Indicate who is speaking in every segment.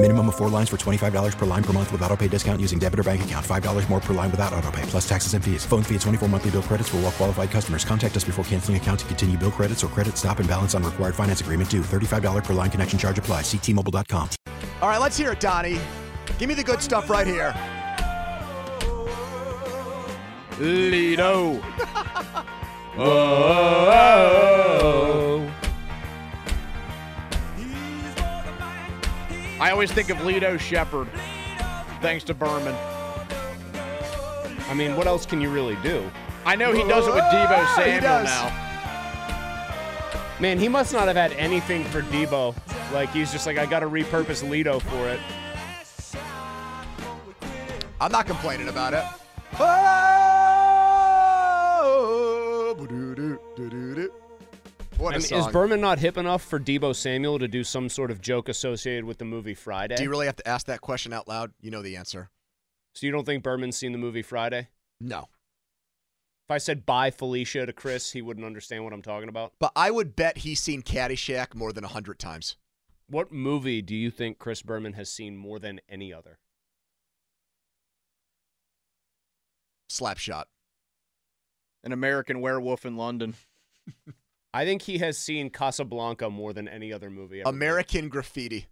Speaker 1: Minimum of four lines for $25 per line per month with auto pay discount using debit or bank account. $5 more per line without auto pay, plus taxes and fees. Phone fee at 24 monthly bill credits for all well qualified customers. Contact us before canceling account to continue bill credits or credit stop and balance on required finance agreement due. $35 per line connection charge applies. Ctmobile.com.
Speaker 2: All right, let's hear it, Donnie. Give me the good stuff right here.
Speaker 3: Lido. Oh. I always think of Lido Shepherd, thanks to Berman.
Speaker 4: I mean, what else can you really do?
Speaker 3: I know he does it with Devo
Speaker 2: He
Speaker 3: Samuel
Speaker 2: does.
Speaker 3: now.
Speaker 4: Man, he must not have had anything for Debo. Like, he's just like, I got to repurpose Lido for it.
Speaker 2: I'm not complaining about it. Oh, ba-doo-doo-doo-doo-doo. What
Speaker 4: I
Speaker 2: a
Speaker 4: mean, is
Speaker 2: song.
Speaker 4: Berman not hip enough for Debo Samuel to do some sort of joke associated with the movie Friday?
Speaker 2: Do you really have to ask that question out loud? You know the answer.
Speaker 4: so you don't think Berman's seen the movie Friday?
Speaker 2: No.
Speaker 4: If I said bye Felicia to Chris, he wouldn't understand what I'm talking about.
Speaker 2: But I would bet he's seen Caddyshack more than 100 times.
Speaker 4: What movie do you think Chris Berman has seen more than any other?
Speaker 2: Slapshot.
Speaker 3: An American werewolf in London.
Speaker 4: I think he has seen Casablanca more than any other movie. Ever made.
Speaker 2: American Graffiti.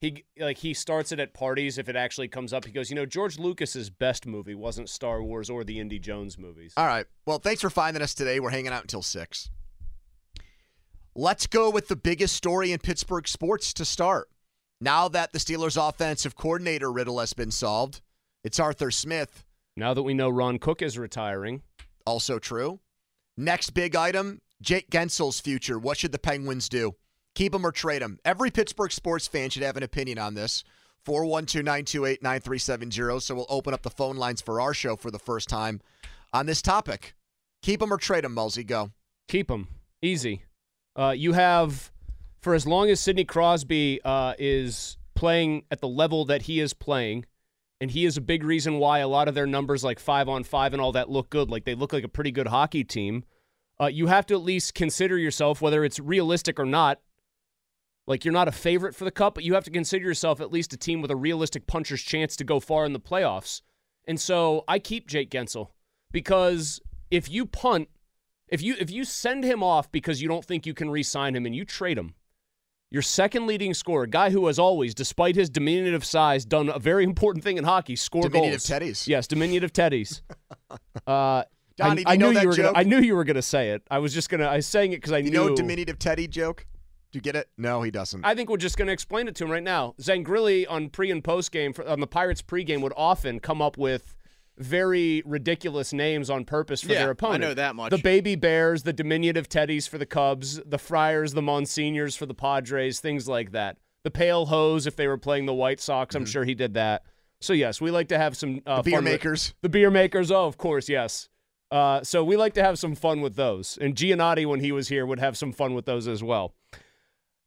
Speaker 4: He like he starts it at parties. If it actually comes up, he goes, you know, George Lucas's best movie wasn't Star Wars or the Indy Jones movies.
Speaker 2: All right. Well, thanks for finding us today. We're hanging out until 6. Let's go with the biggest story in Pittsburgh sports to start. Now that the Steelers' offensive coordinator riddle has been solved, it's Arthur Smith.
Speaker 4: Now that we know Ron Cook is retiring,
Speaker 2: Also true. Next big item Jake Gensel's future. What should the Penguins do? Keep him or trade him? Every Pittsburgh sports fan should have an opinion on this. 412 928 9370. So we'll open up the phone lines for our show for the first time on this topic. Keep him or trade him, Mulsey. Go.
Speaker 4: keep him easy. Uh, you have for as long as Sidney Crosby uh, is playing at the level that he is playing, and he is a big reason why a lot of their numbers, like five on five and all that, look good. Like they look like a pretty good hockey team. Uh, you have to at least consider yourself, whether it's realistic or not. Like you're not a favorite for the cup, but you have to consider yourself at least a team with a realistic puncher's chance to go far in the playoffs. And so I keep Jake Gensel because if you punt, if you if you send him off because you don't think you can re-sign him and you trade him, your second leading scorer, a guy who has always, despite his diminutive size, done a very important thing in hockey, score
Speaker 2: Diminutive
Speaker 4: goals.
Speaker 2: teddies.
Speaker 4: Yes, diminutive teddies. uh,
Speaker 2: Donnie, do
Speaker 4: I, I
Speaker 2: you know
Speaker 4: knew
Speaker 2: that
Speaker 4: you were
Speaker 2: joke?
Speaker 4: gonna. I knew you were gonna say it. I was just gonna. I was saying it because I
Speaker 2: You
Speaker 4: knew.
Speaker 2: know diminutive Teddy joke? Do you get it? No, he doesn't.
Speaker 4: I think we're just going to explain it to him right now. Zangrilli on pre and post game for, on the Pirates pregame would often come up with very ridiculous names on purpose for
Speaker 3: Yeah,
Speaker 4: their
Speaker 3: I
Speaker 4: opponent.
Speaker 3: know that much.
Speaker 4: The baby bears, the diminutive teddies for the Cubs, the Friars, the Monsignors for the Padres, things like that. The pale hose if they were playing the White Sox,
Speaker 3: Mm-hmm.
Speaker 4: I'm sure he did that. So yes, we like to have some uh,
Speaker 2: The beer
Speaker 4: fun with-
Speaker 2: makers.
Speaker 4: the beer makers. Oh, of course, yes. Uh, so we like to have some fun with those. And Giannotti, when he was here, would have some fun with those as well.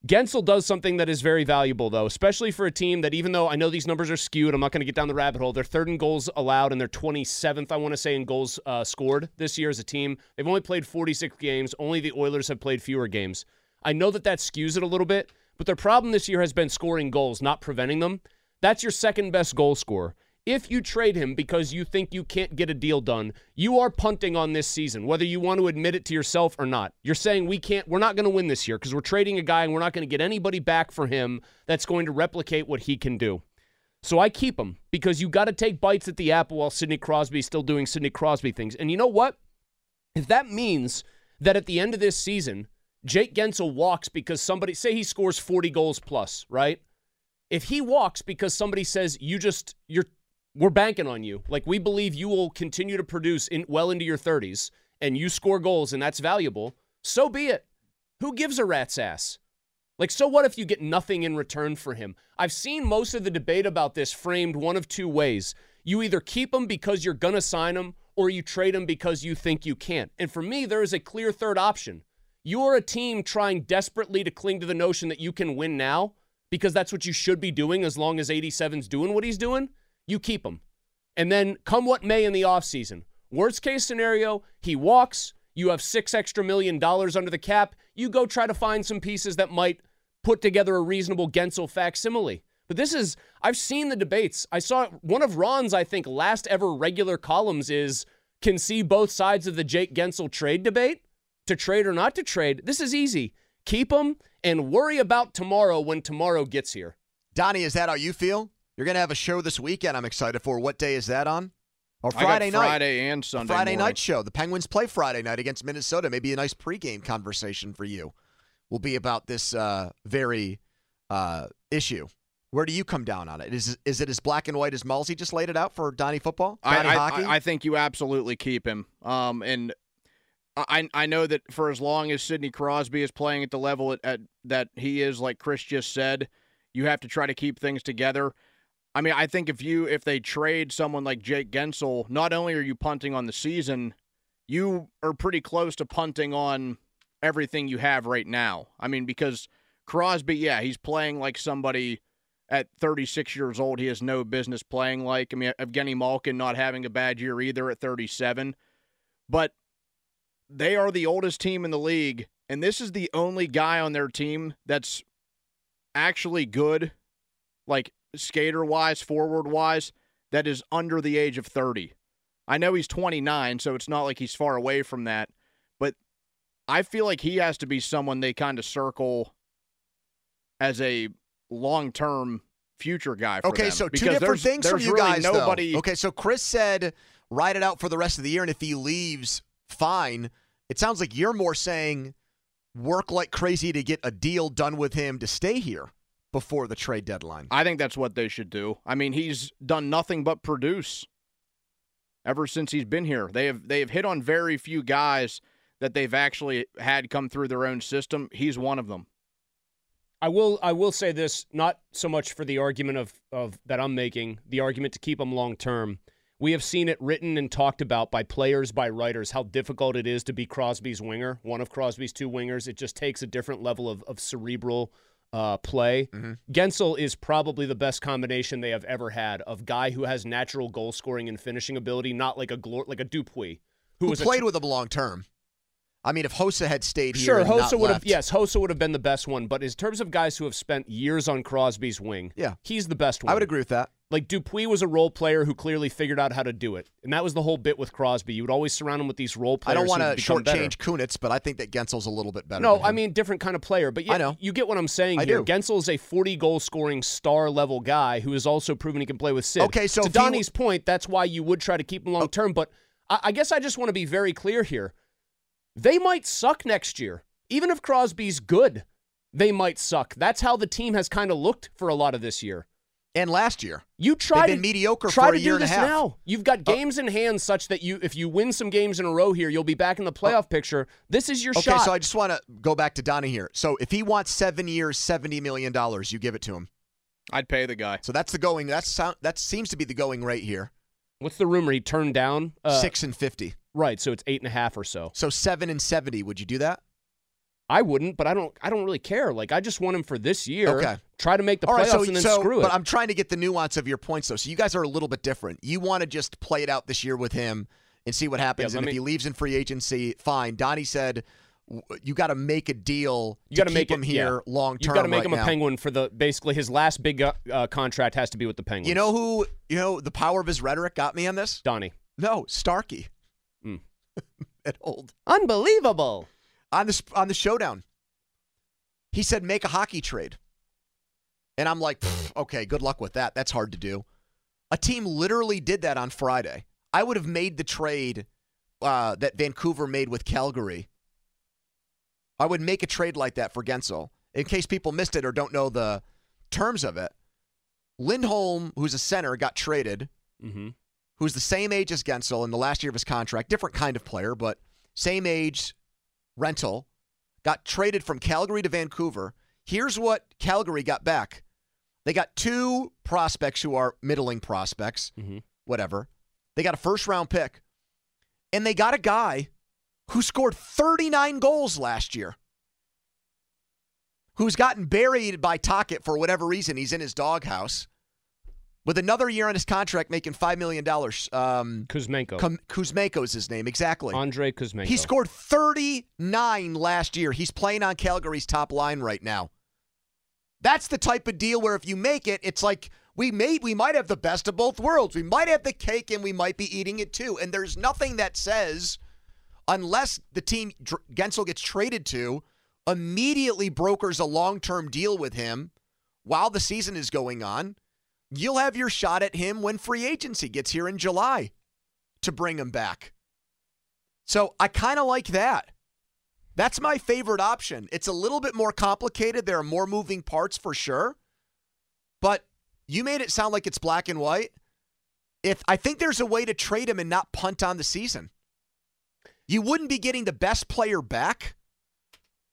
Speaker 4: Gensel does something that is very valuable, though, especially for a team that, even though I know these numbers are skewed, I'm not going to get down the rabbit hole. They're third in goals allowed, and they're 27th, I want to say, in goals uh, scored this year as a team. They've only played 46 games. Only the Oilers have played fewer games. I know that that skews it a little bit, but their problem this year has been scoring goals, not preventing them. That's your second best goal scorer. If you trade him because you think you can't get a deal done, you are punting on this season, whether you want to admit it to yourself or not. You're saying we can't, we're not going to win this year because we're trading a guy and we're not going to get anybody back for him that's going to replicate what he can do. So I keep him because you got to take bites at the apple while Sidney Crosby's still doing Sidney Crosby things. And you know what? If that means that at the end of this season, Jake Gensel walks because somebody, say he scores 40 goals plus, right? If he walks because somebody says you just you're we're banking on you, like we believe you will continue to produce in well into your 30s and you score goals and that's valuable, so be it. Who gives a rat's ass? Like, so what if you get nothing in return for him? I've seen most of the debate about this framed one of two ways. You either keep him because you're going to sign him, or you trade him because you think you can't. And for me, there is a clear third option. You are a team trying desperately to cling to the notion that you can win now because that's what you should be doing as long as 87's doing what he's doing. You keep him. And then come what may in the offseason. Worst case scenario, he walks. You have six extra million dollars under the cap. You go try to find some pieces that might put together a reasonable Gensel facsimile. But this is, I've seen the debates. I saw one of Ron's, I think, last ever regular columns is can see both sides of the Jake Gensel trade debate to trade or not to trade. This is easy. Keep him and worry about tomorrow when tomorrow gets here.
Speaker 2: Donnie, is that how you feel? You're going to have a show this weekend I'm excited for. What day is that on? Or
Speaker 3: I got
Speaker 2: Friday night?
Speaker 3: Friday and Sunday.
Speaker 2: Friday
Speaker 3: morning.
Speaker 2: night show. The Penguins play Friday night against Minnesota. Maybe a nice pregame conversation for you will be about this uh, very uh, issue. Where do you come down on it? Is is it as black and white as Malsey just laid it out for Donnie football?
Speaker 3: I,
Speaker 2: Donnie
Speaker 3: I-
Speaker 2: hockey.
Speaker 3: I, I think you absolutely keep him. Um, and I I know that for as long as Sidney Crosby is playing at the level at, at that he is, like Chris just said, you have to try to keep things together. I mean, I think if you if they trade someone like Jake Gensel, not only are you punting on the season, you are pretty close to punting on everything you have right now. I mean, because Crosby, yeah, he's playing like somebody at 36 years old he has no business playing like. I mean, Evgeny Malkin not having a bad year either at 37. But they are the oldest team in the league, and this is the only guy on their team that's actually good, like skater wise, forward wise, that is under the age of 30. I know he's 29, so it's not like he's far away from that, but I feel like he has to be someone they kind of circle as a long term future guy for
Speaker 2: okay,
Speaker 3: them,
Speaker 2: so two
Speaker 3: because
Speaker 2: different
Speaker 3: there's-
Speaker 2: things from
Speaker 3: there's
Speaker 2: you
Speaker 3: really
Speaker 2: guys. though.
Speaker 3: nobody
Speaker 2: Okay, so Chris said ride it out for the rest of the year, and if he leaves, fine. It sounds like you're more saying work like crazy to get a deal done with him to stay here before the trade deadline.
Speaker 3: I think that's what they should do. I mean, he's done nothing but produce ever since he's been here. They have they have hit on very few guys that they've actually had come through their own system. He's one of them.
Speaker 4: I will I will say this not so much for the argument of, of that I'm making, the argument to keep him long term. We have seen it written and talked about by players, by writers, how difficult it is to be Crosby's winger, one of Crosby's two wingers. It just takes a different level of, of cerebral uh, play. Gensel is probably the best combination they have ever had of guy who has natural goal scoring and finishing ability, not like a glor- like a Dupuis,
Speaker 2: Who,
Speaker 4: was a
Speaker 2: played with him long term? I mean, if Hosa had stayed here,
Speaker 4: Sure,
Speaker 2: and not
Speaker 4: Hosa would have
Speaker 2: left-
Speaker 4: yes, Hosa would have been the best one, but in terms of guys who have spent years on Crosby's wing,
Speaker 2: Yeah.
Speaker 4: he's the best one.
Speaker 2: I would agree with that.
Speaker 4: Like Dupuis was a role player who clearly figured out how to do it, and that was the whole bit with Crosby. You would always surround him with these role
Speaker 2: I
Speaker 4: players.
Speaker 2: don't want to
Speaker 4: who become better.
Speaker 2: shortchange Kunitz, but I think that Gensel's a little bit better.
Speaker 4: No,
Speaker 2: than
Speaker 4: I
Speaker 2: him.
Speaker 4: mean different kind of player, but yeah,
Speaker 2: I know.
Speaker 4: you get what I'm saying
Speaker 2: I
Speaker 4: here.
Speaker 2: do.
Speaker 4: Gensel is a 40 goal scoring star level guy who has also proven he can play with Sid.
Speaker 2: Okay, so
Speaker 4: to
Speaker 2: if he w-
Speaker 4: Donnie's point, that's why you would try to keep him long term. But I, I guess I just want to be very clear here. They might suck next year, even if Crosby's good. They might suck. That's how the team has kind of looked for a lot of this year.
Speaker 2: and last year,
Speaker 4: You try
Speaker 2: been
Speaker 4: to
Speaker 2: mediocre
Speaker 4: try
Speaker 2: for a
Speaker 4: to
Speaker 2: year
Speaker 4: do
Speaker 2: and a
Speaker 4: this
Speaker 2: half. Oh.
Speaker 4: now. You've got games in hand such that you, if you win some games in a row here, you'll be back in the playoff picture. This is your
Speaker 2: Oh. okay.
Speaker 4: shot.
Speaker 2: So I just want to go back to Donnie here. So if he wants seven years, seventy million dollars, you give it to him.
Speaker 3: I'd pay the guy.
Speaker 2: So that's the going. That's sound, that seems to be the going rate here.
Speaker 4: What's the rumor? He turned down uh,
Speaker 2: Six and fifty.
Speaker 4: Right, so it's eight and a half or so.
Speaker 2: So seven and seventy. Would you do that?
Speaker 4: I wouldn't, but I don't. I don't really care. Like I just want him for this year.
Speaker 2: Okay.
Speaker 4: Try to make the
Speaker 2: All
Speaker 4: playoffs
Speaker 2: right. So,
Speaker 4: and then
Speaker 2: so-
Speaker 4: screw it.
Speaker 2: but I'm trying to get the nuance of your points though. So you guys are a little bit different. You want to just play it out this year with him and see what happens.
Speaker 4: let
Speaker 2: and
Speaker 4: me-
Speaker 2: if he leaves in free agency, fine. Donnie said. w- You got to make a deal.
Speaker 4: you
Speaker 2: got to
Speaker 4: to make
Speaker 2: keep him
Speaker 4: it,
Speaker 2: here
Speaker 4: yeah.
Speaker 2: long term.
Speaker 4: You got to make
Speaker 2: right
Speaker 4: him
Speaker 2: now.
Speaker 4: a penguin for the basically his last big uh, uh, contract has to be with the Penguins.
Speaker 2: You know who? You know the power of his rhetoric got me on this.
Speaker 4: Donnie.
Speaker 2: No, Starkey.
Speaker 4: Mm.
Speaker 2: that old
Speaker 4: Unbelievable.
Speaker 2: on the sp- on the showdown. He said make a hockey trade, and I'm like, "Pfft, okay, good luck with that. That's hard to do. A team literally did that on Friday. I would have made the trade uh, that Vancouver made with Calgary. I would make a trade like that for Gensel in case people missed it or don't know the terms of it. Lindholm, who's a center, got traded,
Speaker 4: Mm-hmm.
Speaker 2: who's the same age as Gensel in the last year of his contract, different kind of player, but same age rental, got traded from Calgary to Vancouver. Here's what Calgary got back they got two prospects who are middling prospects,
Speaker 4: Mhm.
Speaker 2: whatever. They got a first round pick, and they got a guy who scored 39 goals last year. Who's gotten buried by Tockett for whatever reason? He's in his doghouse with another year on his contract, making five million dollars. Um,
Speaker 4: Kuzmenko.
Speaker 2: Kum- Kuzmenko is his name exactly.
Speaker 4: Andre Kuzmenko.
Speaker 2: He scored 39 last year. He's playing on Calgary's top line right now. That's the type of deal where if you make it, it's like we made we might have the best of both worlds. We might have the cake and we might be eating it too. And there's nothing that says unless the team Dr- Gensel gets traded to immediately brokers a long-term deal with him while the season is going on, you'll have your shot at him when free agency gets here in July to bring him back. So I kind of like that. That's my favorite option. It's a little bit more complicated. There are more moving parts for sure. But you made it sound like it's black and white. If I think there's a way to trade him and not punt on the season. You wouldn't be getting the best player back,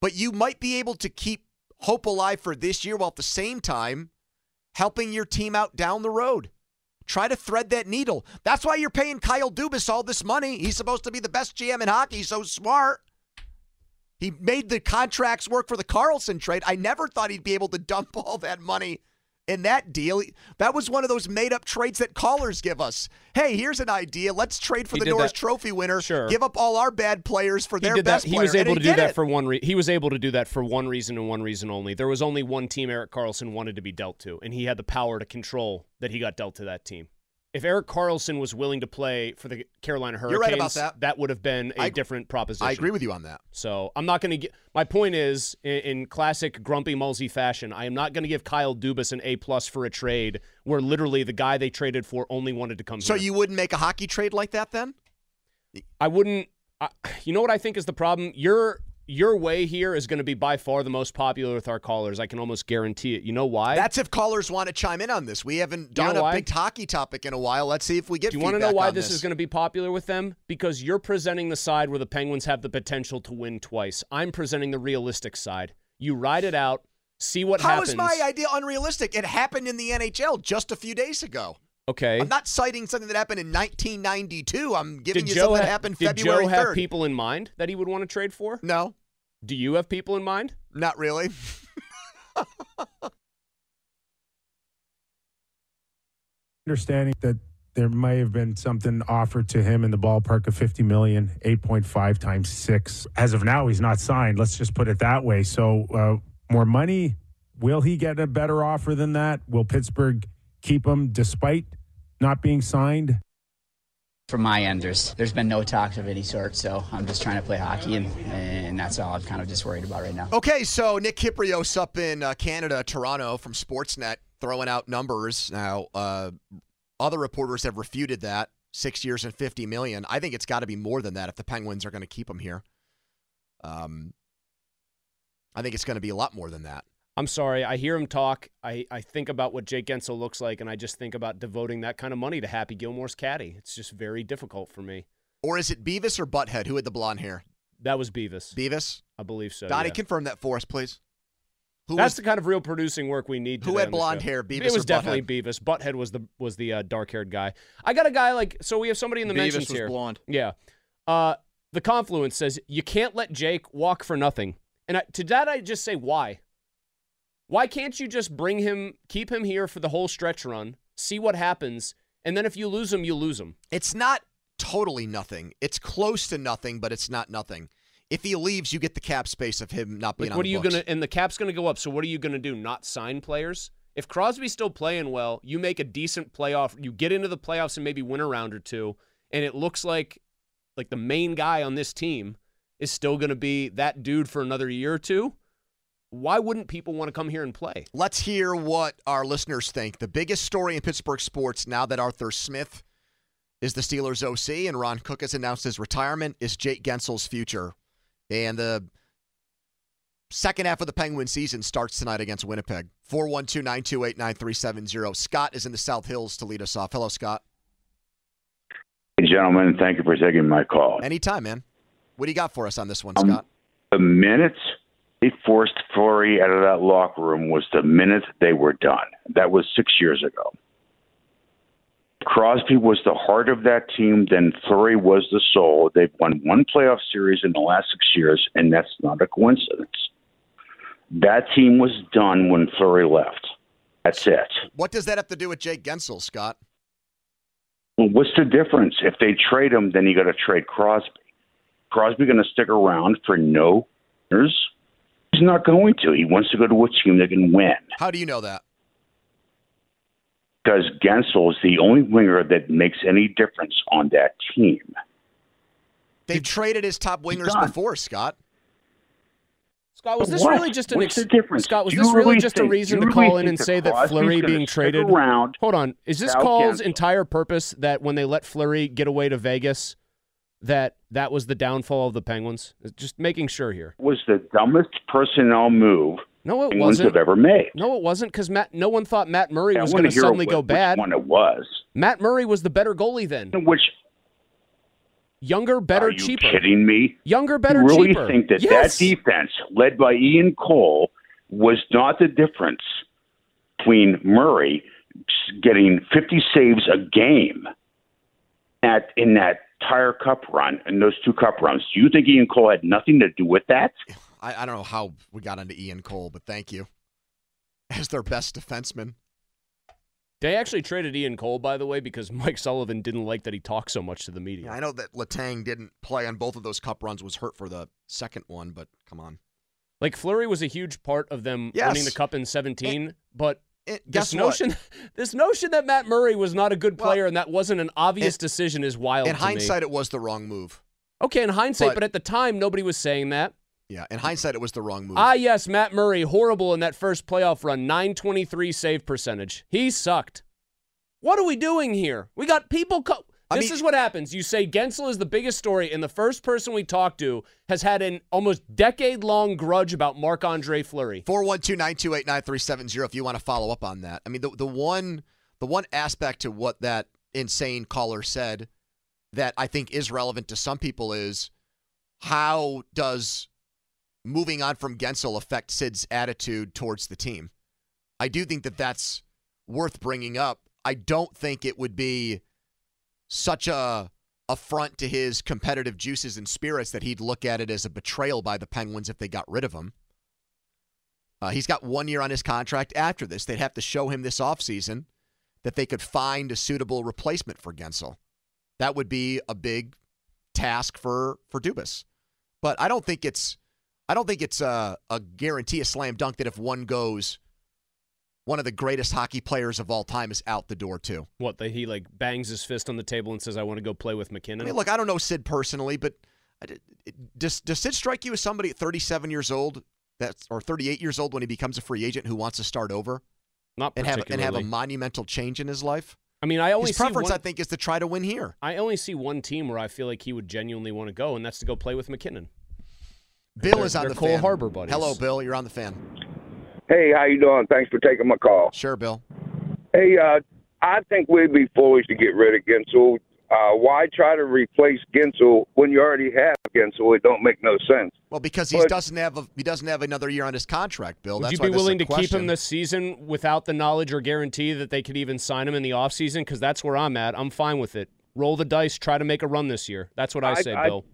Speaker 2: but you might be able to keep hope alive for this year while at the same time helping your team out down the road. Try to thread that needle. That's why you're paying Kyle Dubas all this money. He's supposed to be the best GM in hockey. He's so smart. He made the contracts work for the Carlson trade. I never thought he'd be able to dump all that money in that deal. That was one of those made up trades that callers give us. Hey, here's an idea. Let's trade for
Speaker 4: He
Speaker 2: the
Speaker 4: did
Speaker 2: Norris
Speaker 4: that-
Speaker 2: Trophy winner.
Speaker 4: Sure.
Speaker 2: Give up all our bad players for
Speaker 4: He
Speaker 2: their
Speaker 4: did
Speaker 2: best
Speaker 4: that.
Speaker 2: player.
Speaker 4: He was able
Speaker 2: and
Speaker 4: to do
Speaker 2: did
Speaker 4: that
Speaker 2: it.
Speaker 4: for one. Re- he was able to do that for one reason and one reason only. There was only one team Eric Carlson wanted to be dealt to, and he had the power to control that he got dealt to that team. If Eric Carlson was willing to play for the Carolina Hurricanes,
Speaker 2: You're right about that.
Speaker 4: would have been a
Speaker 2: I-
Speaker 4: different proposition.
Speaker 2: I agree with you on that.
Speaker 4: So I'm not going to get. My point is, in, in classic grumpy Mulsey fashion, I am not going to give Kyle Dubas an A plus for a trade where literally the guy they traded for only wanted to come.
Speaker 2: So
Speaker 4: here.
Speaker 2: you wouldn't make a hockey trade like that then?
Speaker 4: I wouldn't. I, you know what I think is the problem? Your your way here is going to be by far the most popular with our callers. I can almost guarantee it. You know why?
Speaker 2: That's if callers want to chime in on this. We haven't
Speaker 4: You know
Speaker 2: done a
Speaker 4: why?
Speaker 2: big hockey topic in a while. Let's see if we get.
Speaker 4: Do you
Speaker 2: want to
Speaker 4: know why this, is going to be popular with them? Because you're presenting the side where the Penguins have the potential to win twice. I'm presenting the realistic side. You ride it out, see what
Speaker 2: How
Speaker 4: happens.
Speaker 2: is my idea unrealistic? It happened in the NHL just a few days ago.
Speaker 4: okay?
Speaker 2: I'm not citing something that happened in 1992. I'm giving
Speaker 4: did
Speaker 2: you
Speaker 4: Joe
Speaker 2: something
Speaker 4: ha-
Speaker 2: that happened
Speaker 4: did
Speaker 2: February
Speaker 4: Joe have
Speaker 2: 3rd.
Speaker 4: people in mind that he would want to trade for?
Speaker 2: no,
Speaker 4: Do you have people in mind?
Speaker 2: not really.
Speaker 5: understanding that there may have been something offered to him in the ballpark of 50 million 8.5 times 6 as of now he's not signed let's just put it that way so uh, more money will he get a better offer than that will pittsburgh keep him despite not being signed
Speaker 6: From my end, there's there's been no talks of any sort, so I'm just trying to play hockey, and, and that's all I'm kind of just worried about right now.
Speaker 2: Okay, so Nick Kiprios up in uh, Canada, Toronto, from Sportsnet, throwing out numbers. Now, uh, other reporters have refuted that six years and fifty million. I think it's got to be more than that if the Penguins are going to keep him here. Um, I think it's going to be a lot more than that.
Speaker 4: I'm sorry. I hear him talk. I, I think about what Jake Gensel looks like, and I just think about devoting that kind of money to Happy Gilmore's caddy. It's just very difficult for me.
Speaker 2: Or is it Beavis or Butthead? Who had the blonde hair?
Speaker 4: That was Beavis.
Speaker 2: Beavis.
Speaker 4: I believe so.
Speaker 2: Donnie,
Speaker 4: yeah.
Speaker 2: confirm that for us, please. Who
Speaker 4: That's
Speaker 2: was-
Speaker 4: the kind of real producing work we need.
Speaker 2: Who
Speaker 4: today
Speaker 2: had
Speaker 4: on the
Speaker 2: blonde
Speaker 4: show.
Speaker 2: hair, Beavis
Speaker 4: It was
Speaker 2: or
Speaker 4: definitely Beavis. Butthead was the was the uh, dark haired guy. I got a guy like so. We have somebody in the
Speaker 3: Beavis
Speaker 4: mentions
Speaker 3: was
Speaker 4: here.
Speaker 3: blonde.
Speaker 4: Yeah. Uh, the confluence says you can't let Jake walk for nothing, and I, to that I just say why. Why can't you just bring him, keep him here for the whole stretch run, see what happens, and then if you lose him, you lose him.
Speaker 2: It's not totally nothing. It's close to nothing, but it's not nothing. If he leaves, you get the cap space of him not being
Speaker 4: Like,
Speaker 2: on
Speaker 4: what are
Speaker 2: the
Speaker 4: you
Speaker 2: books.
Speaker 4: gonna? And the cap's gonna go up. So what are you gonna do? Not sign players? If Crosby's still playing well, you make a decent playoff. You get into the playoffs and maybe win a round or two. And it looks like, like the main guy on this team is still gonna be that dude for another year or two. Why wouldn't people want to come here and play?
Speaker 2: Let's hear what our listeners think. The biggest story in Pittsburgh sports now that Arthur Smith is the Steelers OC and Ron Cook has announced his retirement is Jake Gensel's future. And the Second half of the Penguin season starts tonight against Winnipeg. 412 928 9370. Scott is in the South Hills to lead us off. Hello, Scott.
Speaker 7: Hey, gentlemen, thank you for taking my call.
Speaker 2: Anytime, man. What do you got for us on this one,
Speaker 7: Um,
Speaker 2: Scott?
Speaker 7: The minutes he forced Flurry out of that locker room was the minute they were done. That was six years ago. Crosby was the heart of that team, then Flurry was the soul. They've won one playoff series in the last six years, and that's not a coincidence. That team was done when Flurry left. That's it.
Speaker 2: What does that have to do with Jake Gensel, Scott?
Speaker 7: Well, what's the difference? If they trade him, then you got to trade Crosby. Crosby going to stick around for no winners? He's not going to. He wants to go to a team that can win
Speaker 2: How do you know that?
Speaker 7: because Gensel is the only winger that makes any difference on that team.
Speaker 2: They've traded his top wingers before, Scott.
Speaker 4: Scott, was this
Speaker 7: What?
Speaker 4: really just an
Speaker 7: What's
Speaker 4: ex-
Speaker 7: the difference?
Speaker 4: Scott, was
Speaker 7: Do
Speaker 4: this
Speaker 7: you
Speaker 4: really,
Speaker 7: really
Speaker 4: just a
Speaker 7: think-
Speaker 4: reason
Speaker 7: do
Speaker 4: to
Speaker 7: you
Speaker 4: call
Speaker 7: really
Speaker 4: in and
Speaker 7: think that
Speaker 4: say that
Speaker 7: Crosby's
Speaker 4: Flurry
Speaker 7: gonna
Speaker 4: being
Speaker 7: stick
Speaker 4: traded?
Speaker 7: around
Speaker 4: Hold on, is this
Speaker 7: without
Speaker 4: call's
Speaker 7: Gensel?
Speaker 4: entire purpose that when they let Flurry get away to Vegas, that that was the downfall of the Penguins? Just making sure here.
Speaker 7: Was the dumbest personnel move
Speaker 4: No, it
Speaker 7: Penguins
Speaker 4: wasn't.
Speaker 7: have ever made.
Speaker 4: No, it wasn't because Matt. No one thought Matt Murray
Speaker 7: I
Speaker 4: was
Speaker 7: wanna
Speaker 4: going to
Speaker 7: hear
Speaker 4: suddenly
Speaker 7: what-
Speaker 4: go
Speaker 7: which
Speaker 4: bad.
Speaker 7: one it was.
Speaker 4: Matt Murray was the better goalie then.
Speaker 7: Which
Speaker 4: younger, better,
Speaker 7: Are you
Speaker 4: cheaper.
Speaker 7: kidding me?
Speaker 4: Younger, better,
Speaker 7: you really
Speaker 4: cheaper.
Speaker 7: think that
Speaker 4: Yes.
Speaker 7: that defense led by Ian Cole was not the difference between Murray getting 50 saves a game at in that entire cup run and those two cup runs? Do you think Ian Cole had nothing to do with that?
Speaker 2: I, I don't know how we got into Ian Cole, but thank you. As their best defenseman.
Speaker 4: They actually traded Ian Cole, by the way, because Mike Sullivan didn't like that he talked so much to the media.
Speaker 2: Yeah, I know that Latang didn't play on both of those cup runs, was hurt for the second one, but come on.
Speaker 4: Like Flurry was a huge part of them
Speaker 2: Yes.
Speaker 4: winning the cup in 17, but
Speaker 2: guess
Speaker 4: this notion this notion that Matt Murray was not a good player and that wasn't an obvious
Speaker 2: in-
Speaker 4: decision is wild
Speaker 2: In
Speaker 4: to me.
Speaker 2: hindsight, it was the wrong move.
Speaker 4: Okay, in hindsight,
Speaker 2: but-
Speaker 4: but, at the time nobody was saying that.
Speaker 2: Yeah, in hindsight, it was the wrong move.
Speaker 4: Ah, yes, Matt Murray horrible in that first playoff run, 923 save percentage. He sucked. What are we doing here? We got people co-
Speaker 2: I
Speaker 4: This
Speaker 2: mean-
Speaker 4: is what happens. You say Gensel is the biggest story and the first person we talked to has had an almost decade-long grudge about Marc-Andre Fleury.
Speaker 2: 412 928 9370 if you want to follow up on that. I mean, the, the one the one aspect to what that insane caller said that I think is relevant to some people is how does moving on from Gensel affect Sid's attitude towards the team? I do think that that's worth bringing up. I don't think it would be such a affront to his competitive juices and spirits that he'd look at it as a betrayal by the Penguins if they got rid of him. Uh, he's got one year on his contract after this. They'd have to show him this offseason that they could find a suitable replacement for Gensel. That would be a big task for for Dubas. But I don't think it's I don't think it's a, a guarantee, a slam dunk that if one goes, one of the greatest hockey players of all time is out the door too.
Speaker 4: What that he like bangs his fist on the table and says, "I want to go play with McKinnon."
Speaker 2: I mean, look, I don't know Sid personally, but I did- it- does does Sid strike you as somebody at 37 years old that's or 38 years old when he becomes a free agent who wants to start over
Speaker 4: not
Speaker 2: and have and have a
Speaker 4: particularly.
Speaker 2: monumental change in his life?
Speaker 4: I mean, I only
Speaker 2: his
Speaker 4: see
Speaker 2: preference, I
Speaker 4: one,
Speaker 2: think, is to try to win here.
Speaker 4: I only see one team where I feel like he would genuinely want to go, and that's to go play with McKinnon.
Speaker 2: Bill
Speaker 4: They're-
Speaker 2: is on
Speaker 4: they're
Speaker 2: the
Speaker 4: Cole
Speaker 2: fan.
Speaker 4: Harbor buddies.
Speaker 2: Hello, Bill. You're on the fan.
Speaker 8: Hey, how you doing? Thanks for taking my call.
Speaker 2: Sure, Bill.
Speaker 8: Hey, uh, I think we'd be foolish to get rid of Gensel. Uh, why try to replace Gensel when you already have Gensel? It don't make no sense.
Speaker 2: Well, because he
Speaker 8: But-
Speaker 2: doesn't have a, he doesn't have another year on his contract, Bill.
Speaker 4: Would
Speaker 2: That's
Speaker 4: you
Speaker 2: why
Speaker 4: be
Speaker 2: this is a
Speaker 4: willing to keep
Speaker 2: question.
Speaker 4: him this season without the knowledge or guarantee that they could even sign him in the offseason? Because that's where I'm at. I'm fine with it. Roll the dice. Try to make a run this year. That's what I,
Speaker 8: I-
Speaker 4: say,
Speaker 8: I-
Speaker 4: Bill.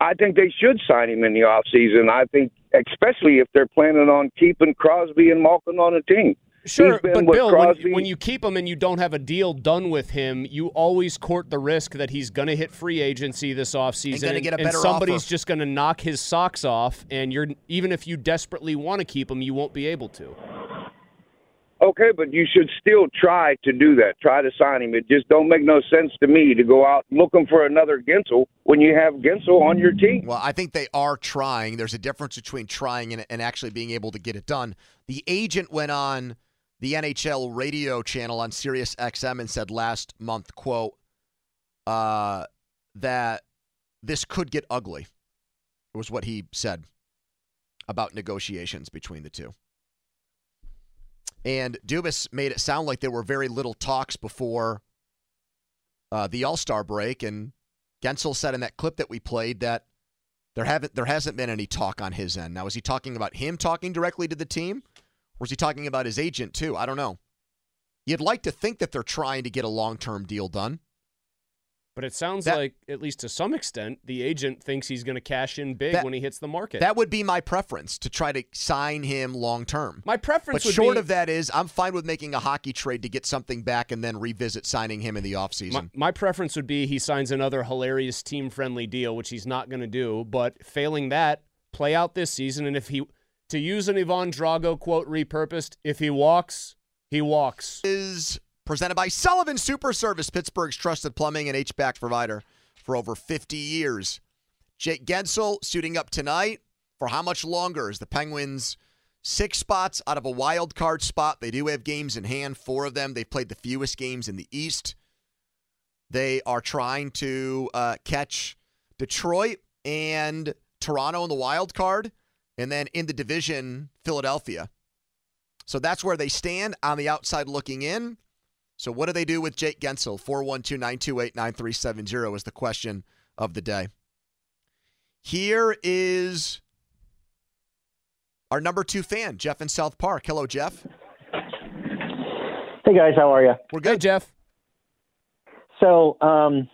Speaker 8: I think they should sign him in the off season. I think, especially if they're planning on keeping Crosby and Malkin on the team.
Speaker 4: Sure,
Speaker 8: He's been
Speaker 4: but
Speaker 8: with
Speaker 4: Bill,
Speaker 8: Crosby.
Speaker 4: when, when you keep him and you don't have a deal done with him, you always court the risk that he's going to hit free agency this offseason.
Speaker 2: And gonna get a
Speaker 4: and
Speaker 2: better
Speaker 4: somebody's
Speaker 2: offer.
Speaker 4: just going to knock his socks off, and you're even if you desperately want to keep him, you won't be able to.
Speaker 8: Okay, but you should still try to do that. Try to sign him. It just don't make no sense to me to go out looking for another Gensel when you have Gensel on your team.
Speaker 2: Well, I think they are trying. There's a difference between trying and, and actually being able to get it done. The agent went on the NHL radio channel on Sirius XM and said last month, quote, uh, that this could get ugly. Was what he said. about negotiations between the two. And Dubas made it sound like there were very little talks before uh, the All Star break. And Gensel said in that clip that we played that there haven't there hasn't been any talk on his end. Now, is he talking about him talking directly to the team, or is he talking about his agent too? I don't know. You'd like to think that they're trying to get a long term deal done.
Speaker 4: But it sounds
Speaker 2: That-
Speaker 4: like, at least to some extent, the agent thinks he's going to cash in big
Speaker 2: That-
Speaker 4: when he hits the market.
Speaker 2: That would be my preference to try to sign him long term.
Speaker 4: My preference
Speaker 2: But
Speaker 4: would
Speaker 2: short
Speaker 4: be-
Speaker 2: of that is, I'm fine with making a hockey trade to get something back and then revisit signing him in the offseason.
Speaker 4: my, my preference would be he signs another hilarious team friendly deal, which he's not going to do. But failing that, play out this season. And if he, to use an Ivan Drago quote repurposed, if he walks, he walks.
Speaker 2: Is presented by Sullivan Super Service, Pittsburgh's trusted plumbing and HVAC provider for over 50 years. Jake Gensel suiting up tonight for how much longer? Is the Penguins six spots out of a wild card spot? They do have games in hand, four of them. They've played the fewest games in the East. They are trying to uh, catch Detroit and Toronto in the wild card, and then in the division, Philadelphia. So that's where they stand on the outside looking in. So what do they do with Jake Gensel? 412-928-9370 is the question of the day. Here is our number two fan, Jeff in South Park. Hello, Jeff.
Speaker 9: Hey guys, how are you?
Speaker 2: We're good,
Speaker 4: Jeff.
Speaker 9: So, um,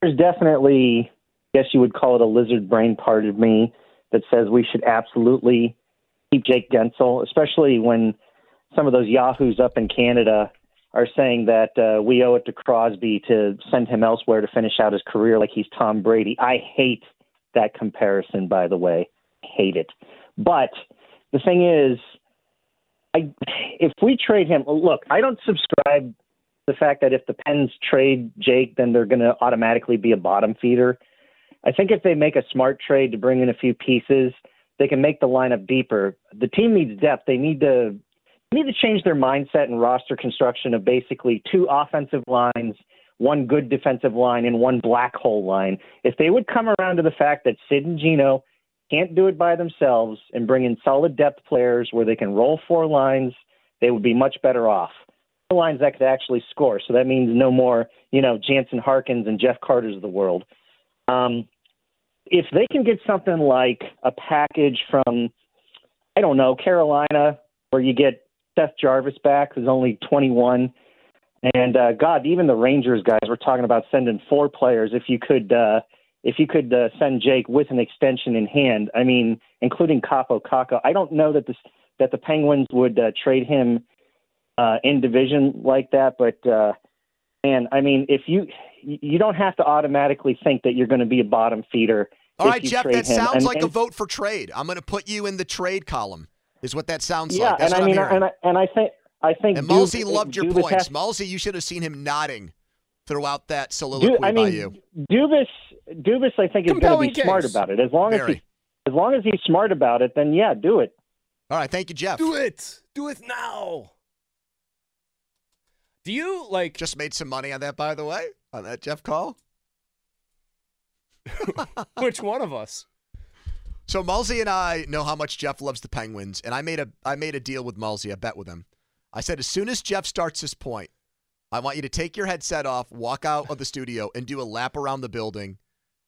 Speaker 9: there's definitely, I guess you would call it a lizard brain part of me that says we should absolutely keep Jake Gensel, especially when some of those yahoos up in Canada are saying that uh, we owe it to Crosby to send him elsewhere to finish out his career like he's Tom Brady. I hate that comparison, by the way. Hate it. But the thing is, I, if we trade him, look, I don't subscribe the fact that if the Pens trade Jake, then they're going to automatically be a bottom feeder. I think if they make a smart trade to bring in a few pieces, they can make the lineup deeper. The team needs depth. They need to they need to change their mindset and roster construction of basically two offensive lines, one good defensive line, and one black hole line. If they would come around to the fact that Sid and Gino can't do it by themselves and bring in solid depth players where they can roll four lines, they would be much better off the lines that could actually score. So that means no more, you know, Jansen Harkins and Jeff Carters of the world. Um, if they can get something like a package from, I don't know, Carolina, where you get Seth Jarvis back, who's only 21, and uh, God, even the Rangers guys were talking about sending four players. If you could, uh, if you could uh, send Jake with an extension in hand, I mean, including Capo Caco. I don't know that this that the Penguins would uh, trade him uh, in division like that. But uh, man, I mean, if you you don't have to automatically think that you're going to be a bottom feeder.
Speaker 2: All
Speaker 9: if
Speaker 2: right,
Speaker 9: you
Speaker 2: Jeff,
Speaker 9: trade
Speaker 2: that
Speaker 9: him.
Speaker 2: sounds
Speaker 9: And-
Speaker 2: like a
Speaker 9: and-
Speaker 2: vote for trade. I'm going to put you in the trade column. Is what that sounds
Speaker 9: Yeah,
Speaker 2: like. That's
Speaker 9: and
Speaker 2: what
Speaker 9: I
Speaker 2: am
Speaker 9: mean,
Speaker 2: hearing.
Speaker 9: and I and I think I think
Speaker 2: And
Speaker 9: Dubas-
Speaker 2: Malsey loved your
Speaker 9: Dubas
Speaker 2: points.
Speaker 9: has-
Speaker 2: Malsey, you should have seen him nodding throughout that soliloquy
Speaker 9: Du- I mean,
Speaker 2: by you.
Speaker 9: Dubas, Dubas, I think is going to
Speaker 2: Compelling
Speaker 9: be smart
Speaker 2: case.
Speaker 9: about it. As long as
Speaker 2: Very.
Speaker 9: he, as long as he's smart about it, then yeah, do it.
Speaker 2: All right, thank you, Jeff.
Speaker 4: Do it. Do it now. Do you like
Speaker 2: just made some money on that, by the way, on that Jeff call?
Speaker 4: Which one of us?
Speaker 2: So Mulsey and I know how much Jeff loves the Penguins, and I made a I made a deal with Mulsey. I bet with him. I said as soon as Jeff starts his point, I want you to take your headset off, walk out of the studio, and do a lap around the building,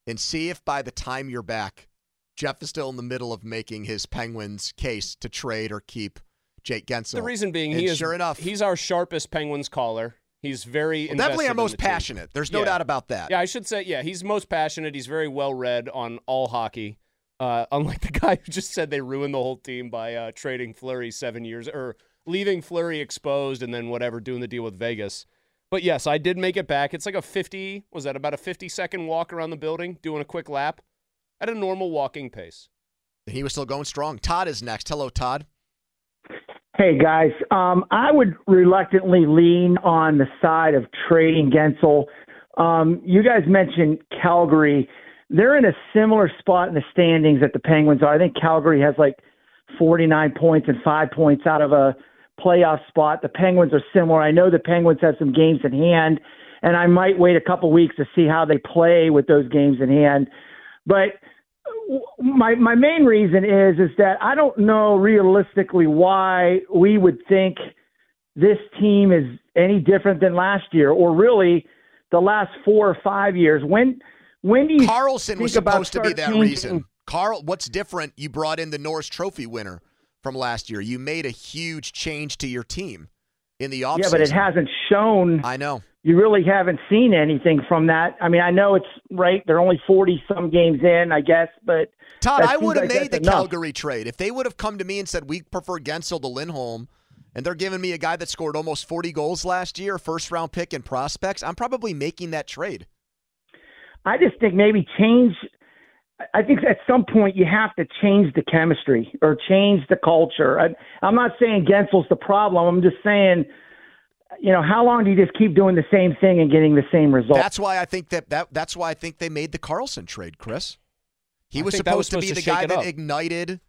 Speaker 2: and see if by the time you're back, Jeff is still in the middle of making his Penguins case to trade or keep Jake Gensel.
Speaker 4: The reason being,
Speaker 2: And
Speaker 4: he is
Speaker 2: sure enough.
Speaker 4: He's our sharpest Penguins caller. He's very
Speaker 2: Well, definitely
Speaker 4: invested
Speaker 2: our
Speaker 4: in
Speaker 2: most
Speaker 4: the team.
Speaker 2: passionate. There's no doubt about that.
Speaker 4: Yeah, I should say. Yeah, he's most passionate. He's very well read on all hockey. Uh, unlike the guy who just said they ruined the whole team by uh, trading Flurry seven years or leaving Flurry exposed and then whatever doing the deal with Vegas. But yes, I did make it back. It's like a 50. Was that about a 50 second walk around the building, doing a quick lap at a normal walking pace?
Speaker 2: And he was still going strong. Todd is next. Hello, Todd.
Speaker 10: Hey guys, um, I would reluctantly lean on the side of trading Gensel. Um, you guys mentioned Calgary. They're in a similar spot in the standings that the Penguins are. I think Calgary has like 49 points and five points out of a playoff spot. The Penguins are similar. I know the Penguins have some games in hand, and I might wait a couple weeks to see how they play with those games in hand. But my my main reason is is that I don't know realistically why we would think this team is any different than last year, or really the last four or five years. When when do you
Speaker 2: Carlson
Speaker 10: think
Speaker 2: was
Speaker 10: about
Speaker 2: supposed to be
Speaker 10: start
Speaker 2: that
Speaker 10: changing-
Speaker 2: reason. Carl, what's different? You brought in the Norris Trophy winner from last year. You made a huge change to your team in the offseason.
Speaker 10: Yeah, but it hasn't shown.
Speaker 2: I know.
Speaker 10: You really haven't seen anything from that. I mean, I know it's right. They're only forty some games in, I guess. But
Speaker 2: Todd,
Speaker 10: that
Speaker 2: I
Speaker 10: seems
Speaker 2: would have
Speaker 10: like
Speaker 2: made the
Speaker 10: that's enough.
Speaker 2: Calgary trade if they would have come to me and said we prefer Gensel to Lindholm, and they're giving me a guy that scored almost 40 goals last year, first round pick and prospects. I'm probably making that trade.
Speaker 10: I just think maybe change. I think at some point you have to change the chemistry or change the culture. I, I'm not saying Gensel's the problem. I'm just saying, you know, how long do you just keep doing the same thing and getting the same result?
Speaker 2: That's why I think that, that that's why I think they made the Carlson trade, Chris. He
Speaker 4: I
Speaker 2: was
Speaker 4: think that
Speaker 2: supposed, to
Speaker 4: was
Speaker 2: be
Speaker 4: supposed
Speaker 2: the
Speaker 4: to
Speaker 2: guy
Speaker 4: shake it
Speaker 2: that
Speaker 4: up.
Speaker 2: ignited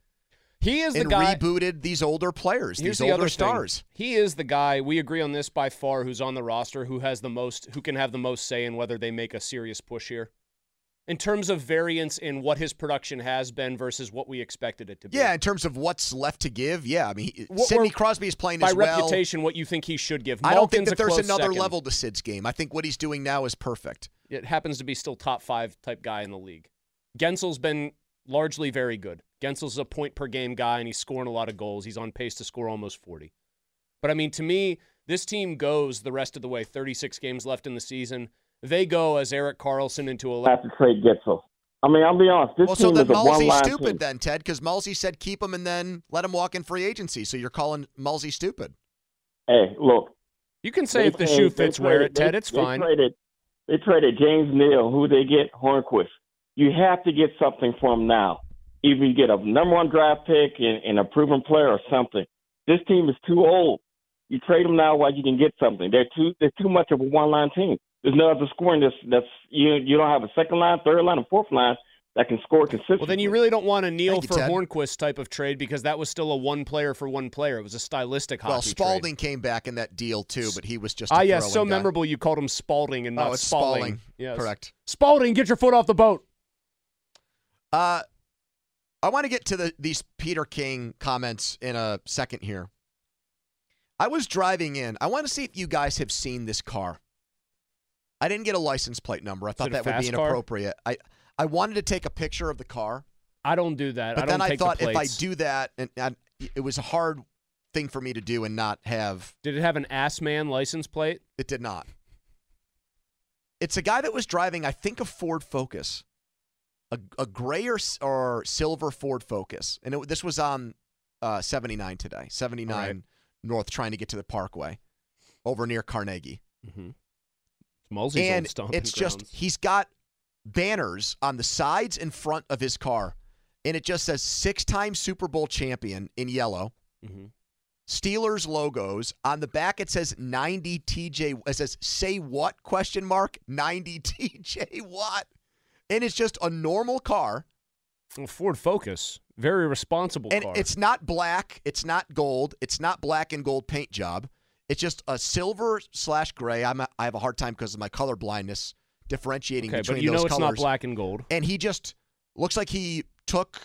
Speaker 4: He is the
Speaker 2: and
Speaker 4: guy.
Speaker 2: rebooted these older players,
Speaker 4: Here's
Speaker 2: these
Speaker 4: the
Speaker 2: older
Speaker 4: other thing.
Speaker 2: stars.
Speaker 4: He is the guy we agree on this by far who's on the roster who has the most who can have the most say in whether they make a serious push here. In terms of variance in what his production has been versus what we expected it to be.
Speaker 2: Yeah, in terms of what's left to give, yeah. I mean, he-
Speaker 4: What-
Speaker 2: Sidney
Speaker 4: or
Speaker 2: Crosby is playing
Speaker 4: by
Speaker 2: as well.
Speaker 4: reputation what you think he should give.
Speaker 2: I don't think
Speaker 4: Malkin's
Speaker 2: that
Speaker 4: a
Speaker 2: there's
Speaker 4: close
Speaker 2: another
Speaker 4: second.
Speaker 2: level to Sid's game. I think what he's doing now is perfect.
Speaker 4: It happens to be still top five type guy in the league. Gensel's been largely very good. Gensel's a point per game guy and he's scoring a lot of goals. He's on pace to score almost 40. But I mean, to me, this team goes the rest of the way 36 games left in the season. They go as Eric Carlson into a
Speaker 11: have to trade Gitzel. I mean, I'll be honest. This
Speaker 2: well, so
Speaker 11: team
Speaker 2: then
Speaker 11: is a one
Speaker 2: Mulsey's
Speaker 11: line
Speaker 2: stupid
Speaker 11: team.
Speaker 2: then, Ted, because Mulsey said keep him and then let him walk in free agency. So you're calling Mulsey stupid.
Speaker 11: Hey, look.
Speaker 4: You can
Speaker 2: say
Speaker 11: they
Speaker 2: if the
Speaker 11: traded-
Speaker 2: shoe
Speaker 11: they
Speaker 2: fits, wear
Speaker 11: traded-
Speaker 2: it, Ted,
Speaker 11: they-
Speaker 2: it's
Speaker 11: they
Speaker 2: fine.
Speaker 11: Traded, they traded James Neal. Who they get? Hornquist. You have to get something from him now. Either you get a number one draft pick and, and a proven player or something. This team is too old. You trade them now while you can get something. They're too they're too much of a one line team. There's no other scoring that's that's you you don't have a second line, third line, and fourth line that can score consistently.
Speaker 4: Well, then you really don't want a Neal
Speaker 11: Thank
Speaker 4: for
Speaker 11: you, Ted.
Speaker 4: Hornquist type of trade because that was still a one player for one player. It was a stylistic hockey
Speaker 2: well,
Speaker 4: trade.
Speaker 2: Spalding came back in that deal too, but he was just a
Speaker 4: ah, yes,
Speaker 2: throw-in
Speaker 4: so
Speaker 2: guy.
Speaker 4: memorable. You called him Spalding and
Speaker 2: Oh,
Speaker 4: not
Speaker 2: it's
Speaker 4: Spaulding.
Speaker 2: Spaulding.
Speaker 4: Yes.
Speaker 2: Correct.
Speaker 4: Spalding, get your foot off the boat.
Speaker 2: Uh, I want to get to the these Peter King comments in a second here. I was driving in. I want to see if you guys have seen this car. I didn't get a license plate number. I thought
Speaker 4: it a
Speaker 2: that would be
Speaker 4: fast car?
Speaker 2: inappropriate. I I wanted to take a picture of the car.
Speaker 4: I don't do that.
Speaker 2: But
Speaker 4: I don't
Speaker 2: then I
Speaker 4: take
Speaker 2: thought
Speaker 4: the
Speaker 2: if I
Speaker 4: plates.
Speaker 2: do that, and I, it was a hard thing for me to do and not have.
Speaker 4: Did it have an ass man license plate?
Speaker 2: It did not. It's a guy that was driving, I think, a Ford Focus, a, a gray or, s- or silver Ford Focus, and it, this was on uh, 79 today, 79 North, trying to get to the Parkway, over near Carnegie.
Speaker 4: Mm-hmm. Mulsey's old
Speaker 2: and
Speaker 4: stomping
Speaker 2: it's just
Speaker 4: grounds.
Speaker 2: he's got banners on the sides and front of his car, and it just says six-time Super Bowl champion in yellow.
Speaker 4: Mm-hmm.
Speaker 2: Steelers logos on the back. It says 90 TJ. It says say what question mark 90 TJ Watt, and it's just a normal car.
Speaker 4: Well, Ford Focus, very responsible
Speaker 2: And
Speaker 4: car.
Speaker 2: it's not black. It's not gold. It's not black and gold paint job. It's just a silver slash gray. I'm a, I have a hard time because of my color blindness differentiating
Speaker 4: okay,
Speaker 2: between
Speaker 4: but you
Speaker 2: those
Speaker 4: know it's not
Speaker 2: colors.
Speaker 4: black and gold.
Speaker 2: And he just looks like he took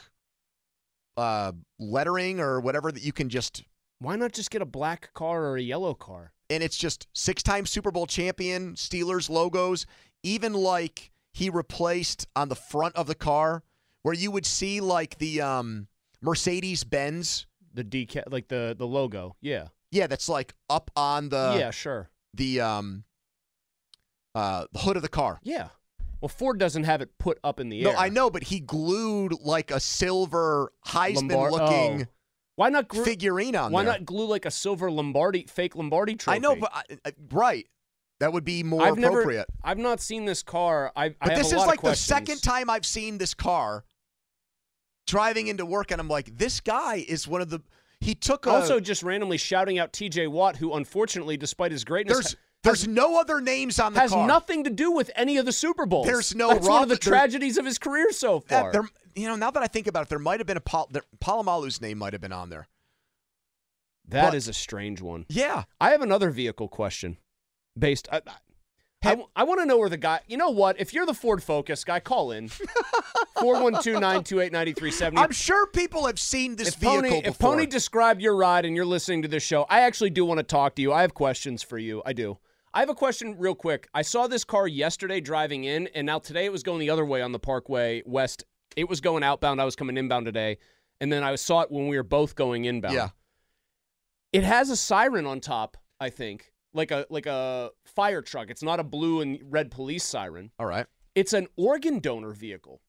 Speaker 2: uh, lettering or whatever that you can just
Speaker 4: Why not just get a black car or a yellow car?
Speaker 2: and it's just six-time Super Bowl champion, Steelers logos, even like he replaced on the front of the car where you would see like the um Mercedes Benz.
Speaker 4: The decal, like the the logo. Yeah.
Speaker 2: Yeah, that's like up on the
Speaker 4: yeah, sure.
Speaker 2: the um uh the hood of the car.
Speaker 4: Yeah. Well, Ford doesn't have it put up in the
Speaker 2: No,
Speaker 4: air.
Speaker 2: I know, but he glued like a silver Heisman
Speaker 4: Lombard-
Speaker 2: looking
Speaker 4: oh. Why not glue,
Speaker 2: figurine on
Speaker 4: Why
Speaker 2: there.
Speaker 4: not glue like a silver Lombardi, fake Lombardi trophy?
Speaker 2: I know, but I, I, right. That would be more
Speaker 4: I've never,
Speaker 2: appropriate.
Speaker 4: I've not seen this car. I, I
Speaker 2: But
Speaker 4: have
Speaker 2: this
Speaker 4: a
Speaker 2: is
Speaker 4: lot of
Speaker 2: like the
Speaker 4: questions.
Speaker 2: second time I've seen this car driving into work, and I'm like, this guy is one of the. He took a,
Speaker 4: Also, just randomly shouting out T.J. Watt, who unfortunately, despite his greatness,
Speaker 2: There's there's no other names on the
Speaker 4: has
Speaker 2: car.
Speaker 4: nothing to do with any of the Super Bowls.
Speaker 2: There's no
Speaker 4: That's one
Speaker 2: Rob-
Speaker 4: of the
Speaker 2: there-
Speaker 4: tragedies of his career so
Speaker 2: That-
Speaker 4: far.
Speaker 2: there, you know, now that I think about it, there might have been a Pal, there, Palomalu's name might have been on there.
Speaker 4: That
Speaker 2: but-
Speaker 4: is a strange one.
Speaker 2: Yeah,
Speaker 4: I have another vehicle question based I, I- I, I want to know where the guy. You know what? If you're the Ford Focus guy, call in 412-928-9370.
Speaker 2: I'm sure people have seen this
Speaker 4: if Pony,
Speaker 2: vehicle
Speaker 4: If Pony
Speaker 2: before.
Speaker 4: described your ride and you're listening to this show, I actually do want to talk to you. I have questions for you. I do. I have a question real quick. I saw this car yesterday driving in, and now today it was going the other way on the Parkway West. It was going outbound. I was coming inbound today, and then I saw it when we were both going inbound.
Speaker 2: Yeah.
Speaker 4: It has a siren on top. I think like a like a fire truck. It's not a blue and red police siren.
Speaker 2: All right.
Speaker 4: It's an organ donor vehicle.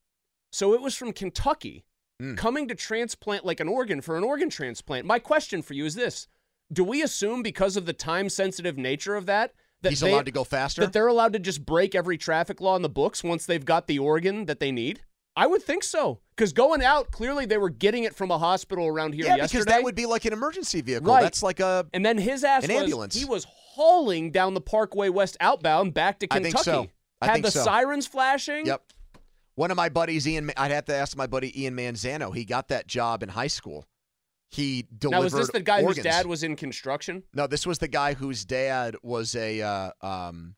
Speaker 4: So it was from Kentucky
Speaker 2: Mm.
Speaker 4: coming to transplant like an organ for an organ transplant. My question for you is this Do we assume because of the time sensitive nature of that, that
Speaker 2: He's allowed to go faster?
Speaker 4: That they're allowed to just break every traffic law in the books once they've got the organ that they need? I would think so. Because going out, clearly they were getting it from a hospital around here
Speaker 2: yeah,
Speaker 4: yesterday.
Speaker 2: because that would be like an emergency vehicle.
Speaker 4: Right.
Speaker 2: That's like a
Speaker 4: and then his ass
Speaker 2: an
Speaker 4: was-
Speaker 2: ambulance.
Speaker 4: He was hauling down the Parkway West outbound back to
Speaker 2: I
Speaker 4: Kentucky.
Speaker 2: think so. I
Speaker 4: Had
Speaker 2: think
Speaker 4: the
Speaker 2: so.
Speaker 4: sirens flashing.
Speaker 2: Yep. One of my buddies, Ian, Ma- I'd have to ask my buddy Ian Manzano. He got that job in high school. He delivered.
Speaker 4: Now is this the guy whose
Speaker 2: organs.
Speaker 4: dad was in construction?
Speaker 2: No, this was the guy whose dad was a uh, um,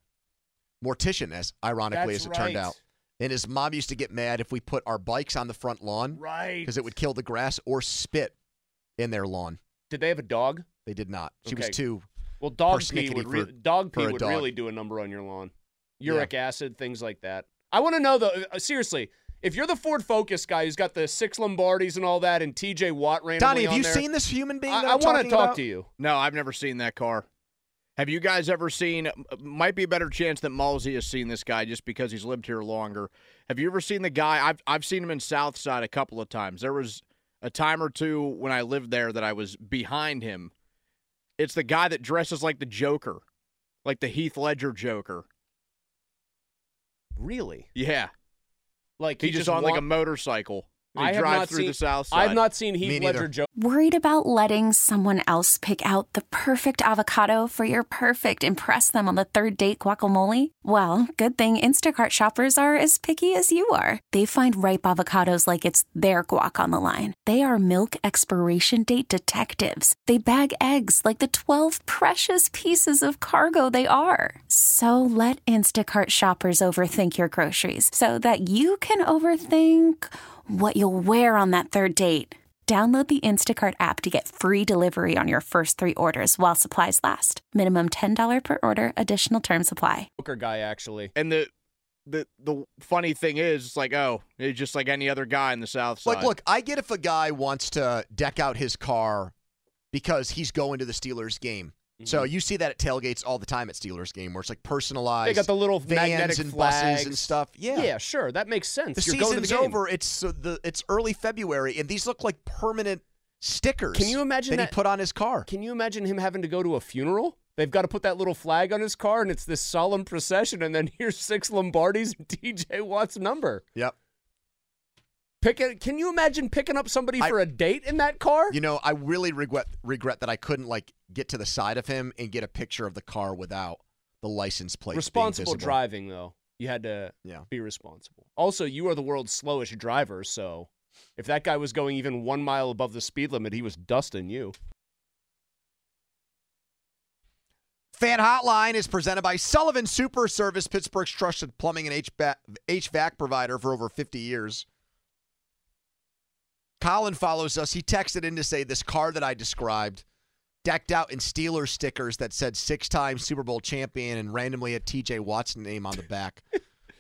Speaker 2: mortician, as ironically
Speaker 4: That's
Speaker 2: as it turned
Speaker 4: right.
Speaker 2: out. And his mom used to get mad if we put our bikes on the front lawn,
Speaker 4: Right.
Speaker 2: Because it would kill the grass or spit in their lawn.
Speaker 4: Did they have a dog?
Speaker 2: They did not. She was
Speaker 4: Okay.
Speaker 2: too.
Speaker 4: Well, dog pee
Speaker 2: persnickety
Speaker 4: would
Speaker 2: for-
Speaker 4: re- dog pee
Speaker 2: for a
Speaker 4: would
Speaker 2: dog.
Speaker 4: really do a number on your lawn. Uric acid, things like that. I want to know though. uh, Seriously, if you're the Ford Focus guy who's got the six Lombardis and all that, and TJ Watt randomly
Speaker 2: Donnie, have
Speaker 4: on
Speaker 2: you
Speaker 4: there-
Speaker 2: seen this human being? that
Speaker 4: I,
Speaker 2: I'm
Speaker 4: want to
Speaker 2: talking
Speaker 4: talk
Speaker 2: about?
Speaker 4: to you.
Speaker 3: No, I've never seen that car. Have you guys ever seen? Might be a better chance that Malsey has seen this guy just because he's lived here longer. Have you ever seen the guy? I've I've seen him in Southside a couple of times. There was a time or two when I lived there that I was behind him. It's the guy that dresses like the Joker, like the Heath Ledger Joker.
Speaker 4: Really?
Speaker 3: Yeah,
Speaker 4: Like
Speaker 3: he's
Speaker 4: he
Speaker 3: just,
Speaker 4: just
Speaker 3: on like a
Speaker 4: want-
Speaker 3: motorcycle. and he
Speaker 4: I have
Speaker 3: drives
Speaker 4: not
Speaker 3: through
Speaker 4: seen,
Speaker 3: the South
Speaker 4: I've not seen Heath Ledger joke.
Speaker 12: Worried about letting someone else pick out the perfect avocado for your perfect impress them on the third date guacamole? Well, good thing Instacart shoppers are as picky as you are. They find ripe avocados like it's their guac on the line. They are milk expiration date detectives. They bag eggs like the 12 precious pieces of cargo they are. So let Instacart shoppers overthink your groceries so that you can overthink what you'll wear on that third date. Download the Instacart app to get free delivery on your first three orders while supplies last. Minimum $10 per order, additional term supply.
Speaker 4: Joker guy actually.
Speaker 3: And the the the funny thing is, it's like oh, he's just like any other guy in the South Side.
Speaker 2: Like, look, I get if a guy wants to deck out his car because he's going to the Steelers game.
Speaker 4: Mm-hmm.
Speaker 2: So you see that at tailgates all the time at Steelers game, where it's like personalized.
Speaker 4: They got the little
Speaker 2: vans
Speaker 4: magnetic
Speaker 2: and
Speaker 4: flags
Speaker 2: buses and stuff. Yeah,
Speaker 4: yeah, sure, that makes sense.
Speaker 2: The
Speaker 4: You're going to
Speaker 2: season's
Speaker 4: the game.
Speaker 2: over. It's uh, the it's early February, and these look like permanent stickers.
Speaker 4: Can you imagine
Speaker 2: that,
Speaker 4: that
Speaker 2: he put on his car?
Speaker 4: Can you imagine him having to go to a funeral? They've got to put that little flag on his car, and it's this solemn procession, and then here's six Lombardis and DJ Watt's number.
Speaker 2: Yep.
Speaker 4: Pick it, can you imagine picking up somebody
Speaker 2: I-
Speaker 4: for a date in that car?
Speaker 2: You know, I really regret regret that I couldn't like get to the side of him and get a picture of the car without the license plate. being
Speaker 4: responsible
Speaker 2: visible.
Speaker 4: driving, though. You had to be responsible. Also, you are the world's slowest driver, so if that guy was going even one mile above the speed limit, he was dusting you.
Speaker 2: Fan Hotline is presented by Sullivan Super Service, Pittsburgh's trusted plumbing and HVAC, HVAC provider for over 50 years. Colin follows us. He texted in to say this car that I described, decked out in Steelers stickers that said six time Super Bowl champion and randomly a TJ Watson name on the back,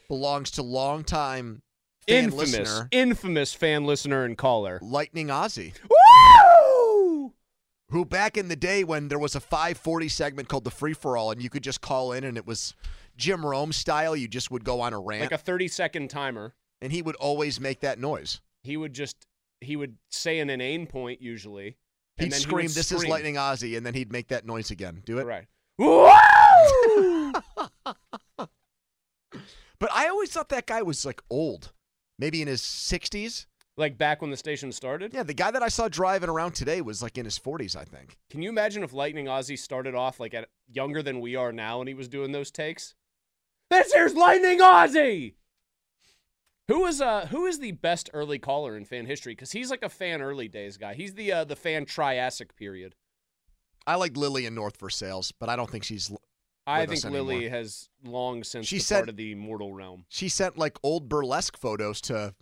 Speaker 2: belongs to longtime fan
Speaker 4: infamous,
Speaker 2: listener
Speaker 4: infamous fan listener and caller.
Speaker 2: Lightning Ozzy.
Speaker 4: Woo!
Speaker 2: Who back in the day when there was a 540 segment called the free for all, and you could just call in and it was Jim Rome style, you just would go on a rant.
Speaker 4: Like a 30 second timer.
Speaker 2: and he would always make that noise.
Speaker 4: He would just he would say an inane point usually. and
Speaker 2: He'd
Speaker 4: then he
Speaker 2: scream,
Speaker 4: would
Speaker 2: This is Lightning Ozzy, and then he'd make that noise again. Do it.
Speaker 4: Right.
Speaker 2: but I always thought that guy was like old, maybe in his 60s.
Speaker 4: Like back when the station started?
Speaker 2: Yeah, the guy that I saw driving around today was like in his 40s, I think.
Speaker 4: Can you imagine if Lightning Ozzy started off like at younger than we are now and he was doing those takes? This here's Lightning Ozzy. Who is uh who is the best early caller in fan history? Because he's like a fan early days guy. He's the uh, the fan Triassic period.
Speaker 2: I like Lillian North for sales, but I don't think she's l-
Speaker 4: I
Speaker 2: with
Speaker 4: think
Speaker 2: us
Speaker 4: Lily
Speaker 2: anymore.
Speaker 4: has long since
Speaker 2: She
Speaker 4: departed
Speaker 2: said-
Speaker 4: part of the mortal realm.
Speaker 2: She sent like old burlesque photos to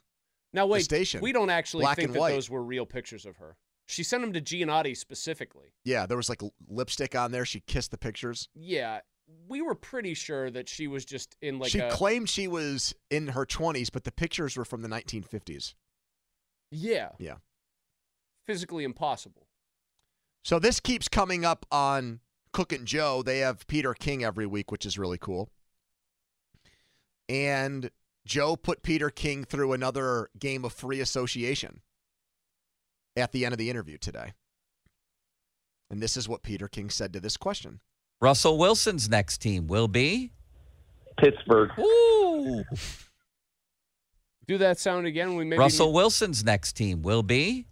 Speaker 4: Now
Speaker 2: the
Speaker 4: wait,
Speaker 2: station.
Speaker 4: we don't actually
Speaker 2: black
Speaker 4: think
Speaker 2: and
Speaker 4: that
Speaker 2: white.
Speaker 4: those were real pictures of her. She sent them to Giannotti specifically.
Speaker 2: Yeah, there was like l- lipstick on there. She kissed the pictures.
Speaker 4: Yeah, we were pretty sure that she was just in like
Speaker 2: she
Speaker 4: a
Speaker 2: claimed she was in her 20s, but the pictures were from the 1950s.
Speaker 4: yeah,
Speaker 2: Yeah.
Speaker 4: physically impossible.
Speaker 2: So this keeps coming up on Cook and Joe. They have Peter King every week, which is really cool. And Joe put Peter King through another game of free association at the end of the interview today. And this is what Peter King said to this question.
Speaker 13: Russell Wilson's next team will be
Speaker 14: Pittsburgh.
Speaker 13: Ooh.
Speaker 4: Do that sound again. We maybe
Speaker 13: Russell Wilson's next team will be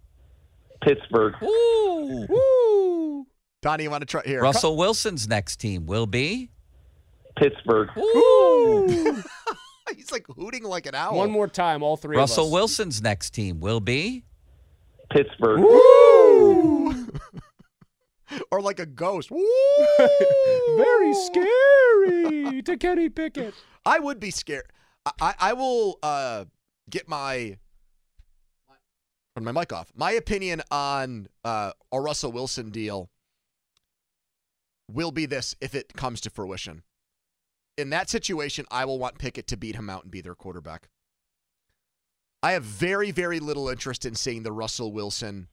Speaker 14: Pittsburgh.
Speaker 13: Ooh.
Speaker 4: Woo.
Speaker 2: Donnie, you want to try here?
Speaker 13: Russell Wilson's next team will be
Speaker 14: Pittsburgh.
Speaker 4: Ooh.
Speaker 2: He's like hooting like an owl.
Speaker 4: One more time, all three.
Speaker 13: Russell
Speaker 4: of us.
Speaker 13: Wilson's next team will be
Speaker 14: Pittsburgh.
Speaker 2: or like a ghost. Woo!
Speaker 4: Very scary to Kenny Pickett.
Speaker 2: I would be scared. I, I, I will uh, get my turn my mic off. My opinion on uh, a Russell Wilson deal will be this if it comes to fruition. In that situation, I will want Pickett to beat him out and be their quarterback. I have very, very little interest in seeing the Russell Wilson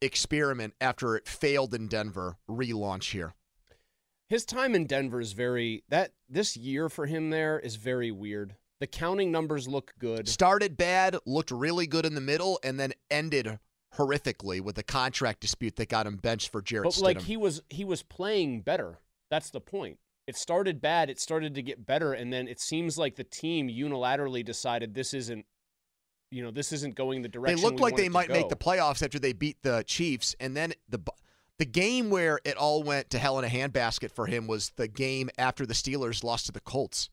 Speaker 2: experiment after it failed in Denver relaunch here.
Speaker 4: His time in Denver is very that this year for him there is very weird. The counting numbers look good.
Speaker 2: Started bad, looked really good in the middle, and then ended horrifically with a contract dispute that got him benched for Jarrett
Speaker 4: But
Speaker 2: Stidham.
Speaker 4: like he was he was playing better. That's the point. It started bad, it started to get better and then it seems like the team unilaterally decided this isn't you know, this isn't going the
Speaker 2: they
Speaker 4: direction
Speaker 2: looked
Speaker 4: we
Speaker 2: like
Speaker 4: want it
Speaker 2: they
Speaker 4: to
Speaker 2: might make
Speaker 4: go.
Speaker 2: the playoffs after they beat the Chiefs, and then the Bu- the game where it all went to hell in a handbasket for him was the game after the Steelers lost to the Colts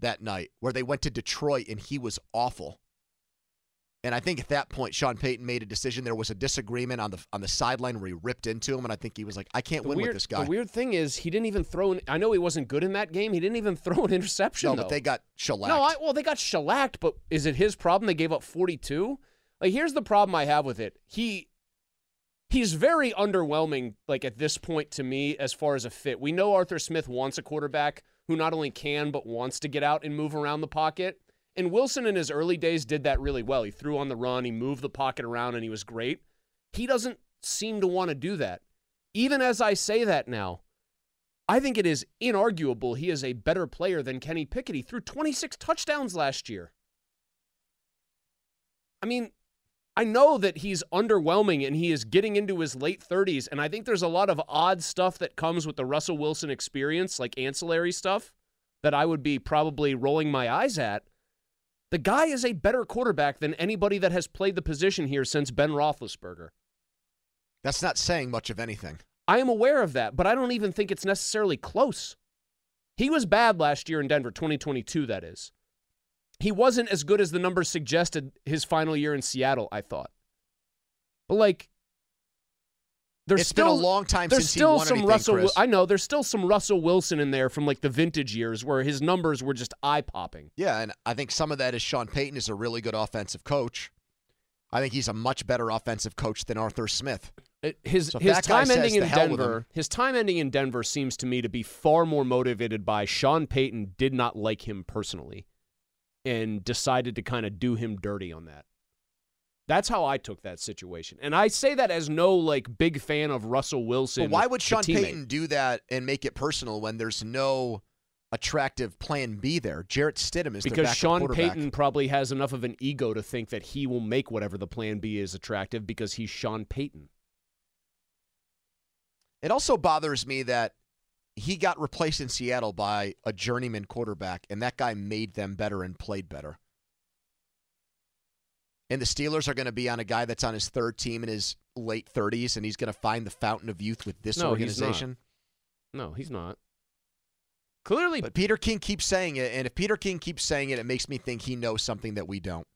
Speaker 2: that night, where they went to Detroit and he was awful. And I think at that point, Sean Payton made a decision. There was a disagreement on the on the sideline where he ripped into him, and I think he was like, "I can't
Speaker 4: The
Speaker 2: win
Speaker 4: weird,
Speaker 2: with this guy."
Speaker 4: The weird thing is he didn't even throw an I know he wasn't good in that game. He didn't even throw an interception.
Speaker 2: no, but
Speaker 4: though.
Speaker 2: they got shellacked.
Speaker 4: No, I, well, they got shellacked, but is it his problem? They gave up 42. Like, here's the problem I have with it. He he's very underwhelming. Like at this point to me, as far as a fit, we know Arthur Smith wants a quarterback who not only can but wants to get out and move around the pocket. And Wilson in his early days did that really well. He threw on the run, he moved the pocket around, and he was great. He doesn't seem to want to do that. Even as I say that now, I think it is inarguable he is a better player than Kenny Pickett. He threw 26 touchdowns last year. I mean, I know that he's underwhelming and he is getting into his late 30s, and I think there's a lot of odd stuff that comes with the Russell Wilson experience, like ancillary stuff, that I would be probably rolling my eyes at. The guy is a better quarterback than anybody that has played the position here since Ben Roethlisberger.
Speaker 2: That's not saying much of anything.
Speaker 4: I am aware of that, but I don't even think it's necessarily close. He was bad last year in Denver, 2022, that is. He wasn't as good as the numbers suggested his final year in Seattle, I thought. But, like, there's
Speaker 2: It's been
Speaker 4: still
Speaker 2: a long time
Speaker 4: there's
Speaker 2: since he
Speaker 4: still
Speaker 2: won
Speaker 4: some
Speaker 2: anything,
Speaker 4: Russell. Wi-
Speaker 2: Chris.
Speaker 4: I know there's still some Russell Wilson in there from like the vintage years where his numbers were just eye popping.
Speaker 2: Yeah, and I think some of that is Sean Payton is a really good offensive coach. I think he's a much better offensive coach than Arthur Smith.
Speaker 4: His
Speaker 2: So if
Speaker 4: his
Speaker 2: that guy
Speaker 4: time
Speaker 2: says
Speaker 4: ending
Speaker 2: the
Speaker 4: in
Speaker 2: hell with him-
Speaker 4: Denver. His time ending in Denver seems to me to be far more motivated by Sean Payton did not like him personally, and decided to kind of do him dirty on that. That's how I took that situation, and I say that as no like big fan of Russell Wilson.
Speaker 2: But why would
Speaker 4: the
Speaker 2: Sean
Speaker 4: teammate.
Speaker 2: Payton do that and make it personal when there's no attractive plan B there? Jarrett Stidham is their
Speaker 4: Because
Speaker 2: backup
Speaker 4: Sean
Speaker 2: quarterback.
Speaker 4: Payton probably has enough of an ego to think that he will make whatever the plan B is attractive because he's Sean Payton.
Speaker 2: It also bothers me that he got replaced in Seattle by a journeyman quarterback, and that guy made them better and played better. And the Steelers are going to be on a guy that's on his third team in his late 30s, and he's going to find the fountain of youth with this
Speaker 4: No, he's not.
Speaker 2: organization.
Speaker 4: No, he's not. Clearly,
Speaker 2: but Peter King keeps saying it, and if Peter King keeps saying it, it makes me think he knows something that we don't.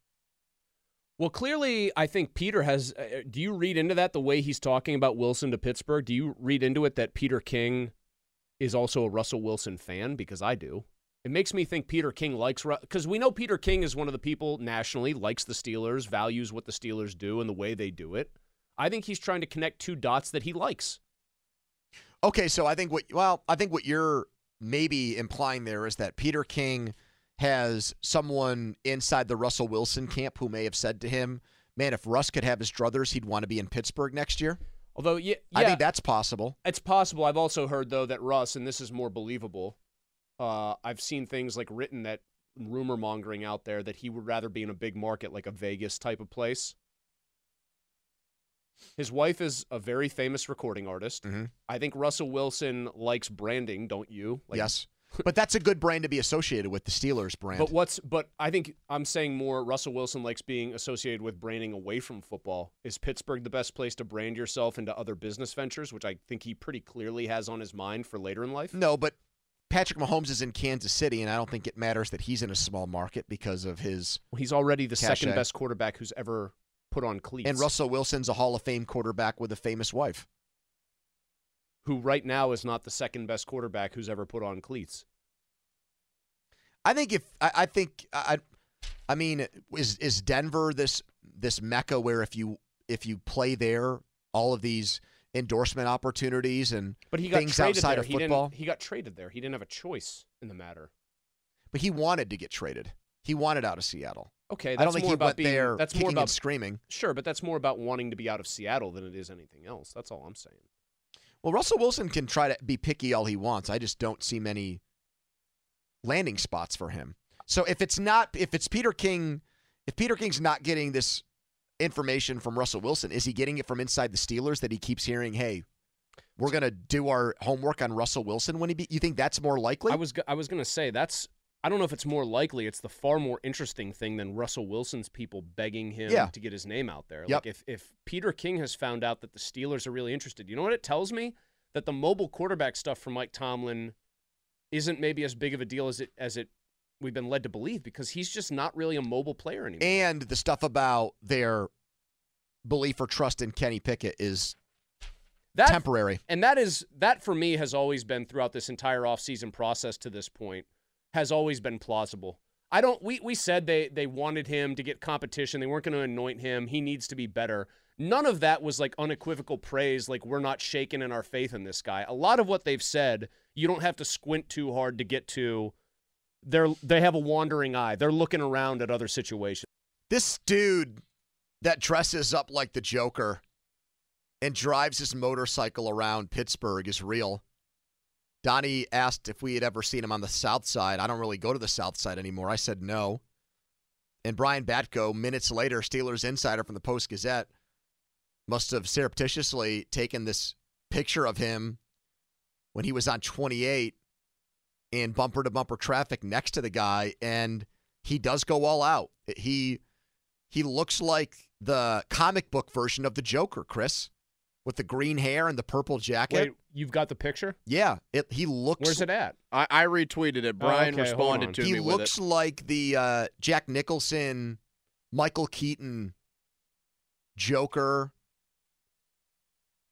Speaker 4: Well, clearly, I think Peter has. Uh, do you read into that the way he's talking about Wilson to Pittsburgh? Do you read into it that Peter King is also a Russell Wilson fan because I do. It makes me think Peter King likes because we know Peter King is one of the people nationally likes the Steelers, values what the Steelers do and the way they do it. I think he's trying to connect two dots that he likes.
Speaker 2: Okay, so I think what well, I think what you're maybe implying there is that Peter King has someone inside the Russell Wilson camp who may have said to him, "Man, if Russ could have his druthers, he'd want to be in Pittsburgh next year."
Speaker 4: Although, yeah,
Speaker 2: I
Speaker 4: yeah.
Speaker 2: think that's possible.
Speaker 4: It's possible. I've also heard though that Russ, and this is more believable. Uh, I've seen things like written that rumor mongering out there that he would rather be in a big market like a Vegas type of place. His wife is a very famous recording artist.
Speaker 2: Mm-hmm.
Speaker 4: I think Russell Wilson likes branding, don't you? Like,
Speaker 2: yes, but that's a good brand to be associated with the Steelers brand.
Speaker 4: But what's but I think I'm saying more Russell Wilson likes being associated with branding away from football. Is Pittsburgh the best place to brand yourself into other business ventures, which I think he pretty clearly has on his mind for later in life?
Speaker 2: no, but Patrick Mahomes is in Kansas City, and I don't think it matters that he's in a small market because of his.
Speaker 4: He's already the second
Speaker 2: cachet.
Speaker 4: best quarterback who's ever put on cleats.
Speaker 2: And Russell Wilson's a Hall of Fame quarterback with a famous wife.
Speaker 4: who right now is not the second best quarterback who's ever put on cleats.
Speaker 2: I think if I, I think I, I mean, is is Denver this this mecca where if you if you play there, all of these endorsement opportunities and
Speaker 4: But he got
Speaker 2: things
Speaker 4: traded
Speaker 2: outside
Speaker 4: there.
Speaker 2: of
Speaker 4: He didn't-
Speaker 2: football.
Speaker 4: he got traded there. He didn't have a choice in the matter.
Speaker 2: but he wanted to get traded. He wanted out of Seattle.
Speaker 4: Okay,
Speaker 2: I
Speaker 4: that's
Speaker 2: don't think
Speaker 4: more
Speaker 2: he
Speaker 4: about
Speaker 2: went
Speaker 4: being,
Speaker 2: there
Speaker 4: That's
Speaker 2: kicking
Speaker 4: more about
Speaker 2: and screaming.
Speaker 4: Sure, but that's more about wanting to be out of Seattle than it is anything else. That's all I'm saying.
Speaker 2: Well, Russell Wilson can try to be picky all he wants. I just don't see many landing spots for him. So if it's not if it's Peter King, if Peter King's not getting this information from Russell Wilson, is he getting it from inside the Steelers that he keeps hearing, "Hey, we're going to do our homework on Russell Wilson when he be You think that's more likely?
Speaker 4: I was go- I was gonna say that's I don't know if it's more likely. It's the far more interesting thing than Russell Wilson's people begging him
Speaker 2: Yeah.
Speaker 4: to get his name out there.
Speaker 2: Yep.
Speaker 4: Like if if Peter King has found out that the Steelers are really interested, you know what it tells me that the mobile quarterback stuff from Mike Tomlin isn't maybe as big of a deal as it as it we've been led to believe because he's just not really a mobile player anymore.
Speaker 2: and the stuff about their belief or trust in Kenny Pickett is
Speaker 4: That-
Speaker 2: temporary.
Speaker 4: And that is that for me has always been throughout this entire offseason process to this point has always been plausible. I don't we we said they they wanted him to get competition. They weren't going to anoint him. He needs to be better. None of that was like unequivocal praise like we're not shaken in our faith in this guy. A lot of what they've said, you don't have to squint too hard to get to they're they have a wandering eye. They're looking around at other situations.
Speaker 2: This dude that dresses up like the Joker and drives his motorcycle around Pittsburgh is real. Donnie asked if we had ever seen him on the South Side. I don't really go to the South Side anymore. I said no. And Brian Batko, minutes later, Steelers insider from the Post Gazette, must have surreptitiously taken this picture of him when he was on 28 in bumper to bumper traffic next to the guy, and he does go all out. He he looks like the comic book version of the Joker, Chris, with the green hair and the purple jacket.
Speaker 4: Wait, you've got the picture?
Speaker 2: Yeah, it, he looks.
Speaker 4: Where's it at? Oh,
Speaker 3: I, I retweeted it. Brian
Speaker 4: okay, hold
Speaker 3: responded
Speaker 4: on.
Speaker 3: to
Speaker 2: he
Speaker 3: me with it.
Speaker 2: looks like the uh, Jack Nicholson, Michael Keaton, Joker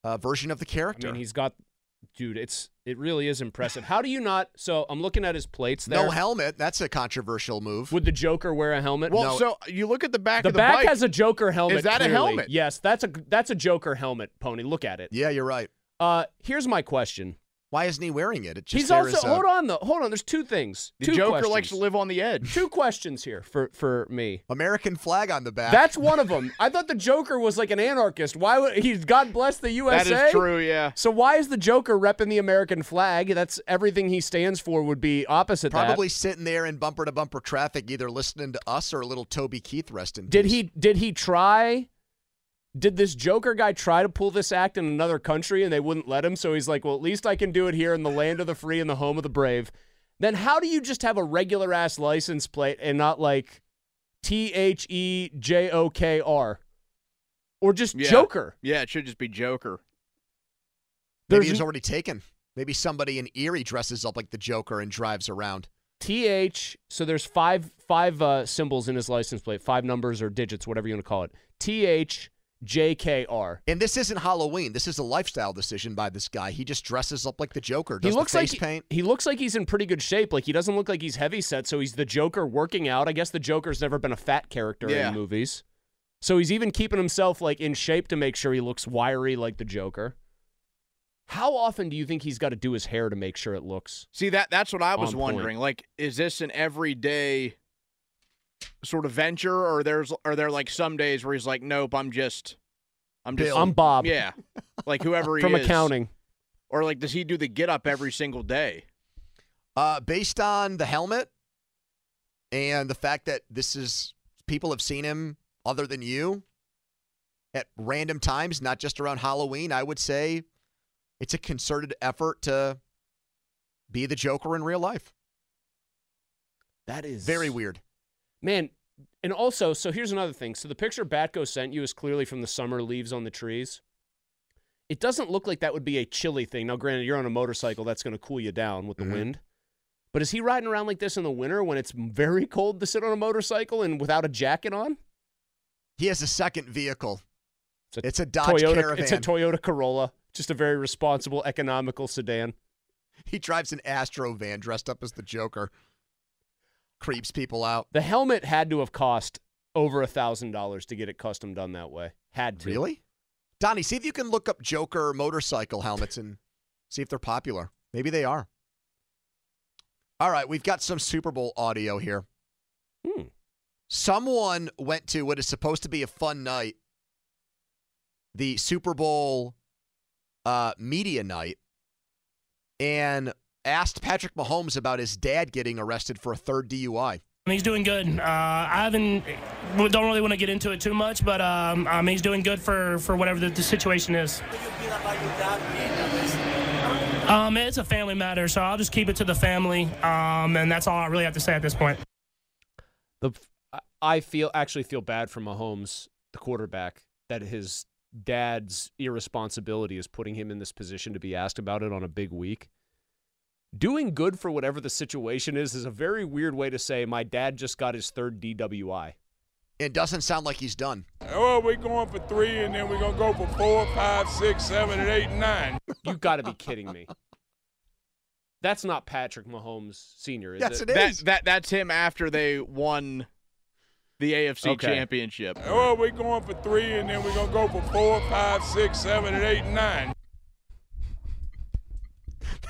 Speaker 2: uh, version of the character.
Speaker 4: I mean, he's got, dude. It's it really is impressive. How do you not? So I'm looking at his plates. There.
Speaker 2: no helmet. That's a controversial move.
Speaker 4: Would the Joker wear a helmet?
Speaker 3: Well, so you look at the back
Speaker 4: the,
Speaker 3: of the
Speaker 4: back
Speaker 3: bike.
Speaker 4: has a Joker helmet.
Speaker 3: Is that a
Speaker 4: clearly.
Speaker 3: helmet?
Speaker 4: Yes, that's a that's a Joker helmet, Pony. Look at it.
Speaker 2: Yeah, you're right.
Speaker 4: Uh, here's my question.
Speaker 2: Why isn't he wearing it? it just,
Speaker 4: He's
Speaker 2: there
Speaker 4: also
Speaker 2: is a-
Speaker 4: hold on though. Hold on. There's two things.
Speaker 3: The
Speaker 4: two
Speaker 3: Joker
Speaker 4: questions.
Speaker 3: likes to live on the edge.
Speaker 4: Two questions here for for me.
Speaker 2: American flag on the back.
Speaker 4: That's one of them. I thought the Joker was like an anarchist. Why would he's God bless the USA?
Speaker 3: That is true. Yeah.
Speaker 4: So why is the Joker repping the American flag? That's everything he stands for would be opposite that.
Speaker 2: Probably sitting there in bumper to bumper traffic, either listening to us or a little Toby Keith resting.
Speaker 4: Did he did he try did this Joker guy try to pull this act in another country and they wouldn't let him? So he's like, well, at least I can do it here in the land of the free and the home of the brave. Then how do you just have a regular ass license plate and not like T H E J O K R? Or just
Speaker 3: Yeah.
Speaker 4: Joker.
Speaker 3: Yeah, it should just be Joker.
Speaker 2: Maybe
Speaker 4: There's
Speaker 2: he was
Speaker 4: n-
Speaker 2: already taken. Maybe somebody in Erie dresses up like the Joker and drives around.
Speaker 4: T H so there's five five uh, symbols in his license plate, five numbers or digits, whatever you want to call it. T H JKR.
Speaker 2: And this isn't Halloween. This is a lifestyle decision by this guy. He just dresses up like the Joker. Does
Speaker 4: he looks
Speaker 2: the face
Speaker 4: like
Speaker 2: paint.
Speaker 4: he looks like he's in pretty good shape. Like he doesn't look like he's heavy set, so he's the Joker working out. I guess the Joker's never been a fat character
Speaker 3: Yeah.
Speaker 4: in movies. So he's even keeping himself like in shape to make sure he looks wiry like the Joker. How often do you think he's got to do his hair to make sure it looks?
Speaker 3: See that that's what I was
Speaker 4: On point.
Speaker 3: wondering. Like, is this an everyday sort of venture, or there's are there like some days where he's like, nope, I'm just, I'm just,
Speaker 4: Bill. I'm Bob.
Speaker 3: Yeah, like whoever he
Speaker 4: From
Speaker 3: is.
Speaker 4: accounting.
Speaker 3: or like does he do the get up every single day?
Speaker 2: Uh, based on the helmet and the fact that this is people have seen him other than you at random times, not just around Halloween, I would say it's a concerted effort to be the Joker in real life.
Speaker 4: That is
Speaker 2: Very weird.
Speaker 4: Man, and also, so here's another thing. So the picture Batko sent you is clearly from the summer leaves on the trees. It doesn't look like that would be a chilly thing. Now, granted, you're on a motorcycle, that's going to cool you down with the
Speaker 2: Mm-hmm.
Speaker 4: wind. But is he riding around like this in the winter when it's very cold to sit on a motorcycle and without a jacket on?
Speaker 2: He has a second vehicle.
Speaker 4: It's
Speaker 2: It's a Dodge
Speaker 4: Toyota,
Speaker 2: Caravan.
Speaker 4: It's a Toyota Corolla, just a very responsible, economical sedan.
Speaker 2: he drives an Astro van dressed up as the Joker. Creeps people out.
Speaker 4: The helmet had to have cost over a thousand dollars to get it custom done that way. Had to
Speaker 2: Really? Donnie, see if you can look up Joker motorcycle helmets and see if they're popular. Maybe they are. All right, we've got some Super Bowl audio here.
Speaker 4: Hmm.
Speaker 2: Someone went to what is supposed to be a fun night, the Super Bowl uh, media night, and asked Patrick Mahomes about his dad getting arrested for a third DUI.
Speaker 15: I mean, he's doing good. Uh, I haven't, we don't really want to get into it too much, but um, I mean, he's doing good for, for whatever the, the situation is. Um, it's a family matter, so I'll just keep it to the family, um, and that's all I really have to say at this point.
Speaker 4: the I- I feel actually feel bad for Mahomes, the quarterback, that his dad's irresponsibility is putting him in this position to be asked about it on a big week. Doing good for whatever the situation is is a very weird way to say my dad just got his third DWI.
Speaker 2: It doesn't sound like he's done.
Speaker 16: Oh, we're going for three, and then we're gonna go for four, five, six, seven, and eight, and nine.
Speaker 4: You got to be kidding me. That's not Patrick Mahomes Senior, is it?
Speaker 3: that, That that's him after they won the AFC
Speaker 4: Okay.
Speaker 3: Championship.
Speaker 16: Oh, we're going for three, and then we're gonna go for four, five, six, seven, and eight, and nine.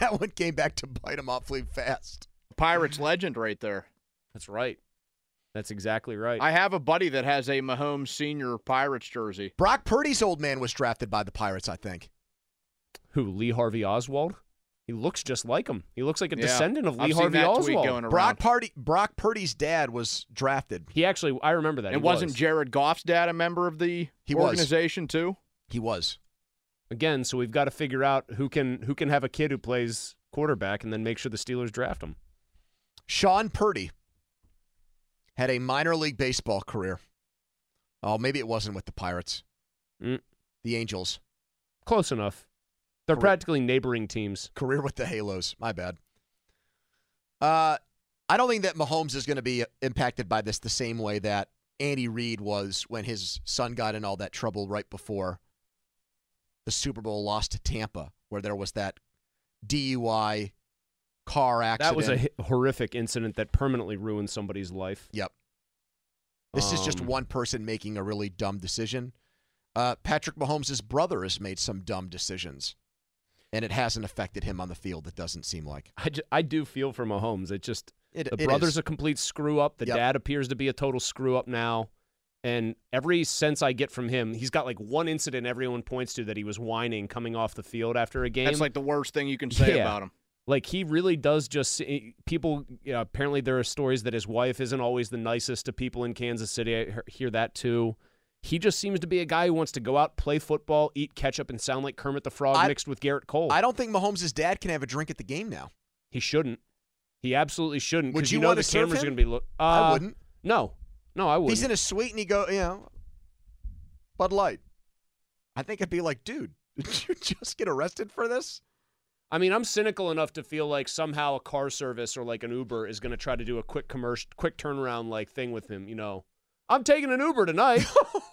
Speaker 2: That one came back to bite him awfully fast.
Speaker 3: Pirates legend right there.
Speaker 4: That's right. That's exactly right.
Speaker 3: I have a buddy that has a Mahomes senior Pirates jersey.
Speaker 2: Brock Purdy's old man was drafted by the Pirates, I think.
Speaker 4: Who Lee Harvey Oswald? He looks just like him. He looks like a
Speaker 3: Yeah.
Speaker 4: descendant of Lee
Speaker 3: I've seen
Speaker 4: Harvey
Speaker 3: that tweet
Speaker 4: Oswald.
Speaker 3: going
Speaker 2: Brock Purdy, Brock Purdy's dad was drafted.
Speaker 4: He actually, I remember that.
Speaker 3: And
Speaker 4: He
Speaker 3: wasn't
Speaker 4: was.
Speaker 3: Jared Goff's dad a member of the
Speaker 4: He was.
Speaker 3: organization too?
Speaker 2: He was.
Speaker 4: again. So we've got to figure out who can who can have a kid who plays quarterback, and then make sure the Steelers draft him.
Speaker 2: Sean Purdy had a minor league baseball career. Oh, maybe it wasn't with the Pirates. The Angels.
Speaker 4: Mm. Close enough. They're practically neighboring teams.
Speaker 2: Career with the Halos. My bad. Uh, I don't think that Mahomes is going to be impacted by this the same way that Andy Reid was when his son got in all that trouble right before the Super Bowl loss to Tampa, where there was that DUI car accident.
Speaker 4: That was a hi- horrific incident that permanently ruined somebody's life.
Speaker 2: Yep. This is just
Speaker 4: Um,
Speaker 2: one person making a really dumb decision. Uh, Patrick Mahomes' brother has made some dumb decisions, and it hasn't affected him on the field. It doesn't seem like.
Speaker 4: I, ju- I do feel for Mahomes. It just
Speaker 2: It-
Speaker 4: the
Speaker 2: it
Speaker 4: brother's
Speaker 2: is.
Speaker 4: a complete screw up. The
Speaker 2: Yep.
Speaker 4: dad appears to be a total screw up now. And every sense I get from him, he's got like one incident everyone points to that he was whining coming off the field after a game.
Speaker 3: That's like the worst thing you can say
Speaker 4: Yeah.
Speaker 3: about him.
Speaker 4: Like he really does just eh, people. You know, apparently, there are stories that his wife isn't always the nicest to people in Kansas City. I he- hear that too. He just seems to be a guy who wants to go out, play football, eat ketchup, and sound like Kermit the Frog
Speaker 2: I-
Speaker 4: mixed with Garrett Cole.
Speaker 2: I don't think Mahomes' dad can have a drink at the game now.
Speaker 4: He shouldn't. He absolutely shouldn't.
Speaker 2: Would
Speaker 4: 'cause
Speaker 2: you
Speaker 4: you know
Speaker 2: wanna
Speaker 4: the
Speaker 2: serve
Speaker 4: cameras
Speaker 2: him?
Speaker 4: going to be look. Uh,
Speaker 2: I wouldn't.
Speaker 4: No, no, I wouldn't.
Speaker 2: He's in a suite and he go, you know, Bud Light. I think I'd be like, dude, did you just get arrested for this?
Speaker 4: I mean, I'm cynical enough to feel like somehow a car service or like an Uber is going to try to do a quick commercial, quick turnaround like thing with him. You know, I'm taking an Uber tonight.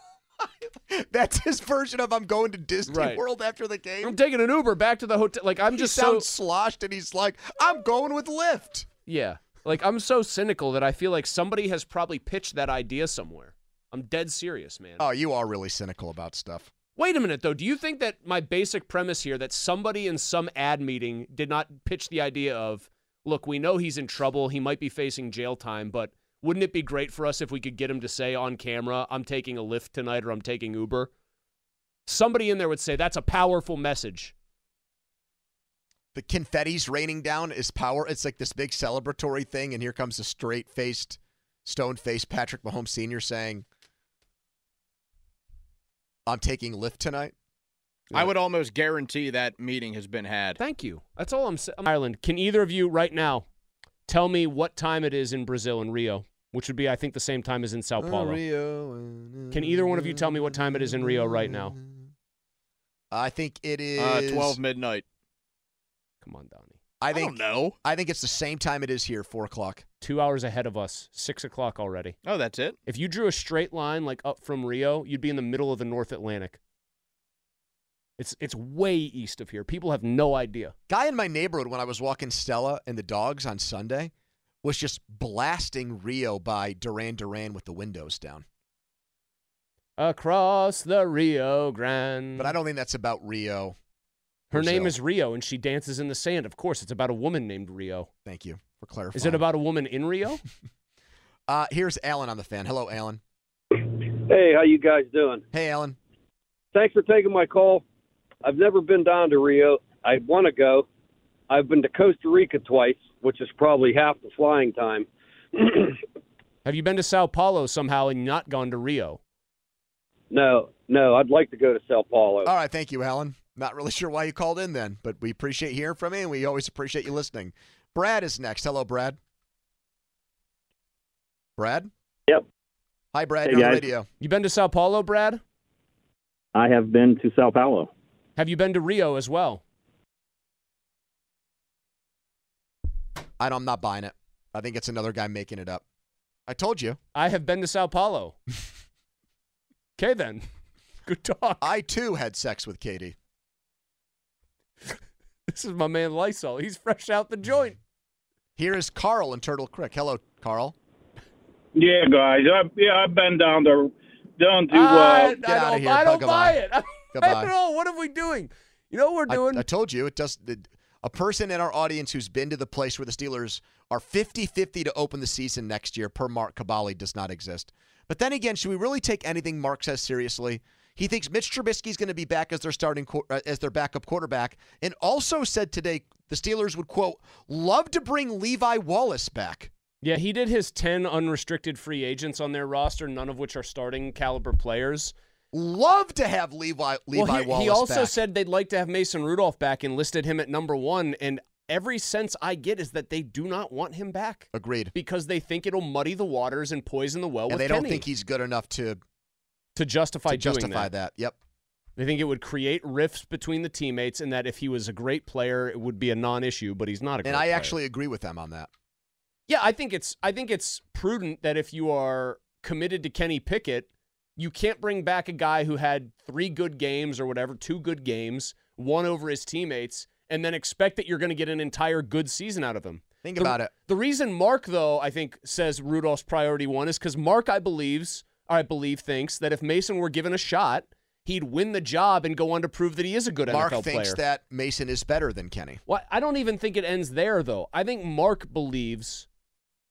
Speaker 2: That's his version of I'm going to Disney
Speaker 4: Right.
Speaker 2: World after the game.
Speaker 4: I'm taking an Uber back to the hotel. Like I'm
Speaker 2: He
Speaker 4: just
Speaker 2: sounds
Speaker 4: so
Speaker 2: sloshed, and he's like, "I'm going with Lyft."
Speaker 4: yeah. Like I'm so cynical that I feel like somebody has probably pitched that idea somewhere. I'm dead serious, man.
Speaker 2: Oh, you are really cynical about stuff.
Speaker 4: Wait a minute though. Do you think that my basic premise here that somebody in some ad meeting did not pitch the idea of, look, we know he's in trouble, he might be facing jail time, but wouldn't it be great for us if we could get him to say on camera, I'm taking a Lyft tonight or I'm taking Uber? Somebody in there would say that's a powerful message.
Speaker 2: The confetti's raining down is power. It's like this big celebratory thing, and here comes a straight-faced, stone-faced Patrick Mahomes Senior saying, "I'm taking Lyft tonight."
Speaker 3: I would almost guarantee that meeting has been had.
Speaker 4: Thank you. That's all I'm saying. Ireland, can either of you right now tell me what time it is in Brazil and Rio, which would be, I think, the same time as in Sao
Speaker 2: Uh,
Speaker 4: Paulo? Can either one of you tell me what time it is in Rio right now?
Speaker 2: I think it is
Speaker 3: Uh, 12 midnight.
Speaker 4: Come on, Donnie.
Speaker 2: I
Speaker 3: I don't
Speaker 2: think
Speaker 3: know.
Speaker 2: I think it's the same time it is here, four o'clock.
Speaker 4: Two hours ahead of us, six o'clock already.
Speaker 3: Oh, that's it.
Speaker 4: If you drew a straight line like up from Rio, you'd be in the middle of the North Atlantic. It's it's way east of here. People have no idea.
Speaker 2: Guy in my neighborhood when I was walking Stella and the dogs on Sunday was just blasting Rio by Duran Duran with the windows down.
Speaker 4: Across the Rio Grande.
Speaker 2: But I don't think that's about Rio.
Speaker 4: Her name
Speaker 2: Brazil.
Speaker 4: is Rio, and she dances in the sand. Of course, it's about a woman named Rio.
Speaker 2: Thank you for clarifying.
Speaker 4: Is it about a woman in Rio?
Speaker 2: Uh, here's Alan on the fan. Hello, Alan.
Speaker 17: Hey, how you guys doing?
Speaker 2: Hey, Alan.
Speaker 17: Thanks for taking my call. I've never been down to Rio. I want to go. I've been to Costa Rica twice, which is probably half the flying time.
Speaker 4: have you been to Sao Paulo somehow and not gone to Rio?
Speaker 17: No, no, I'd like to go to Sao Paulo.
Speaker 2: All right, thank you, Alan. Not really sure why you called in then, but we appreciate hearing from you, and we always appreciate you listening. Brad is next. Hello, Brad. Brad.
Speaker 18: Yep.
Speaker 2: Hi, Brad.
Speaker 18: Hey,
Speaker 2: You're on
Speaker 18: guys.
Speaker 2: the radio.
Speaker 4: You been to Sao Paulo, Brad?
Speaker 18: I have been to Sao Paulo.
Speaker 4: Have you been to Rio as well?
Speaker 2: I don't, I'm not buying it. I think it's another guy making it up. I told you.
Speaker 4: I have been to Sao Paulo. Okay, then. Good talk.
Speaker 2: I too had sex with Katie.
Speaker 4: This is my man Lysol. He's fresh out the joint.
Speaker 2: Here is Carl in Turtle Creek. Hello, Carl.
Speaker 19: Yeah, guys. I, yeah, I've been down to down to. Uh,
Speaker 4: I,
Speaker 2: Get
Speaker 4: I
Speaker 2: outta
Speaker 4: don't,
Speaker 2: here.
Speaker 4: I don't
Speaker 2: Goodbye.
Speaker 4: buy it. I don't
Speaker 2: Goodbye.
Speaker 4: know. What are we doing? You know what we're
Speaker 2: I-
Speaker 4: doing?
Speaker 2: I, told you it does. The, a person in our audience who's been to the place where the Steelers are 50-50 to open the season next year per Mark Cabali does not exist. But then again, should we really take anything Mark says seriously? He thinks Mitch Trubisky's going to be back as their starting quar- uh, as their backup quarterback, and also said today the Steelers would quote love to bring Levi Wallace back.
Speaker 4: Yeah, he did his 10 unrestricted free agents on their roster, none of which are starting caliber players.
Speaker 2: Love to have Levi Levi
Speaker 4: well, he,
Speaker 2: Wallace.
Speaker 4: he also
Speaker 2: back.
Speaker 4: said they'd like to have Mason Rudolph back and listed him at number one. And every sense I get is that they do not want him back
Speaker 2: agreed
Speaker 4: because they think it'll muddy the waters and poison the well
Speaker 2: and
Speaker 4: with
Speaker 2: they don't
Speaker 4: Kenny
Speaker 2: think he's good enough to
Speaker 4: to justify
Speaker 2: to
Speaker 4: doing
Speaker 2: justify that. Yep.
Speaker 4: They think it would create rifts between the teammates, and that if he was a great player, it would be a non-issue. But he's not a. Great
Speaker 2: And I
Speaker 4: player.
Speaker 2: actually agree with them on that.
Speaker 4: yeah, I think it's I think it's prudent that if you are committed to Kenny Pickett, you can't bring back a guy who had three good games or whatever, two good games, one over his teammates, and then expect that you're going to get an entire good season out of him.
Speaker 2: Think
Speaker 4: The-
Speaker 2: about it.
Speaker 4: The reason Mark, though, I think says Rudolph's priority one is because Mark, I believes, or I believe, thinks that if Mason were given a shot, he'd win the job and go on to prove that he is a good
Speaker 2: Mark
Speaker 4: NFL player.
Speaker 2: thinks that Mason is better than Kenny.
Speaker 4: Well, I don't even think it ends there, though. I think Mark believes,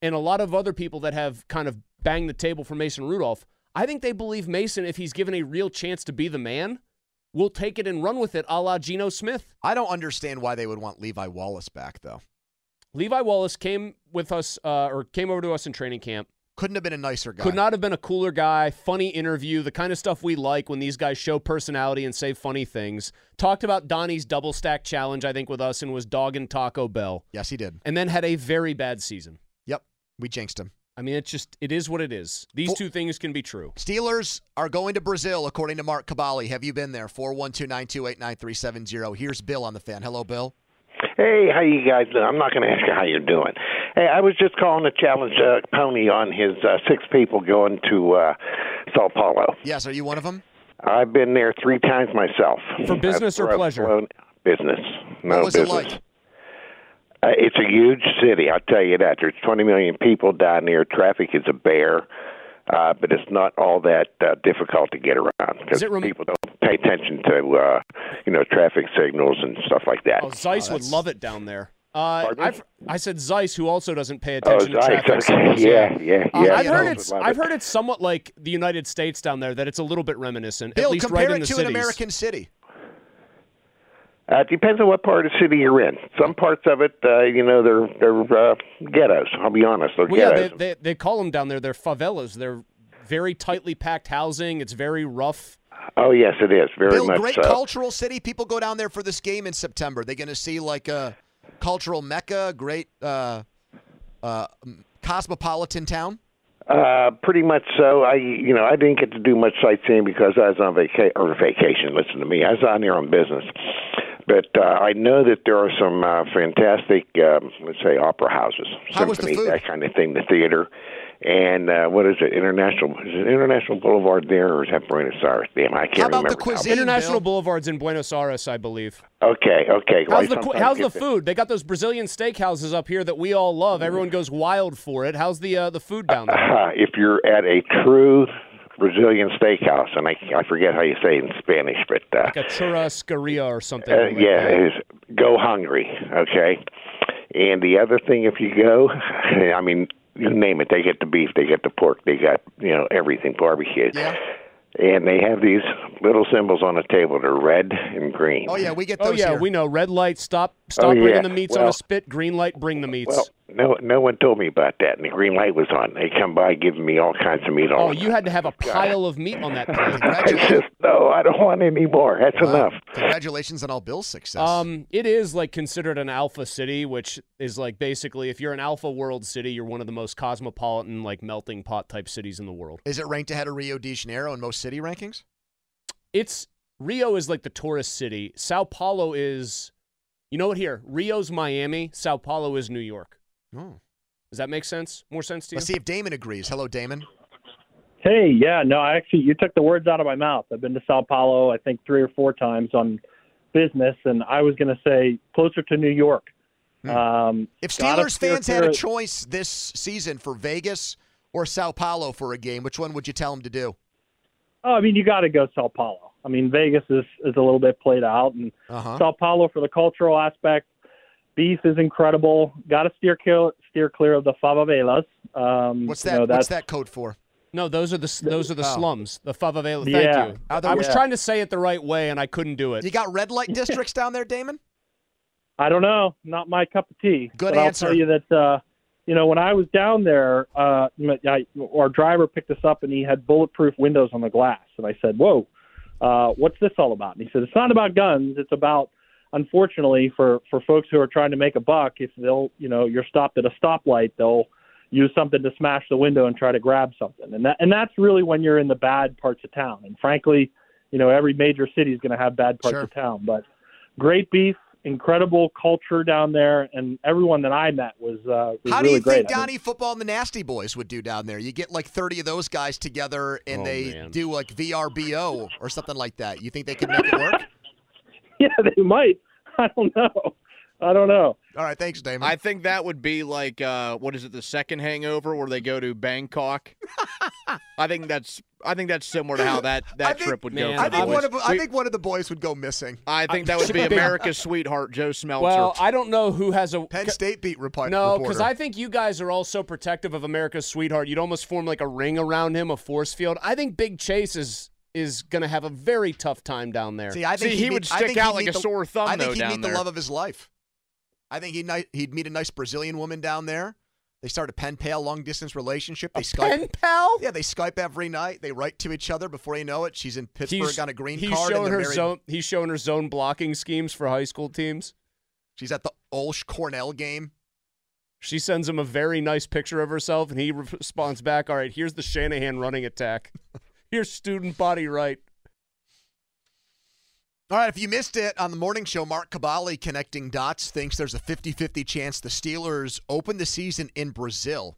Speaker 4: and a lot of other people that have kind of banged the table for Mason Rudolph, I think they believe Mason, if he's given a real chance to be the man, will take it and run with it a la Geno Smith.
Speaker 2: I don't understand why they would want Levi Wallace back though.
Speaker 4: Levi Wallace came with us, uh, or came over to us in training camp.
Speaker 2: Couldn't have been a nicer guy.
Speaker 4: Could not have been a cooler guy. Funny interview, the kind of stuff we like when these guys show personality and say funny things. Talked about Donnie's double stack challenge, I think, with us, and was dogging Taco Bell.
Speaker 2: Yes, he did.
Speaker 4: And then had a very bad season.
Speaker 2: Yep, we jinxed him.
Speaker 4: I mean, it's just it is what it is. These two things can be true.
Speaker 2: Steelers are going to Brazil, according to Mark Cabali. Have you been there? 412-928-9370. Here's Bill on the fan. Hello, Bill.
Speaker 20: Hey, how you guys doing? I'm not going to ask you how you're doing. Hey, I was just calling to challenge uh, Pony on his uh, six people going to uh, Sao Paulo.
Speaker 2: Yes, are you one of them?
Speaker 20: I've been there three times myself.
Speaker 4: For business or
Speaker 20: I've
Speaker 4: pleasure?
Speaker 20: flown- Business. No
Speaker 4: What was it like?
Speaker 20: business. Uh, it's a huge city, I'll tell you that. There's 20 million people down there. Traffic is a bear, uh, but it's not all that uh, difficult to get around because people don't pay attention to uh, you know traffic signals and stuff like that.
Speaker 4: Oh, Zeiss would love it down there. Uh,
Speaker 20: Pardon me?
Speaker 4: I've, I said Zeiss, who also doesn't pay
Speaker 20: Oh,
Speaker 4: attention to
Speaker 20: Zeiss,
Speaker 4: traffic.
Speaker 20: okay.
Speaker 4: signals.
Speaker 20: Yeah, yeah,
Speaker 4: Uh,
Speaker 20: yeah,
Speaker 4: I've
Speaker 20: Zeiss
Speaker 4: heard
Speaker 20: would
Speaker 4: it's
Speaker 20: love
Speaker 4: I've
Speaker 20: it.
Speaker 4: heard it's somewhat like the United States down there that it's a little bit reminiscent,
Speaker 2: Bill,
Speaker 4: at least
Speaker 2: compare
Speaker 4: right in
Speaker 2: it
Speaker 4: the
Speaker 2: to
Speaker 4: cities.
Speaker 2: an American city.
Speaker 20: Uh, it depends on what part of the city you're in. Some parts of it, uh, you know, they're they're uh, ghettos. I'll be honest, they're
Speaker 4: Well, yeah,
Speaker 20: ghettos.
Speaker 4: they, they they call them down there. They're favelas. They're very tightly packed housing. It's very rough.
Speaker 20: oh yes, it is very
Speaker 2: Bill,
Speaker 20: much
Speaker 2: great
Speaker 20: so.
Speaker 2: cultural city. People go down there for this game in September. They're going to see like a cultural mecca, great uh, uh, cosmopolitan town.
Speaker 20: Uh, pretty much so. I, you know, I didn't get to do much sightseeing because I was on vaca- or vacation. Listen to me, I was on here on business. But uh, I know that there are some uh, fantastic, um, let's say, opera houses, symphony, that kind of thing, the theater, and uh, what is it, International? Is it International Boulevard there, or is that Buenos Aires? Damn, I can't remember. now.
Speaker 4: International Boulevard's in Buenos Aires, I believe.
Speaker 20: Okay, okay. Well, I
Speaker 4: How's the qu-
Speaker 20: sometimes
Speaker 4: how's
Speaker 20: get
Speaker 4: the food? They got those Brazilian steakhouses up here that we all love. Everyone goes wild for it. How's the uh, the food down there?
Speaker 20: Uh, if you're at a true Brazilian steakhouse, and I, I forget how you say it in Spanish, but uh,
Speaker 4: Like a churrascaria or something.
Speaker 20: Uh,
Speaker 4: like
Speaker 20: yeah,
Speaker 4: that.
Speaker 20: it is go hungry, okay? And the other thing, if you go, I mean, you name it, they get the beef, they get the pork, they got, you know, everything barbecued. Yeah. And they have these little symbols on the table. They're red and green.
Speaker 2: Oh yeah, we get
Speaker 4: Oh
Speaker 2: those
Speaker 4: yeah,
Speaker 2: here.
Speaker 4: we know. Red light, stop, stop bringing
Speaker 20: Oh, yeah.
Speaker 4: the meats on
Speaker 20: Well-
Speaker 4: a spit. Green light, bring the meats.
Speaker 20: Well, no, no one told me about that, and the green light was on. They come by giving me all kinds of meat.
Speaker 4: oh,
Speaker 20: All
Speaker 4: you had to have a pile of meat on that plate.
Speaker 20: it's just no, I don't want any more. That's enough.
Speaker 2: Congratulations on all Bill's success.
Speaker 4: Um, it is like considered an alpha city, which is like basically if you're an alpha world city, you're one of the most cosmopolitan, like melting pot type cities in the world.
Speaker 2: Is it ranked ahead of Rio de Janeiro in most city rankings?
Speaker 4: It's Rio is like the tourist city. Sao Paulo is, you know what? Here, Rio's Miami. Sao Paulo is New York.
Speaker 2: Oh.
Speaker 4: Does that make sense? More sense to you?
Speaker 2: Let's see if Damon agrees. Hello, Damon.
Speaker 21: Hey, yeah, no, I actually you took the words out of my mouth. I've been to Sao Paulo, I think three or four times on business, and I was going to say closer to New York. Um,
Speaker 2: Hmm. If
Speaker 21: gotta
Speaker 2: Steelers
Speaker 21: steer
Speaker 2: fans had a
Speaker 21: clear-
Speaker 2: choice this season for Vegas or Sao Paulo for a game, which one would you tell them to do?
Speaker 21: oh, I mean, you got to go Sao Paulo. I mean, Vegas is is a little bit played out, and
Speaker 2: Uh-huh.
Speaker 21: Sao Paulo for the cultural aspect. Beef is incredible. Got to steer clear, steer clear of the favelas. Um,
Speaker 2: What's
Speaker 21: you
Speaker 2: that?
Speaker 21: know,
Speaker 2: what's
Speaker 21: that's-
Speaker 2: that code for?
Speaker 4: No, those are the those are the
Speaker 2: Oh.
Speaker 4: slums, the favela. Thank
Speaker 21: Yeah.
Speaker 4: you.
Speaker 21: Are there-
Speaker 4: I was
Speaker 21: Yeah.
Speaker 4: trying to say it the right way, and I couldn't do it.
Speaker 2: You got red light districts down there, Damon?
Speaker 21: I don't know. Not my cup of tea.
Speaker 2: Good
Speaker 21: but
Speaker 2: answer.
Speaker 21: I'll tell you that, uh, you know, when I was down there, uh, m- I, our driver picked us up and he had bulletproof windows on the glass. And I said, whoa, uh, what's this all about? And he said, it's not about guns. It's about, unfortunately, for, for folks who are trying to make a buck, if they'll, you know, you're stopped at a stoplight, they'll use something to smash the window and try to grab something. And that, and that's really when you're in the bad parts of town. And frankly, you know, every major city is going to have bad parts
Speaker 22: Sure.
Speaker 21: of town, but great beef, incredible culture down there, and everyone that I met was uh, was
Speaker 2: How do
Speaker 21: really
Speaker 2: you
Speaker 21: great.
Speaker 2: think
Speaker 21: I mean,
Speaker 2: Donnie Football and the Nasty Boys would do down there? You get like 30 of those guys together and
Speaker 21: Oh,
Speaker 2: they
Speaker 21: man.
Speaker 2: do like VRBO or something like that. You think they could make it work?
Speaker 21: yeah, they might. I don't know. I don't know.
Speaker 2: All right, thanks, Damon.
Speaker 3: I think that would be like uh, what is it, the second hangover where they go to Bangkok. I think that's I think that's similar to how that, that trip would go. for
Speaker 2: I
Speaker 3: the
Speaker 2: think
Speaker 3: boys.
Speaker 2: one of I
Speaker 3: We-
Speaker 2: think one of the boys would go missing.
Speaker 3: I think that would be America's sweetheart, Joe Smeltzer.
Speaker 4: Well, I don't know who has a
Speaker 2: Penn State beat report.
Speaker 4: No, because I think you guys are all so protective of America's sweetheart. You'd almost form like a ring around him, a force field. I think Big Chase is is going to have a very tough time down there.
Speaker 2: See, I think
Speaker 3: he
Speaker 2: he'd
Speaker 3: would
Speaker 2: meet- I
Speaker 3: stick
Speaker 2: think
Speaker 3: out
Speaker 2: he'd
Speaker 3: like
Speaker 2: meet
Speaker 3: a
Speaker 2: the-
Speaker 3: sore thumb,
Speaker 2: I think
Speaker 3: though,
Speaker 2: he'd
Speaker 3: down
Speaker 2: meet
Speaker 3: there.
Speaker 2: the love of his life. I think he'd ni- he'd meet a nice Brazilian woman down there. They start a pen pal, long distance relationship. They Skype.
Speaker 4: pen pal.
Speaker 2: Yeah, they Skype every night. They write to each other before you know it. She's in Pittsburgh
Speaker 4: He's-
Speaker 2: on a green
Speaker 4: he's
Speaker 2: card.
Speaker 4: showing
Speaker 2: and they're
Speaker 4: her
Speaker 2: married.
Speaker 4: zone. He's showing her zone blocking schemes for high school teams.
Speaker 2: She's at the Olsh Cornell game.
Speaker 4: She sends him a very nice picture of herself, and he re- responds back, "All right, here's the Shanahan running attack. Here's student body right."
Speaker 2: All right, if you missed it on the morning show, Mark Cabali connecting dots thinks there's a 50 50 chance the Steelers open the season in Brazil.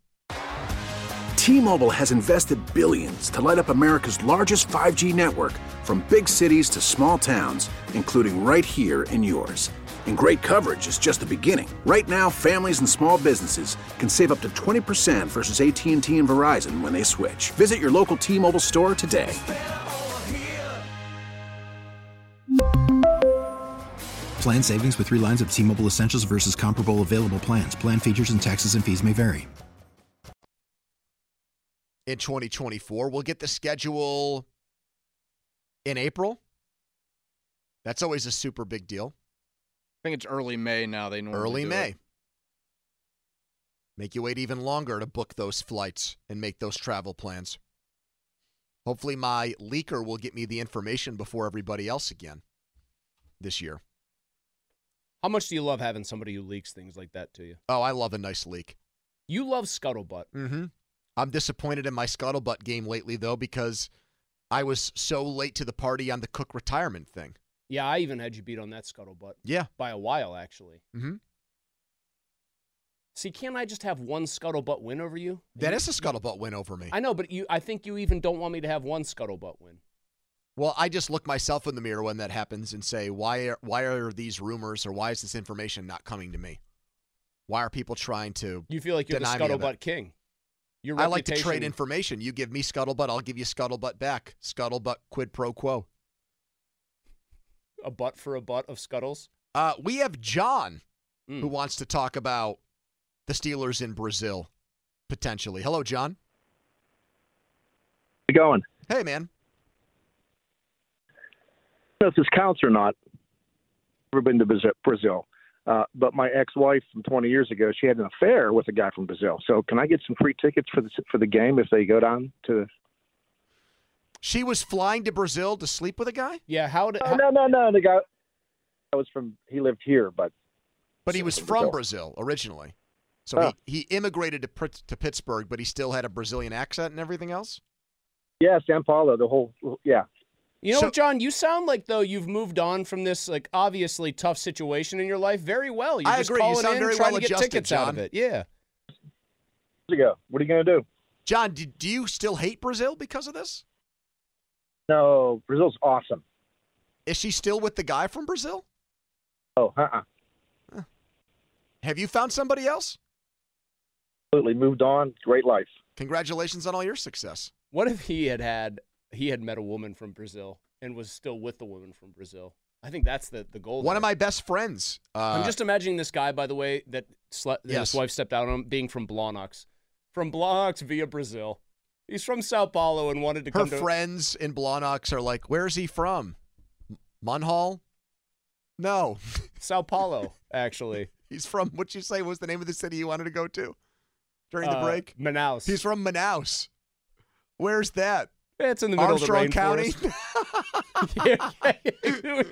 Speaker 22: T-Mobile has invested billions to light up America's largest 5G network from big cities to small towns, including right here in yours. And great coverage is just the beginning. Right now, families and small businesses can save up to 20% versus AT&T and Verizon when they switch. Visit your local T-Mobile store today.
Speaker 23: Plan savings with three lines of T Mobile Essentials versus comparable available plans. Plan features and taxes and fees may vary.
Speaker 2: in 2024. We'll get the schedule in April. That's always a super big deal.
Speaker 3: I think it's early May now. They normally
Speaker 2: Early
Speaker 3: do it.
Speaker 2: May. Make you wait even longer to book those flights and make those travel plans. Hopefully, my leaker will get me the information before everybody else again this year.
Speaker 4: How much do you love having somebody who leaks things like that to you?
Speaker 2: Oh, I love a nice leak.
Speaker 4: You love scuttlebutt.
Speaker 2: Mm-hmm. I'm disappointed in my scuttlebutt game lately, though, because I was so late to the party on the Cook retirement thing.
Speaker 4: Yeah, I even had you beat on that scuttlebutt.
Speaker 2: Yeah.
Speaker 4: By a while, actually.
Speaker 2: Mm-hmm.
Speaker 4: See, can't I just have one scuttlebutt win over you?
Speaker 2: That is a scuttlebutt win over me.
Speaker 4: I know, but you I think you even don't want me to have one scuttlebutt win.
Speaker 2: Well, I just look myself in the mirror when that happens and say, why are, why are these rumors or why is this information not coming to me? Why are people trying to?
Speaker 4: You feel like you're
Speaker 2: deny
Speaker 4: the
Speaker 2: me of it?
Speaker 4: scuttlebutt king. Your
Speaker 2: I like to trade
Speaker 4: reputation-
Speaker 2: information. You give me scuttlebutt, I'll give you scuttlebutt back. Scuttlebutt quid pro quo.
Speaker 4: a butt for a butt of scuttles. Hmm.
Speaker 2: Uh, we have John who wants to talk about the Steelers in Brazil potentially. Hello, John.
Speaker 24: it going?
Speaker 2: Hey, man.
Speaker 24: I don't know if this counts or not. Never been to Brazil- Brazil, uh, but my ex-wife from 20 years ago, she had an affair with a guy from Brazil. So can I get some free tickets for the for the game if they go down to?
Speaker 2: She was flying to Brazil to sleep with a guy?
Speaker 4: Yeah, how did
Speaker 24: Oh, no, no, no. The guy I was from. He lived here, but
Speaker 2: But he was from Brazil originally. So
Speaker 24: Huh.
Speaker 2: he, he immigrated to, Prit- to Pittsburgh, but he still had a Brazilian accent and everything else?
Speaker 24: yeah, San Paulo. The whole yeah.
Speaker 4: You know, John, you sound like though you've moved on from this like obviously tough situation in your life very well. You're
Speaker 24: I
Speaker 4: just
Speaker 24: agree. You
Speaker 4: calling
Speaker 24: sound
Speaker 4: in
Speaker 24: very
Speaker 4: trying to
Speaker 24: well
Speaker 4: get
Speaker 24: adjusted,
Speaker 4: tickets out of
Speaker 24: John.
Speaker 4: it. Yeah.
Speaker 24: Years ago, what are you gonna do?
Speaker 2: John, do, do you still hate Brazil because of this?
Speaker 24: No, Brazil's awesome.
Speaker 2: Is she still with the guy from Brazil?
Speaker 24: Oh, uh-uh.
Speaker 2: Have you found somebody else?
Speaker 24: Absolutely moved on. Great life.
Speaker 2: Congratulations on all your success.
Speaker 4: What if he had had he had met a woman from Brazil and was still with the woman from Brazil? I think that's the the goal.
Speaker 2: One of
Speaker 4: there.
Speaker 2: my best friends. Uh,
Speaker 4: I'm just imagining this guy, by the way, that sle- that
Speaker 2: Yes.
Speaker 4: his wife stepped out on him, being from Blonox, from Blonox via Brazil. He's from Sao Paulo and wanted to
Speaker 2: her
Speaker 4: come to
Speaker 2: friends in Blonox are like, "Where's he from? M- Munhall? No,
Speaker 4: Sao Paulo. Actually,
Speaker 2: he's from what you say was the name of the city you wanted to go to during the
Speaker 4: Uh,
Speaker 2: break.
Speaker 4: Manaus.
Speaker 2: He's from Manaus. Where's that?
Speaker 4: It's in the middle
Speaker 2: Armstrong
Speaker 4: of the
Speaker 2: County.
Speaker 4: rainforest. Yeah,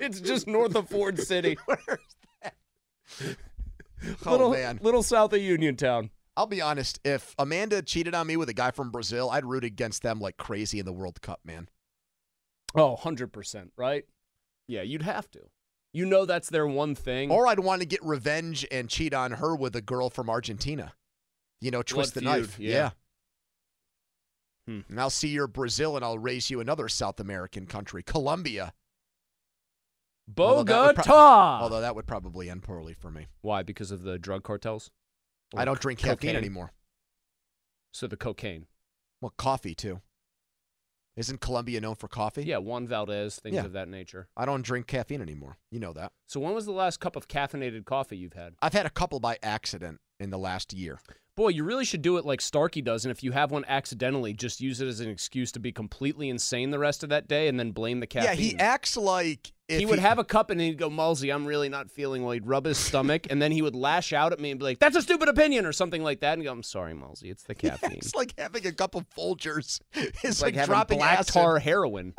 Speaker 4: it's just north of Ford City.
Speaker 2: Oh,
Speaker 4: little,
Speaker 2: man.
Speaker 4: little south of Uniontown.
Speaker 2: I'll be honest. If Amanda cheated on me with a guy from Brazil, I'd root against them like crazy in the World Cup, man.
Speaker 4: Oh, 100%, right? Yeah, you'd have to. You know that's their one thing.
Speaker 2: Or I'd want to get revenge and cheat on her with a girl from Argentina. You know, twist
Speaker 4: Blood
Speaker 2: the
Speaker 4: feud,
Speaker 2: knife.
Speaker 4: yeah. Hmm.
Speaker 2: And I'll see you're Brazil and I'll raise you another South American country, Colombia. Although that would
Speaker 4: Bogota.
Speaker 2: prob- although that would probably end poorly for me.
Speaker 4: Why? Because of the drug cartels?
Speaker 2: I don't drink caffeine
Speaker 4: Cocaine.
Speaker 2: anymore.
Speaker 4: So the cocaine.
Speaker 2: Well, coffee too. Isn't Colombia known for coffee?
Speaker 4: Yeah, Juan Valdez, things
Speaker 2: Yeah.
Speaker 4: of that nature.
Speaker 2: I don't drink caffeine anymore. You know that.
Speaker 4: So when was the last cup of caffeinated coffee you've had?
Speaker 2: I've had a couple by accident in the last year.
Speaker 4: Boy, you really should do it like Starkey does, and if you have one accidentally, just use it as an excuse to be completely insane the rest of that day and then blame the caffeine.
Speaker 2: Yeah, he acts like if
Speaker 4: he would have a cup and he'd go, Mulsey, I'm really not feeling well. He'd rub his stomach and then he would lash out at me and be like, that's a stupid opinion or something like that. And go, I'm sorry, Mulsey, it's the caffeine.
Speaker 2: It's like having a couple Folgers. It's,
Speaker 4: It's
Speaker 2: like,
Speaker 4: having
Speaker 2: dropping
Speaker 4: black
Speaker 2: acid.
Speaker 4: tar heroin.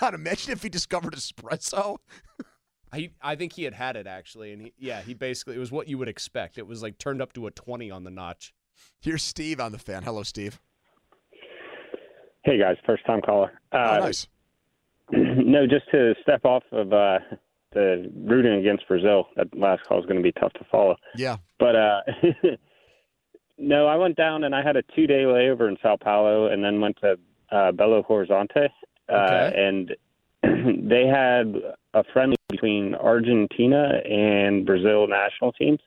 Speaker 2: God, imagine if he discovered espresso.
Speaker 4: I, I think he had had it actually. And he, yeah, he basically, it was what you would expect. It was like turned up to a 20 on the notch.
Speaker 2: Here's Steve on the fan. Hello, Steve.
Speaker 25: Hey guys, first time caller. Uh,
Speaker 2: nice.
Speaker 25: no, just to step off of uh, the rooting against Brazil. That last call is going to be tough to follow.
Speaker 2: Yeah.
Speaker 25: But uh, No, I went down and I had a two day layover in Sao Paulo and then went to uh, Belo Horizonte. Uh,
Speaker 5: Okay.
Speaker 25: And they had a friendly between Argentina and Brazil national teams.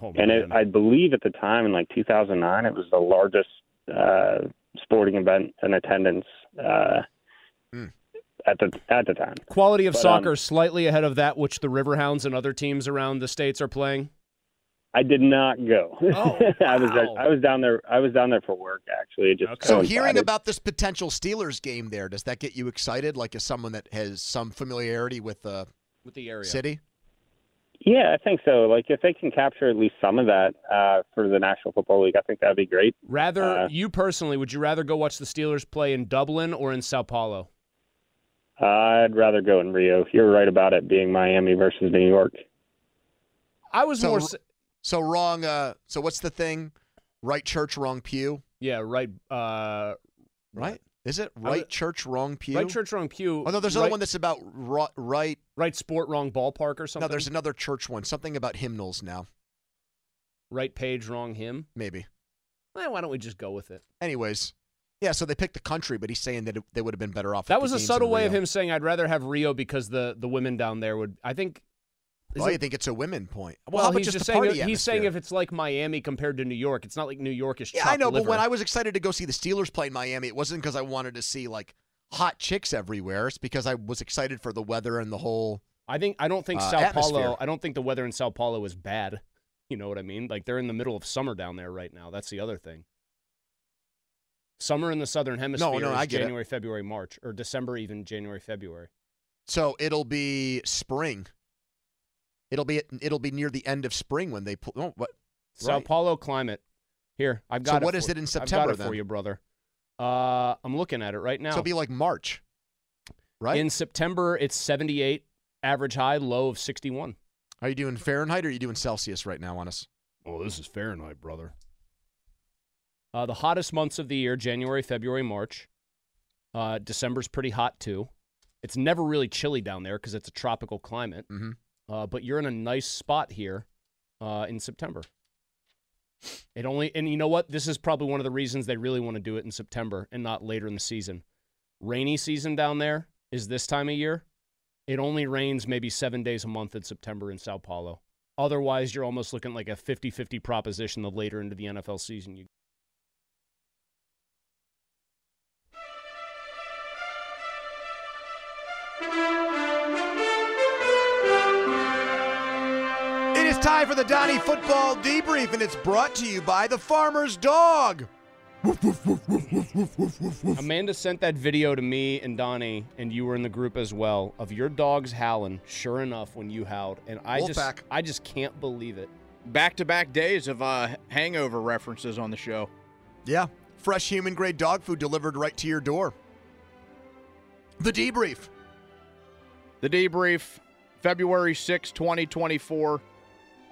Speaker 25: and it, I believe at the time in like 2009, it was the largest uh, sporting event in attendance uh, at, the, at the time.
Speaker 4: Quality of
Speaker 25: But, um,
Speaker 4: soccer slightly ahead of that which the Riverhounds and other teams around the states are playing.
Speaker 25: I did not go.
Speaker 2: Oh,
Speaker 25: I was I was down there. I was down there for work actually. It just
Speaker 2: So hearing
Speaker 25: coincided.
Speaker 2: about this potential Steelers game there, does that get you excited? Like as someone that has some familiarity with the
Speaker 4: with the area
Speaker 2: city?
Speaker 25: Yeah, I think so. Like if they can capture at least some of that uh, for the National Football League, I think that'd be great.
Speaker 4: Rather,
Speaker 25: Uh,
Speaker 4: you personally, would you rather go watch the Steelers play in Dublin or in Sao Paulo?
Speaker 25: I'd rather go in Rio. You're right about it being Miami versus New York.
Speaker 4: I was
Speaker 2: so,
Speaker 4: more
Speaker 2: so wrong. Uh, so what's the thing? Right church, wrong pew.
Speaker 4: Yeah, right. Uh,
Speaker 2: right. Is it
Speaker 4: I
Speaker 2: right
Speaker 4: was-
Speaker 2: church, wrong pew?
Speaker 4: Right church, wrong pew.
Speaker 2: Oh no, there's another
Speaker 4: Right-
Speaker 2: one that's about ro- right.
Speaker 4: Right sport, wrong ballpark, or
Speaker 2: No,
Speaker 4: something?
Speaker 2: there's another church one. Something about hymnals now.
Speaker 4: Right page, wrong hymn.
Speaker 2: Maybe.
Speaker 4: Eh, why don't we just go with it?
Speaker 2: Anyways, yeah. So they picked the country, but he's saying that it, they would have been better off.
Speaker 4: That
Speaker 2: with
Speaker 4: was
Speaker 2: the
Speaker 4: a
Speaker 2: games in
Speaker 4: subtle way of
Speaker 2: Rio.
Speaker 4: him saying I'd rather have Rio because the the women down there would. I think. is
Speaker 2: Well,
Speaker 4: it-
Speaker 2: you think it's a women point? Well,
Speaker 4: Well,
Speaker 2: how about
Speaker 4: he's
Speaker 2: just,
Speaker 4: just
Speaker 2: the
Speaker 4: saying
Speaker 2: party
Speaker 4: he's saying
Speaker 2: atmosphere?
Speaker 4: if it's like Miami compared to New York, it's not like New York is.
Speaker 2: Yeah, I
Speaker 4: chopped
Speaker 2: know, but
Speaker 4: liver.
Speaker 2: when I was excited to go see the Steelers play in Miami, it wasn't because I wanted to see like hot chicks everywhere. It's because I was excited for the weather and the whole.
Speaker 4: I think I don't think
Speaker 2: uh,
Speaker 4: Sao
Speaker 2: atmosphere.
Speaker 4: Paulo. I don't think the weather in Sao Paulo is bad. You know what I mean? Like they're in the middle of summer down there right now. That's the other thing. Summer in the southern hemisphere
Speaker 2: no,
Speaker 4: is
Speaker 2: I get it.
Speaker 4: January, February, March, or December, even January, February.
Speaker 2: So it'll be spring. It'll be it'll be near the end of spring when they pl- oh, what
Speaker 4: Sao
Speaker 2: right.
Speaker 4: Paulo climate. Here, I've
Speaker 2: So
Speaker 4: got.
Speaker 2: what
Speaker 4: it
Speaker 2: is
Speaker 4: for-
Speaker 2: it in
Speaker 4: I've
Speaker 2: September,
Speaker 4: got it
Speaker 2: then?
Speaker 4: for you, brother? Uh, I'm looking at it right now.
Speaker 2: So it'll be like March, right?
Speaker 4: In September, it's 78, average high, low of 61.
Speaker 2: Are you doing Fahrenheit or are you doing Celsius right now on us?
Speaker 4: Well, Oh, this is Fahrenheit, brother. Uh, the hottest months of the year: January, February, March. Uh, December's pretty hot too. It's never really chilly down there because it's a tropical climate.
Speaker 2: Mm-hmm.
Speaker 4: Uh, but you're in a nice spot here uh, in September. It only and you know what? This is probably one of the reasons they really want to do it in September and not later in the season. Rainy season down there is this time of year. It only rains maybe seven days a month in September in Sao Paulo. Otherwise, you're almost looking like a 50 50 proposition the later into the NFL season you
Speaker 2: It is time for the Donnie Football Debrief, and it's brought to you by the Farmer's Dog.
Speaker 4: Amanda sent that video to me and Donnie, and you were in the group as well, of your dogs howling. Sure enough, when you howled, and I
Speaker 3: Wolfpack.
Speaker 4: just, I just can't believe it.
Speaker 3: Back to back days of uh, hangover references on the show.
Speaker 2: Yeah, fresh human grade dog food delivered right to your door. The debrief.
Speaker 3: The debrief, February sixth, 2024.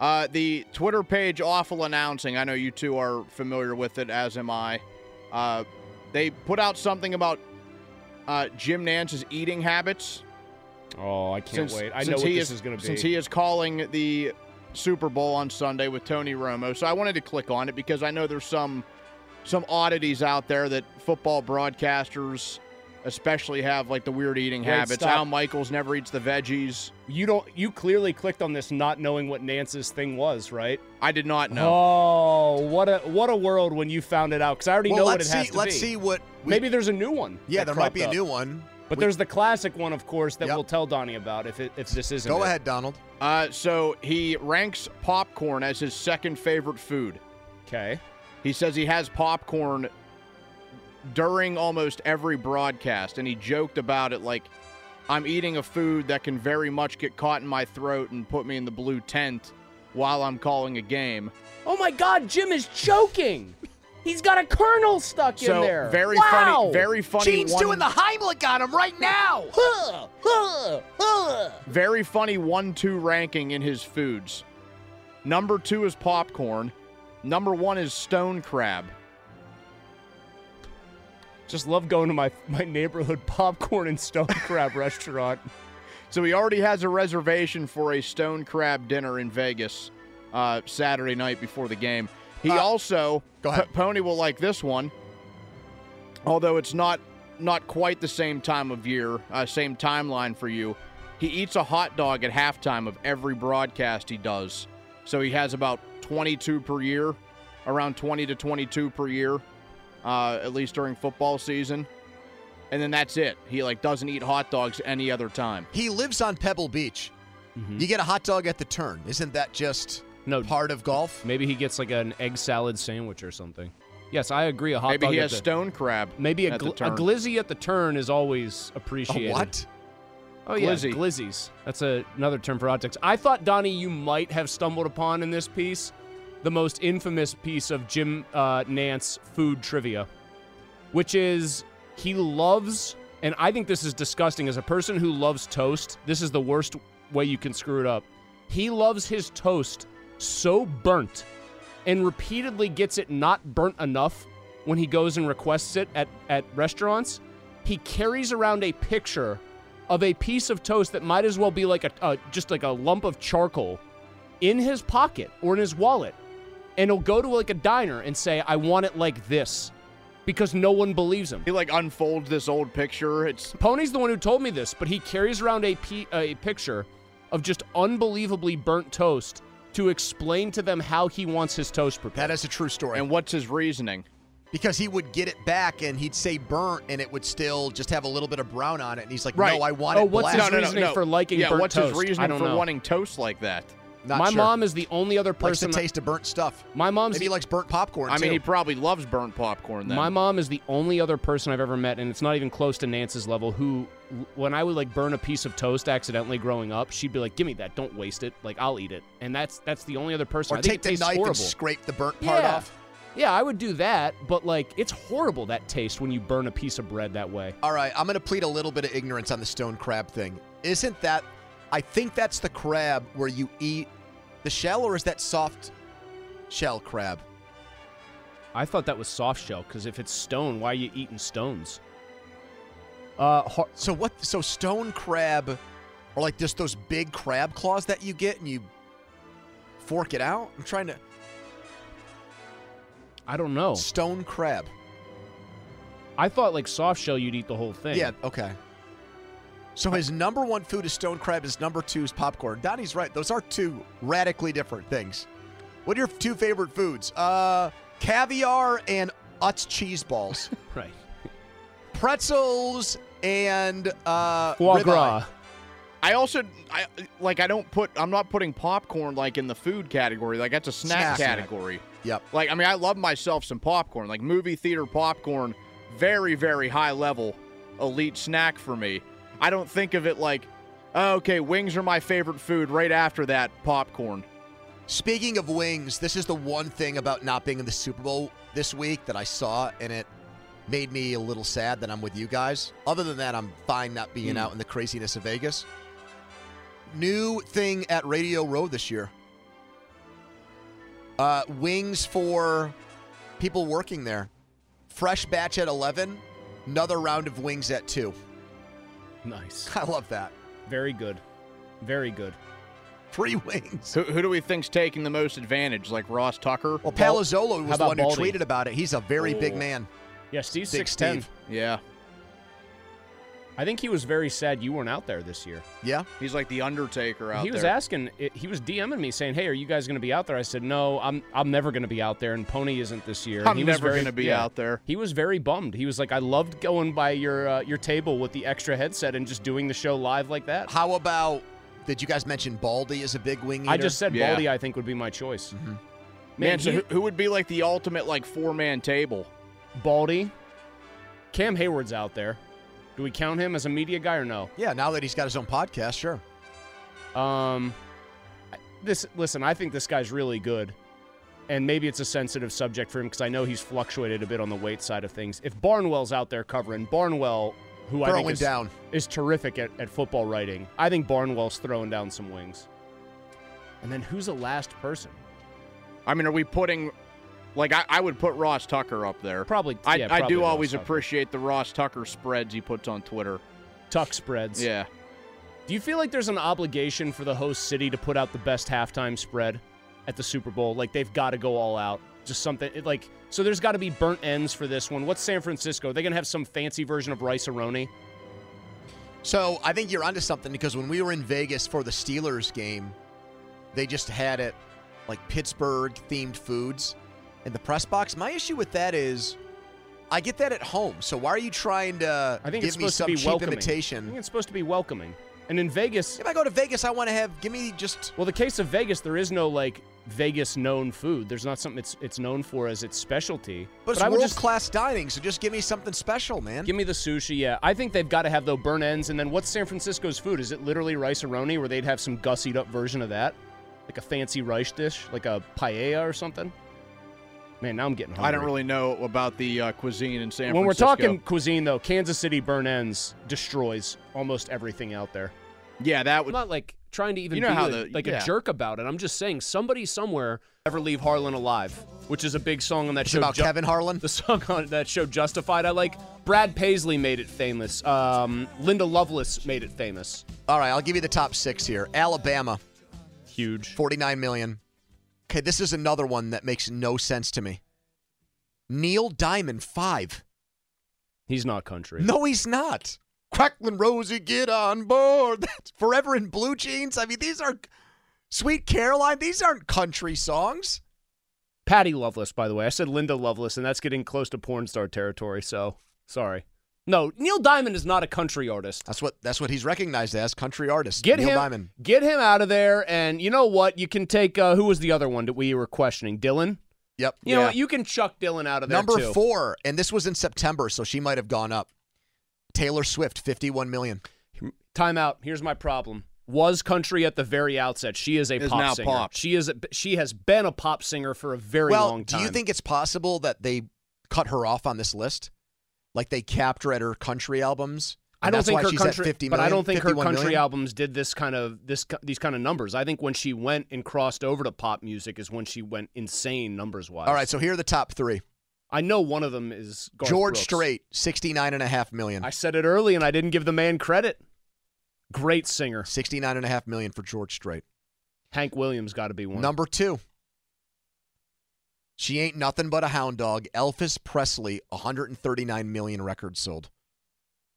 Speaker 3: Uh, the Twitter page Awful Announcing, I know you two are familiar with it, as am I. Uh, they put out something about uh, Jim Nance's eating habits.
Speaker 4: Oh, I can't wait. I know what
Speaker 3: he
Speaker 4: this is going to be.
Speaker 3: Since he is calling the Super Bowl on Sunday with Tony Romo, so I wanted to click on it because I know there's some some oddities out there that football broadcasters especially have like the weird eating
Speaker 4: Wait,
Speaker 3: habits.
Speaker 4: stop.
Speaker 3: Al Michaels never eats the veggies.
Speaker 4: you don't, you clearly clicked on this not knowing what Nance's thing was, right?
Speaker 3: I did not know.
Speaker 4: Oh, what a what a world when you found it out because I already
Speaker 2: Well,
Speaker 4: know what it
Speaker 2: let's
Speaker 4: has
Speaker 2: see-
Speaker 4: to
Speaker 2: let's
Speaker 4: be.
Speaker 2: see what we-
Speaker 4: maybe there's a new one.
Speaker 2: Yeah,
Speaker 4: that
Speaker 2: there might
Speaker 4: cropped
Speaker 2: be a
Speaker 4: up.
Speaker 2: new one.
Speaker 4: But
Speaker 2: We-
Speaker 4: there's the classic one, of course, that we'll tell Donnie about if it, if this isn't. it.
Speaker 2: Donald.
Speaker 3: Uh, so he ranks popcorn as his second favorite food.
Speaker 4: Okay.
Speaker 3: He says he has popcorn during almost every broadcast, and he joked about it like, I'm eating a food that can very much get caught in my throat and put me in the blue tent while I'm calling a game.
Speaker 4: Oh my God, Jim is choking. He's got a kernel stuck
Speaker 3: So,
Speaker 4: in there.
Speaker 3: very
Speaker 4: Wow.
Speaker 3: funny- very funny
Speaker 2: Gene's
Speaker 3: one-
Speaker 2: doing the Heimlich on him right now.
Speaker 3: Very funny one two ranking in his foods. Number two is popcorn, number one is stone crab.
Speaker 4: Just love going to my my neighborhood popcorn and stone crab restaurant.
Speaker 3: So he already has a reservation for a stone crab dinner in Vegas uh, Saturday night before the game. He also P- Pony will like this one, although it's not not quite the same time of year, uh, same timeline for you. He eats a hot dog at halftime of every broadcast he does, so he has about 22 per year, around 20 to 22 per year, uh, at least during football season, and then that's it. He like doesn't eat hot dogs any other time.
Speaker 2: He lives on Pebble Beach. You get a hot dog at the turn. Isn't that just
Speaker 4: no
Speaker 2: part of golf?
Speaker 4: Maybe he gets like an egg salad sandwich or something. Yes, I agree. A hot
Speaker 3: Maybe
Speaker 4: dog
Speaker 3: he
Speaker 4: at
Speaker 3: has
Speaker 4: the-
Speaker 3: stone crab.
Speaker 4: Maybe a,
Speaker 3: at the
Speaker 4: gl- a
Speaker 3: turn.
Speaker 4: glizzy at the turn is always appreciated.
Speaker 3: what?
Speaker 4: Oh yeah,
Speaker 3: Glizzy.
Speaker 4: glizzies. That's a, another term for hot dogs. I thought Donnie, you might have stumbled upon in this piece the most infamous piece of Jim uh, Nance food trivia, which is he loves, and I think this is disgusting. As a person who loves toast, this is the worst way you can screw it up. He loves his toast so burnt, and repeatedly gets it not burnt enough when he goes and requests it at, at restaurants. He carries around a picture of a piece of toast that might as well be like a, a just like a lump of charcoal in his pocket or in his wallet and he'll go to like a diner and say i want it like this because no one believes him
Speaker 3: he like unfolds this old picture it's
Speaker 4: pony's the one who told me this but he carries around a, p- a picture of just unbelievably burnt toast to explain to them how he wants his toast prepared
Speaker 2: that is a true story
Speaker 3: and what's his reasoning
Speaker 2: Because he would get it back and he'd say burnt and it would still just have a little bit of brown on it. And he's like, no, I
Speaker 4: Oh,
Speaker 2: want it black.
Speaker 3: No, no, no, no. yeah, what's his reasoning for wanting toast like that?
Speaker 2: Not
Speaker 4: my
Speaker 2: sure.
Speaker 4: mom is the only other
Speaker 2: Likes the
Speaker 4: person
Speaker 2: taste of burnt stuff.
Speaker 4: My mom's
Speaker 2: Maybe he likes burnt popcorn.
Speaker 4: I mean,
Speaker 2: too.
Speaker 4: he
Speaker 3: probably loves burnt popcorn. Then
Speaker 4: My mom is the only other person I've ever met, and it's not even close to Nance's level. Who, when I would like burn a piece of toast accidentally growing up, she'd be like, "Give me that! Don't waste it! Like I'll eat it." And that's that's the only other person.
Speaker 2: or
Speaker 4: I think
Speaker 2: take
Speaker 4: it
Speaker 2: the
Speaker 4: tastes
Speaker 2: knife
Speaker 4: horrible.
Speaker 2: and scrape the burnt part
Speaker 4: yeah.
Speaker 2: off.
Speaker 4: Yeah, I would do that, but like it's horrible that taste when you burn a piece of bread that way.
Speaker 2: All right, I'm going to plead a little bit of ignorance on the stone crab thing. Isn't that, I think that's the crab where you eat the shell, or is that soft shell crab?
Speaker 4: I thought that was soft shell because if it's stone, why are you eating stones? Uh,
Speaker 2: so what? So stone crab, or like just those big crab claws that you get and you fork it out? I'm trying to.
Speaker 4: I don't know.
Speaker 2: Stone crab.
Speaker 4: I thought like soft shell, you'd eat the whole thing.
Speaker 2: Yeah, okay. So his number one food is stone crab. His number two is popcorn. Donnie's right; those are two radically different things. What are your two favorite foods? Uh, caviar and Utz cheese balls.
Speaker 4: right.
Speaker 2: Pretzels and uh,
Speaker 3: Foie
Speaker 2: ribeye.
Speaker 3: gras. I also I like I don't put I'm not putting popcorn like in the food category. Like that's a snack,
Speaker 2: Snack.
Speaker 3: category.
Speaker 2: Yep.
Speaker 3: Like I mean I love myself some popcorn. Like movie theater popcorn, very very high level elite snack for me. I don't think of it like oh, okay, wings are my favorite food right after that popcorn.
Speaker 2: Speaking of wings, this is the one thing about not being in the Super Bowl this week that I saw, and it made me a little sad that I'm with you guys. Other than that, I'm fine not being
Speaker 5: Hmm.
Speaker 2: out in the craziness of Vegas. New thing at Radio Row this year uh, wings for people working there. Fresh batch at 11, another round of wings at 2.
Speaker 4: Nice.
Speaker 2: I love that.
Speaker 4: Very good. Very good.
Speaker 2: Three wings.
Speaker 3: Who, who do we think's taking the most advantage? Like Ross Tucker?
Speaker 2: Well, Palazzolo
Speaker 3: How
Speaker 2: was the
Speaker 3: about
Speaker 2: one who
Speaker 3: Baldy?
Speaker 2: tweeted about it. He's a very big
Speaker 4: Oh.
Speaker 2: man.
Speaker 4: Yeah, Steve's
Speaker 2: Big
Speaker 4: 6'10".
Speaker 2: Steve.
Speaker 3: Yeah.
Speaker 4: I think he was very sad you weren't out there this year.
Speaker 2: Yeah.
Speaker 3: He's like the Undertaker out
Speaker 4: he was
Speaker 3: there.
Speaker 4: asking, eh, he was DMing me saying, "Hey, are you guys going to be out there?" I said, "No, I'm I'm never going to be out there, and Pony isn't this year." And
Speaker 3: I'm
Speaker 4: he was
Speaker 3: never
Speaker 4: very-
Speaker 3: gonna be
Speaker 4: yeah.
Speaker 3: out there.
Speaker 4: He was very bummed. He was like, "I loved going by your uh, your table with the extra headset and just doing the show live like that."
Speaker 2: How about did you guys mention Baldy is a big wing eater?
Speaker 4: I just said Baldy, I think would be my choice.
Speaker 3: Mm-hmm.
Speaker 4: Man,
Speaker 3: Man, so
Speaker 4: he-
Speaker 3: who, who would be like the ultimate like four man table?
Speaker 4: Baldy, Cam Hayward's out there. Do we count him as a media guy or no?
Speaker 2: Yeah, now that he's got his own podcast, sure.
Speaker 4: Um, I- this listen, I think this guy's really good, and maybe it's a sensitive subject for him because I know he's fluctuated a bit on the weight side of things. If Barnwell's out there covering Barnwell, who I think
Speaker 2: Throwing
Speaker 4: is,
Speaker 2: down.
Speaker 4: is terrific at, at football writing, I think Barnwell's throwing down some wings. And then who's the last person?
Speaker 3: I mean, are we putting like I, I would put Ross Tucker up there.
Speaker 4: Probably.
Speaker 3: I,
Speaker 4: yeah,
Speaker 3: I
Speaker 4: probably
Speaker 3: do
Speaker 4: Ross
Speaker 3: always
Speaker 4: Tucker.
Speaker 3: appreciate the Ross Tucker spreads he puts on Twitter.
Speaker 4: Tuck spreads.
Speaker 3: Yeah.
Speaker 4: Do you feel like there's an obligation for the host city to put out the best halftime spread at the Super Bowl? Like they've got to go all out. just something it, like so. There's got to be burnt ends for this one. What's San Francisco? Are they gonna have some fancy version of rice aroni?
Speaker 2: So I think you're onto something because when we were in Vegas for the Steelers game, they just had it like Pittsburgh themed foods in the press box. My issue with that is I get that at home. So why are you trying to
Speaker 4: I think
Speaker 2: give
Speaker 4: it's
Speaker 2: me
Speaker 4: supposed
Speaker 2: some
Speaker 4: to be
Speaker 2: cheap
Speaker 4: welcoming. I
Speaker 2: imitation?
Speaker 4: think it's supposed to be welcoming. And in Vegas, if
Speaker 2: I go to Vegas, I want to have give me just.
Speaker 4: Well, the case of Vegas, there is no like Vegas known food. There's not something it's it's known for as its specialty.
Speaker 2: But it's
Speaker 4: I would
Speaker 2: world
Speaker 4: just
Speaker 2: class dining, so just give me something special, man.
Speaker 4: Give me the sushi, yeah. I think they've got to have though burn ends. And then what's San Francisco's food? Is it literally rice aroni, where they'd have some gussied up version of that, like a fancy rice dish, like a paella or something? Man, now I'm getting hungry.
Speaker 3: I don't really know about the uh, cuisine in San
Speaker 4: when we're
Speaker 3: Francisco.
Speaker 4: talking cuisine, though, Kansas City burn ends destroys almost everything out there.
Speaker 3: Yeah, that
Speaker 4: would not like trying to even
Speaker 3: You know
Speaker 4: be
Speaker 3: how
Speaker 4: a-
Speaker 3: the-
Speaker 4: like
Speaker 3: yeah.
Speaker 4: a jerk about it. I'm just saying somebody somewhere ever leave Harlan alive, which is a big song on that show.
Speaker 2: about
Speaker 4: Ju-
Speaker 2: Kevin Harlan.
Speaker 4: The song on that show Justified. I like. Brad Paisley made it famous. Um, Linda Lovelace made it famous.
Speaker 2: All right, I'll give you the top six here. Alabama,
Speaker 4: huge,
Speaker 2: forty-nine million. Okay, this is another one that makes no sense to me. Neil Diamond, five.
Speaker 4: He's not country.
Speaker 2: No, he's not. Cracklin' Rosie, get on board. That's Forever in Blue Jeans. I mean, these are Sweet Caroline. These aren't country songs.
Speaker 4: Patty Lovelace, by the way. I said Linda Lovelace, and that's getting close to porn star territory. So sorry. No, Neil Diamond is not a country artist.
Speaker 2: That's what that's what he's recognized as country artist.
Speaker 4: Get
Speaker 2: Neil
Speaker 4: him,
Speaker 2: Diamond.
Speaker 4: get him out of there, and you know what? You can take uh, who was the other one that we were questioning? Dylan.
Speaker 2: Yep.
Speaker 4: You know what? You can chuck Dylan out of there.
Speaker 2: Number
Speaker 4: too.
Speaker 2: four, and this was in September, so she might have gone up. Taylor Swift, fifty-one million.
Speaker 4: Timeout. Here's my problem. Was country at the very outset. She is a
Speaker 2: Is
Speaker 4: pop
Speaker 2: now
Speaker 4: singer.
Speaker 2: pop.
Speaker 4: She is. A, she has been a pop singer for a very
Speaker 2: well,
Speaker 4: long time.
Speaker 2: do you think it's possible that they cut her off on this list? Like they capped her at her country albums.
Speaker 4: I
Speaker 2: and
Speaker 4: don't
Speaker 2: that's
Speaker 4: think
Speaker 2: why
Speaker 4: her
Speaker 2: she's
Speaker 4: country,
Speaker 2: at 50
Speaker 4: but I
Speaker 2: million,
Speaker 4: don't think her
Speaker 2: 51
Speaker 4: country
Speaker 2: million?
Speaker 4: albums did this kind of this ki- these kind of numbers. I think when she went and crossed over to pop music is when she went insane numbers wise.
Speaker 2: All right, so here are the top three.
Speaker 4: I know one of them is Garth
Speaker 2: George
Speaker 4: Brooks.
Speaker 2: Strait, sixty-nine and a half million.
Speaker 4: I said it early and I didn't give the man credit. Great singer.
Speaker 2: Sixty-nine and a half million for George Strait.
Speaker 4: Hank Williams got to be one.
Speaker 2: Number two. She ain't nothing but a hound dog. Elvis Presley, 139 million records sold.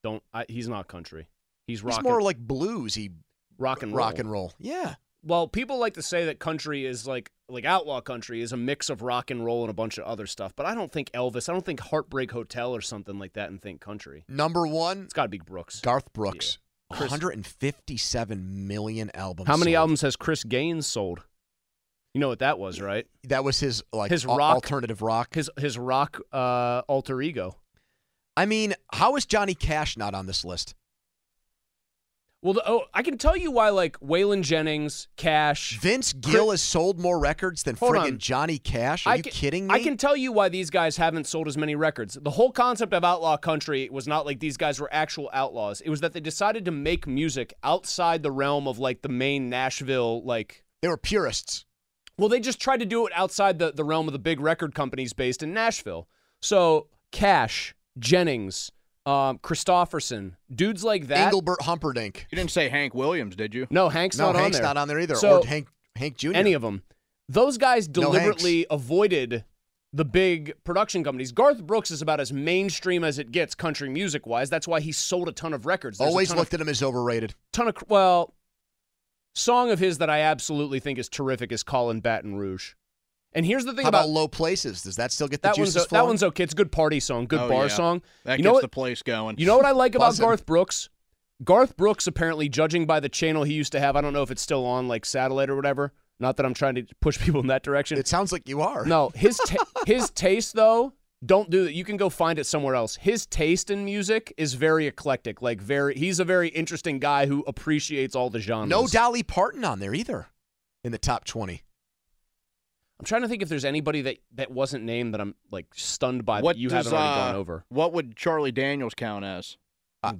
Speaker 4: Don't I, he's not country. He's
Speaker 2: He's
Speaker 4: rock
Speaker 2: more like blues. He
Speaker 4: rock and
Speaker 2: rock
Speaker 4: roll.
Speaker 2: and roll. Yeah.
Speaker 4: Well, people like to say that country is like like outlaw country is a mix of rock and roll and a bunch of other stuff, but I don't think Elvis, I don't think Heartbreak Hotel or something like that and think country.
Speaker 2: Number one. It's
Speaker 4: got to be Brooks.
Speaker 2: Garth Brooks.
Speaker 4: Yeah. Chris-
Speaker 2: 157 million albums.
Speaker 4: How many
Speaker 2: sold.
Speaker 4: albums has Chris Gaines sold? You know what that was, right?
Speaker 2: That was his like
Speaker 4: his
Speaker 2: al-
Speaker 4: rock
Speaker 2: alternative rock.
Speaker 4: His his rock uh, alter ego.
Speaker 2: I mean, how is Johnny Cash not on this list?
Speaker 4: Well, the, oh, I can tell you why. Like Waylon Jennings, Cash,
Speaker 2: Vince Gill has sold more records than
Speaker 4: Hold
Speaker 2: friggin'
Speaker 4: on.
Speaker 2: Johnny Cash. Are
Speaker 4: I
Speaker 2: you
Speaker 4: can-
Speaker 2: kidding me?
Speaker 4: I can tell you why these guys haven't sold as many records. The whole concept of outlaw country was not like these guys were actual outlaws. It was that they decided to make music outside the realm of like the main Nashville like
Speaker 2: They were purists.
Speaker 4: Well, they just tried to do it outside the, the realm of the big record companies based in Nashville. So Cash, Jennings, um, Christofferson, dudes like that.
Speaker 2: Engelbert Humperdinck.
Speaker 3: You didn't say Hank Williams, did you?
Speaker 4: No, Hank's
Speaker 3: No,
Speaker 4: not
Speaker 3: Hank's
Speaker 4: on there.
Speaker 3: not on there either,
Speaker 4: So,
Speaker 3: or Hank-
Speaker 2: Hank Jr.
Speaker 4: Any of them. Those guys
Speaker 3: No Hanks.
Speaker 4: deliberately avoided the big production companies. Garth Brooks is about as mainstream as it gets country music wise. That's why he sold a ton of records. There's a
Speaker 2: Always
Speaker 4: ton
Speaker 2: looked
Speaker 4: of,
Speaker 2: at him as overrated.
Speaker 4: ton of well song of his that I absolutely think is terrific is Colin Baton Rouge. And here's the thing
Speaker 2: How about,
Speaker 4: about
Speaker 2: Low Places? Does that still get the
Speaker 4: that one's
Speaker 2: juices
Speaker 4: that
Speaker 2: flowing?
Speaker 4: one's okay. It's a good party song, good
Speaker 3: Oh,
Speaker 4: bar
Speaker 3: yeah.
Speaker 4: song.
Speaker 3: That
Speaker 4: you know
Speaker 3: gets
Speaker 4: what,
Speaker 3: the place going.
Speaker 4: You know what I like about
Speaker 3: Buzzing.
Speaker 4: Garth Brooks? Garth Brooks apparently, judging by the channel he used to have, I don't know if it's still on, like satellite or whatever. Not that I'm trying to push people in that direction. It
Speaker 2: sounds like you are.
Speaker 4: No, his ta- his taste though. Don't do that. You can go find it somewhere else. His taste in music is very eclectic. Like very, he's a very interesting guy who appreciates all the genres.
Speaker 2: No Dolly Parton on there either in the top 20.
Speaker 4: I'm trying to think if there's anybody that that wasn't named that I'm like stunned by
Speaker 3: What
Speaker 4: that you
Speaker 3: does,
Speaker 4: haven't already gone
Speaker 3: uh,
Speaker 4: over.
Speaker 3: What would Charlie Daniels count as?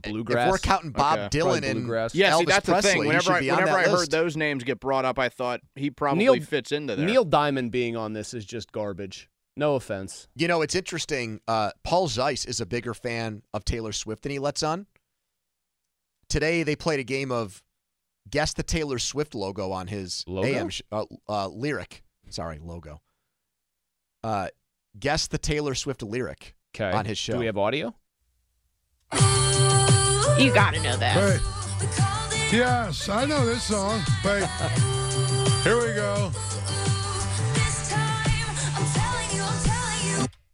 Speaker 4: bluegrass.
Speaker 2: If we're counting Bob
Speaker 3: Okay.
Speaker 2: Dylan and
Speaker 3: yeah,
Speaker 2: Elvis
Speaker 3: see, that's
Speaker 2: Presley,
Speaker 3: the thing.
Speaker 2: he
Speaker 3: Whenever
Speaker 2: should
Speaker 3: I,
Speaker 2: be on
Speaker 3: whenever
Speaker 2: that
Speaker 3: I
Speaker 2: list.
Speaker 3: heard those names get brought up, I thought he probably
Speaker 4: Neil-
Speaker 3: fits into there.
Speaker 4: Neil Diamond being on this is just garbage. No offense.
Speaker 2: You know, it's interesting. Uh, Paul Zeiss is a bigger fan of Taylor Swift than he lets on. Today, they played a game of guess the Taylor Swift logo on his
Speaker 4: Logo?
Speaker 2: AM sh- uh, uh, lyric. Sorry, logo. Uh, guess the Taylor Swift lyric on his show.
Speaker 4: Do we have audio?
Speaker 5: You gotta know that.
Speaker 6: Wait. Yes, I know this song. Wait. Here we go.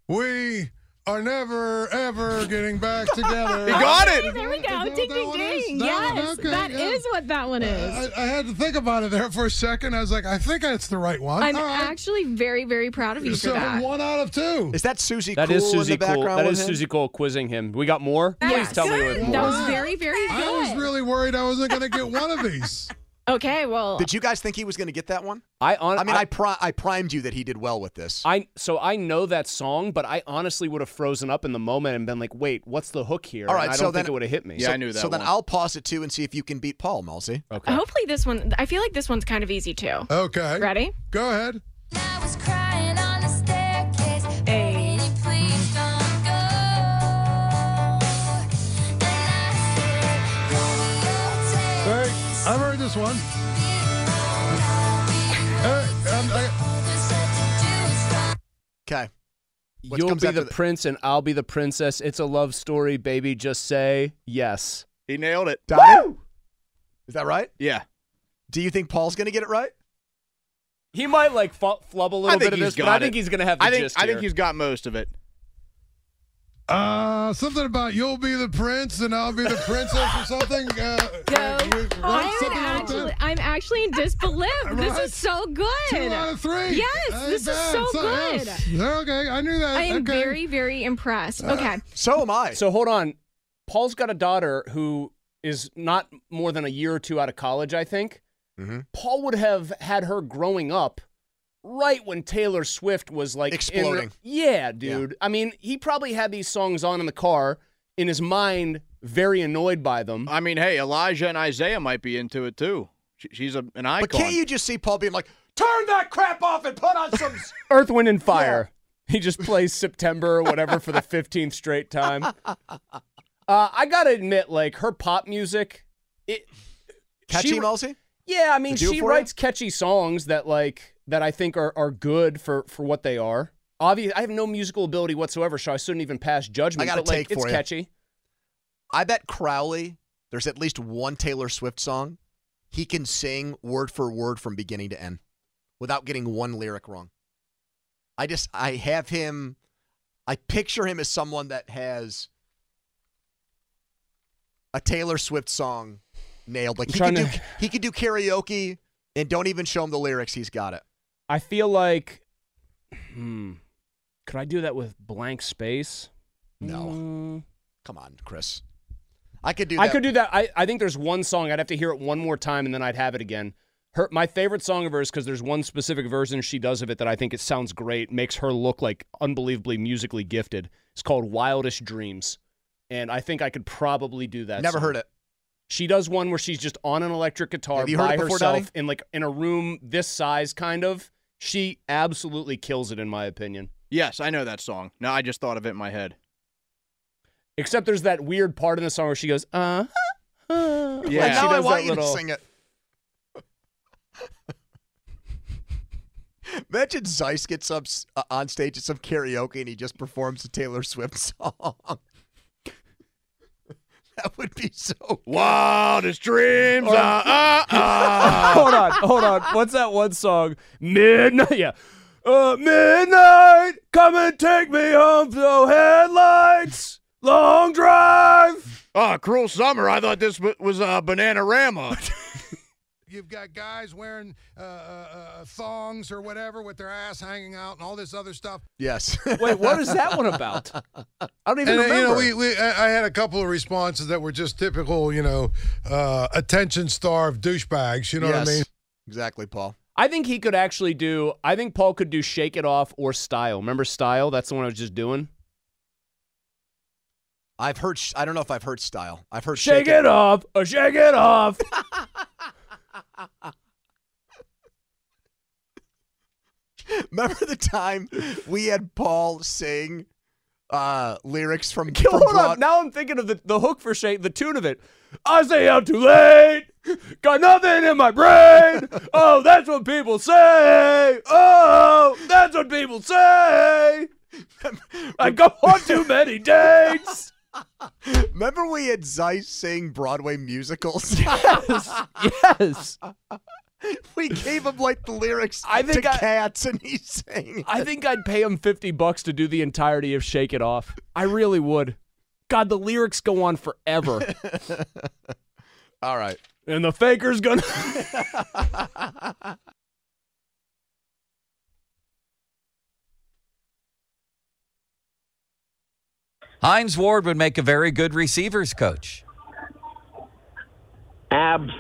Speaker 6: We are never, ever getting back together.
Speaker 5: You got it. Oh, There we go. Ding, ding, ding. Yes,
Speaker 6: okay,
Speaker 5: that is
Speaker 6: yeah. Uh,
Speaker 5: what that one is.
Speaker 6: I, I had to think about it there for a second. I was like, I think that's the right one.
Speaker 5: I'm
Speaker 6: All right.
Speaker 5: actually very, very proud of you
Speaker 6: so
Speaker 5: for that.
Speaker 6: one out of two.
Speaker 2: Is that Susie
Speaker 4: That is Susie Cole. That is Susie Cole quizzing him. We got more.
Speaker 5: Yes.
Speaker 4: Please tell me with more.
Speaker 5: That was very, very good.
Speaker 6: I was really worried I wasn't going to get one of these.
Speaker 5: Okay, well,
Speaker 2: Did you guys think he was going to get that one?
Speaker 4: I on,
Speaker 2: I mean, I, pri- I primed you that he did well with this.
Speaker 4: I so I know that song, but I honestly would have frozen up in the moment and been like, "Wait, what's the hook here?"
Speaker 2: All right,
Speaker 4: And I
Speaker 2: so
Speaker 4: don't
Speaker 2: then
Speaker 4: think it would have hit me.
Speaker 2: So, So then I'll pause it too and see if you can beat Paul Malsey.
Speaker 4: Okay.
Speaker 5: hopefully this one, I feel like this one's kind of easy too.
Speaker 6: Okay.
Speaker 5: Ready?
Speaker 6: Go ahead. Hey, I've heard this one. Hey, um, I-
Speaker 2: Okay. What
Speaker 4: You'll
Speaker 2: comes
Speaker 4: be
Speaker 2: after
Speaker 4: the
Speaker 2: the-
Speaker 4: prince and I'll be the princess. It's a love story, baby. Just say yes.
Speaker 3: He nailed it.
Speaker 2: Got it? Is that right?
Speaker 3: Yeah.
Speaker 2: Do you think Paul's going to get it right?
Speaker 4: He might like fu- flub a little bit of this, but I think he's gonna have. The
Speaker 3: I think
Speaker 4: gist
Speaker 3: I think
Speaker 4: here.
Speaker 3: he's got most of it.
Speaker 6: uh, something about you'll be the prince and I'll be the princess or something. Uh,
Speaker 5: Yo,
Speaker 6: right,
Speaker 5: I'm,
Speaker 6: something like
Speaker 5: Oh, actually,
Speaker 6: that.
Speaker 5: I'm actually in disbelief. This
Speaker 6: Right.
Speaker 5: is so good.
Speaker 6: Two out of three.
Speaker 5: Yes,
Speaker 6: That ain't
Speaker 5: this is
Speaker 6: bad.
Speaker 5: so
Speaker 6: Something
Speaker 5: good.
Speaker 6: else. Yeah, Okay, I knew that.
Speaker 5: I am
Speaker 6: okay. Uh,
Speaker 5: very, very impressed. Okay.
Speaker 2: Uh, So am I.
Speaker 4: So hold on. Paul's got a daughter who is not more than a year or two out of college, I think.
Speaker 2: Mm-hmm.
Speaker 4: Paul would have had her growing up right when Taylor Swift was like in-
Speaker 2: Exploding.
Speaker 4: yeah, dude. I mean, he probably had these songs on in the car in his mind, very annoyed by them.
Speaker 3: I mean, hey, Elijah and Isaiah might be into it too. She- She's a, an icon.
Speaker 2: But can't you just see Paul being like, turn that crap off and put on some. s-"
Speaker 4: Earth, Wind, and Fire. He just plays September or whatever for the 15th straight time. Uh, I gotta admit, like her pop music, it
Speaker 2: Catchy,
Speaker 4: she-
Speaker 2: Malsey?
Speaker 4: Yeah, I mean,
Speaker 2: Does it do it
Speaker 4: she
Speaker 2: for you?
Speaker 4: writes catchy songs that like that I think are are good for for what they are. Obviously, I have no musical ability whatsoever, so I shouldn't even pass judgment.
Speaker 2: I got a
Speaker 4: but, like,
Speaker 2: take
Speaker 4: it's
Speaker 2: for you.
Speaker 4: catchy.
Speaker 2: I bet Crowley, there's at least one Taylor Swift song he can sing word for word from beginning to end without getting one lyric wrong. I just, I have him, I picture him as someone that has a Taylor Swift song nailed. Like
Speaker 4: I'm
Speaker 2: he could,
Speaker 4: trying
Speaker 2: do,
Speaker 4: to-
Speaker 2: he could do karaoke and don't even show him the lyrics. He's got it.
Speaker 4: I feel like, hmm, could I do that with blank space? Mm.
Speaker 2: No. Come on, Chris. I could do
Speaker 4: I
Speaker 2: that.
Speaker 4: could do that. I, I think there's one song I'd have to hear it one more time and then I'd have it again. Her my favorite song of hers because there's one specific version she does of it that I think it sounds great, makes her look like unbelievably musically gifted. It's called Wildest Dreams, and I think I could probably do that.
Speaker 2: Never
Speaker 4: song.
Speaker 2: heard it.
Speaker 4: She does one where she's just on an electric guitar
Speaker 2: Have you heard
Speaker 4: by
Speaker 2: it before,
Speaker 4: herself
Speaker 2: Donnie?
Speaker 4: in like in a room this size, kind of. She absolutely kills it, in my opinion.
Speaker 3: Yes, I know that song. No, I just thought of it in my head.
Speaker 4: Except there's that weird part in the song where she goes, uh, uh.
Speaker 3: Yeah.
Speaker 4: like she
Speaker 2: now I
Speaker 4: does
Speaker 2: want
Speaker 4: that
Speaker 2: you to
Speaker 4: little-
Speaker 2: sing it. Imagine Zeiss gets up s- uh, on stage at some karaoke and he just performs a Taylor Swift song. that would be so.
Speaker 3: Wildest dreams.
Speaker 4: Or-
Speaker 3: uh, uh, uh.
Speaker 4: hold on, hold on. What's that one song? Midnight. Yeah. Uh, midnight, come and take me home. No headlights, long drive.
Speaker 3: Oh, cruel summer. I thought this w- was uh, Bananarama.
Speaker 6: You've got guys wearing uh, uh, uh, thongs or whatever with their ass hanging out and all this other stuff.
Speaker 2: Yes.
Speaker 4: Wait, what is that one about? I don't even
Speaker 6: And, uh,
Speaker 4: remember.
Speaker 6: you know, we, we, I I had a couple of responses that were just typical, you know, uh, attention-starved douchebags. You know what I mean?
Speaker 2: Exactly, Paul.
Speaker 4: I think he could actually do. I think Paul could do "Shake It Off" or "Style." Remember "Style"? That's the one I was just doing.
Speaker 2: I've heard. Sh- I don't know if I've heard style. I've heard
Speaker 4: Shake it off, or shake it off.
Speaker 2: Remember the time we had Paul sing uh, lyrics from, from
Speaker 4: Hold
Speaker 2: Broad-
Speaker 4: on. Now I'm thinking of the, the hook for Shake, the tune of it. I stay out too late. Got nothing in my brain. Oh, that's what people say. Oh, that's heard people say. I go on too many dates.
Speaker 2: Remember we had Zeiss sing Broadway musicals?
Speaker 4: Yes. yes.
Speaker 2: We gave him like the lyrics
Speaker 4: I think
Speaker 2: to
Speaker 4: I-
Speaker 2: cats and he sang. it.
Speaker 4: I think I'd pay him 50 bucks to do the entirety of Shake It Off. I really would. God, the lyrics go on forever.
Speaker 2: All right.
Speaker 4: and the faker's gonna
Speaker 13: Heinz Ward would make a very good receivers coach.
Speaker 14: Absolutely.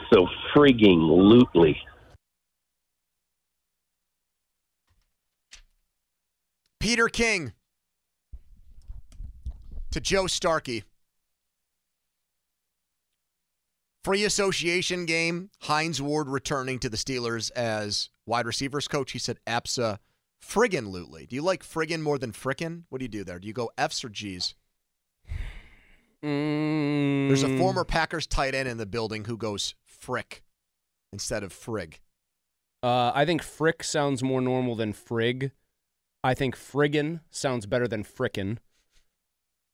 Speaker 2: Peter King to Joe Starkey. Free association game. Heinz Ward returning to the Steelers as wide receivers coach. He said, "Apsa friggin' lutely." Do you like friggin' more than frickin'? What do you do there? Do you go F's or G's?
Speaker 4: Mm.
Speaker 2: There's a former Packers tight end in the building who goes frick instead of frig.
Speaker 4: Uh, I think frick sounds more normal than frig. I think friggin sounds better than frickin.